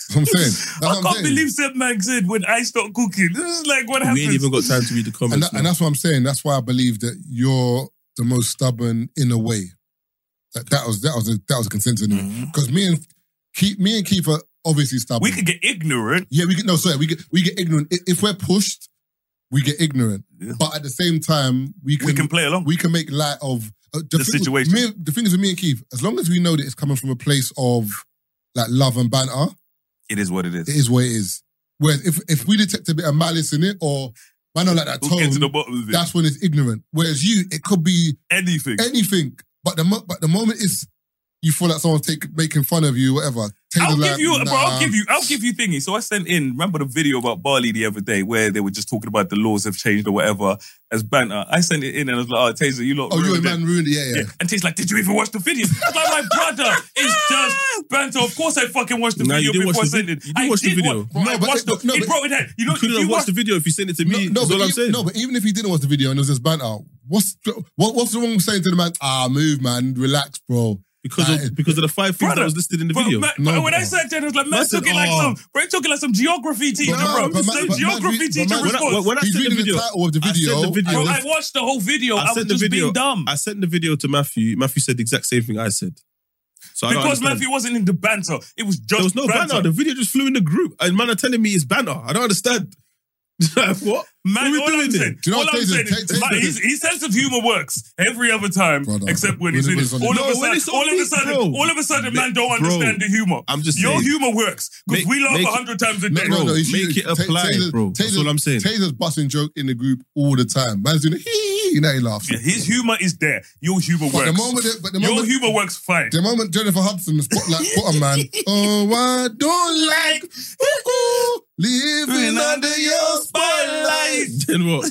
E: what I'm saying. That's
F: I
E: what I'm
F: can't
E: saying.
F: believe said man said when I start cooking. This is like what
D: We ain't
F: happens.
D: even got time to read the comments.
E: and, that, and
D: man.
E: that's what I'm saying. That's why I believe that you're the most stubborn in a way. That, that was that was a, that was a consensus anyway. Because me and keep me and Keith are obviously stubborn.
F: Mm-hmm. we could get ignorant.
E: yeah, we get no sorry. We get we get ignorant I- if we're pushed. We get ignorant,
F: Yeah.
E: but at the same time, we can
F: We can play along.
E: we can make light of uh,
F: The
E: thing-
F: situation.
E: me- the thing is with me and Keith, as long as we know that it's coming from a place of like love and banter,
F: It is what it is.
E: it is what it is. Whereas if if we detect a bit of malice in it or I know like that
F: We'll get to
E: tone,
F: the bottom of it.
E: that's when it's ignorant. Whereas you, it could be
F: Anything.
E: anything. But the mo- but the moment it's you feel like someone's take, making fun of you, whatever. take
F: I'll
E: the
F: give
E: line,
F: you, bro.
E: nah.
F: I'll give you, I'll give you thingy. So I sent in. Remember the video about Bali the other day where they were just talking about the laws have changed or whatever as banter. I sent it in and I was like, "Oh, Taser, you lot."
E: Oh, you're a
F: ruined it."
E: man ruined. it. Yeah, yeah.
F: Yeah. And Taser's like, "Did you even watch the video?" I'm like, "My brother, it's just banter. Of course, I fucking watched the
D: Nah, you
F: video
D: did
F: before
D: watch
F: I
D: the
F: sent
D: vid-
F: it.
D: you did
F: I
D: watch the video.
F: Bro,
E: No,
F: I
E: but
F: watched
E: it-
F: the.
E: no,
F: he
E: but-
F: brought it out. You know,
D: you
F: if
D: couldn't
F: you
D: have watched
F: watch
D: the video if you sent it to
E: No,
D: me.
E: no,
D: That's
E: but
D: all I'm
E: even,
D: saying.
E: no, but even if he didn't watch the video and there was just banter, what's what, what's wrong with saying to the man? Ah, move, man, relax, bro.
D: because
E: Like-
D: of because of the five things that
F: Brother,
D: was listed in the
F: But,
D: video.
F: man,
E: No,
F: but when I
E: bro.
F: said that, I was like,
D: Man
F: man,
D: said,
F: took it like
D: "Oh."
F: some, bro, took it like some geography teacher,
E: man-
F: bro.
E: but man-
F: some
E: but man-
F: geography
E: but
F: teacher
D: when
E: man-
D: I,
F: response.
D: when, when I
E: He's
D: sent the
E: reading
D: video,
E: the title of the video.
D: I sent the video.
F: bro,
E: and
F: I
E: it's-
F: watched the whole video. I,
D: I
F: was
D: sent the
F: just
D: video.
F: being dumb.
D: I sent the video to Matthew. Matthew said the exact same thing I said. So I don't
F: because
D: understand.
F: Matthew wasn't in the banter. It was just
D: There was no banter. The video just flew in the group, and man are telling me it's banter. I don't understand. Like, what?
F: Man,
D: what we
F: all
D: doing
F: I'm
D: here?
F: saying,
E: Do you know
F: all
E: what
F: I'm
E: Taser-
F: saying is,
E: Ta- Taser-
F: like, his, his sense of humor works every other time,
E: Brother.
F: except when
E: When
F: he's
E: it
F: in
E: was
F: it.
E: on
F: All
E: the-
F: of a
D: No, when
F: sudden,
D: it's on
F: all of a
D: me,
F: sudden,
D: bro.
F: all of a sudden, man don't
D: Bro,
F: understand the humor.
D: I'm just
F: your
D: saying.
F: humor works because
D: Make-
F: we laugh
D: make-
F: a hundred times a
E: No,
F: day.
E: no, no.
D: Bro,
E: it's-
D: make it
E: Ta-
D: apply, bro. That's all I'm saying.
E: Taser's busting joke in the group all the time. Man's doing a hee hee, hee, now he laughs.
F: Yeah, His humor is there. Your humor
E: But
F: works.
E: the moment, that- but the
F: your
E: moment,
F: humor works fine.
E: the moment Jennifer Hudson the spotlight put a man. Oh, I don't like ooh, living under your spotlight.
D: Then what?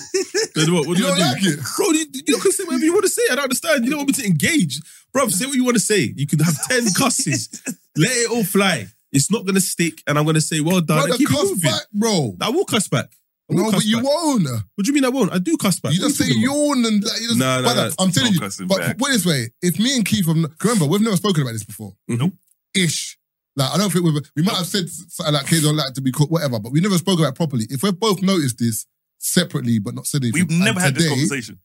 D: Then what? What do
E: You
D: I
E: don't
D: do?
E: like it?
D: Bro, you, you can say whatever you want to say. I don't understand. You don't want me to engage. Bro, say what you want to say. You could have 10 cusses. Let it all fly. It's not going to stick, and I'm going to say, well done.
E: Brother,
D: and keep it
E: cuss
D: moving.
E: back, bro.
D: I will cuss back. I will
E: No,
D: cuss
E: but you
D: back.
E: won't.
D: What do you mean I won't? I do cuss back.
E: You
D: What are
E: just say
D: talking about?
E: yawn and like, you just.
D: No, no,
E: brother,
D: no.
E: I'm telling
F: No
E: you.
F: cussing
E: But
F: back.
E: put it this way, if me and Keith, from, remember, we've never spoken about this before.
D: Nope.
E: Ish. Like, I don't think we've, we might have said something like kids don't like to be caught, whatever, but we never spoke about it properly. If we've both noticed this separately, but not said anything.
F: We've never
E: and
F: had this
E: today-
F: conversation.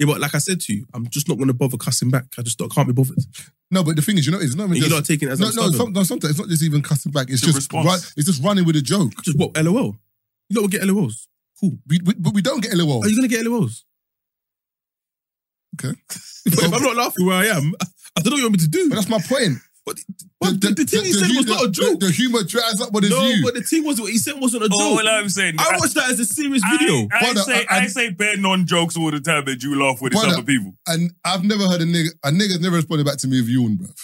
D: Yeah, but like I said to you, I'm just not going to bother cussing back. I just I can't be bothered.
E: No, but the thing is, you know, it's not even
D: And you're
E: just.
D: not taking it as
E: no,
D: I'm
E: no,
D: stubborn.
E: some, no, sometimes it's not just even cussing back.
F: It's
E: It's
F: a
E: just
F: response.
E: run, it's just running with a joke.
D: Just what? LOL. You don't get LOLs. Cool.
E: We, we, but we don't get LOL.
D: Are you going to get LOLs?
E: Okay.
D: But if I'm not laughing where I am, I don't know what you want me to do.
E: But that's my point.
D: But but the, the, thing he said
E: hu-
D: was not a joke.
E: The, the humor dries up what is
D: no,
E: you.
D: but the thing was what he said wasn't a
F: Oh,
D: joke.
F: well, I'm saying.
D: I watched that as a serious video.
F: I,
E: Brother,
F: say
E: I-
F: I,
E: I-
F: say bare non jokes all the time, and you laugh with it's
E: Brother,
F: other people.
E: and I've never heard a nigga, a nigga's never responded back to me with yawn, bruv.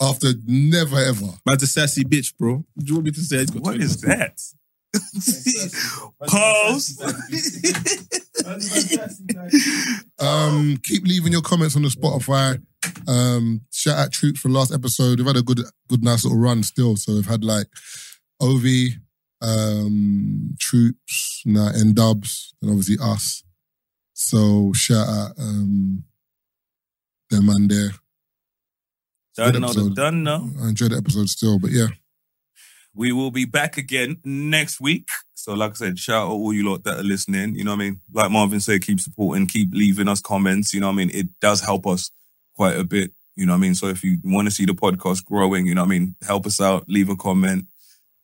E: After never ever.
D: Man's a sassy bitch, bro. Do you want me to say he's got
F: What
D: 20?
F: is that? Pause.
E: Um, keep leaving your comments on the Spotify. Um, shout out Troop for last episode. We've had a good, good, nice little run still. So we've had like Ovi, um, Troops, nah, and Dubs, and obviously us. So shout out um, them and there.
F: Done now,
E: episode.
F: done now.
E: I enjoyed the episode still, but yeah.
F: We will be back again next week. So, like I said, shout out all you lot that are listening. You know what I mean? Like Marvin said, keep supporting, keep leaving us comments. You know what I mean? It does help us quite a bit. You know what I mean? So, if you want to see the podcast growing, you know what I mean? Help us out, leave a comment,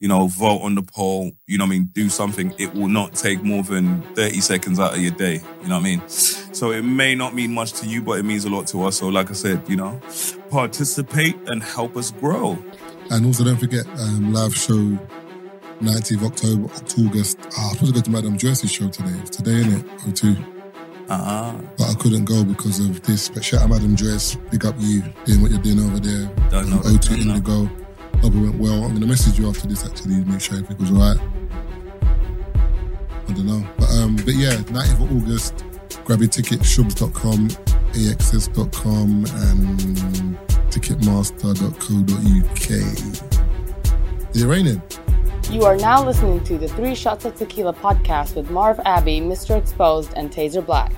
F: you know, vote on the poll. You know what I mean? Do something. It will not take more than 30 seconds out of your day. You know what I mean? So, it may not mean much to you, but it means a lot to us. So, like I said, you know, participate and help us grow.
E: And also, don't forget um, live show 19th October, August. Ah, I was supposed to go to Madame Jersey show today. It's today, isn't it? Oh, two.
F: Ah,
E: But I couldn't go because of this. But shout out Madame Dress, big up you doing what you're doing over there.
F: Don't know.
E: O2
F: Don't know.
E: Indigo. Hope it went well. I'm gonna message you after this actually, make sure everything was alright. I don't know. But um, but yeah, 19th of August, grab your ticket, shubs.com, axs.com and ticketmaster.co.uk. Is it raining?
I: You are now listening to the Three Shots of Tequila podcast with Marv Abbey, Mr. Exposed, and Taser Black.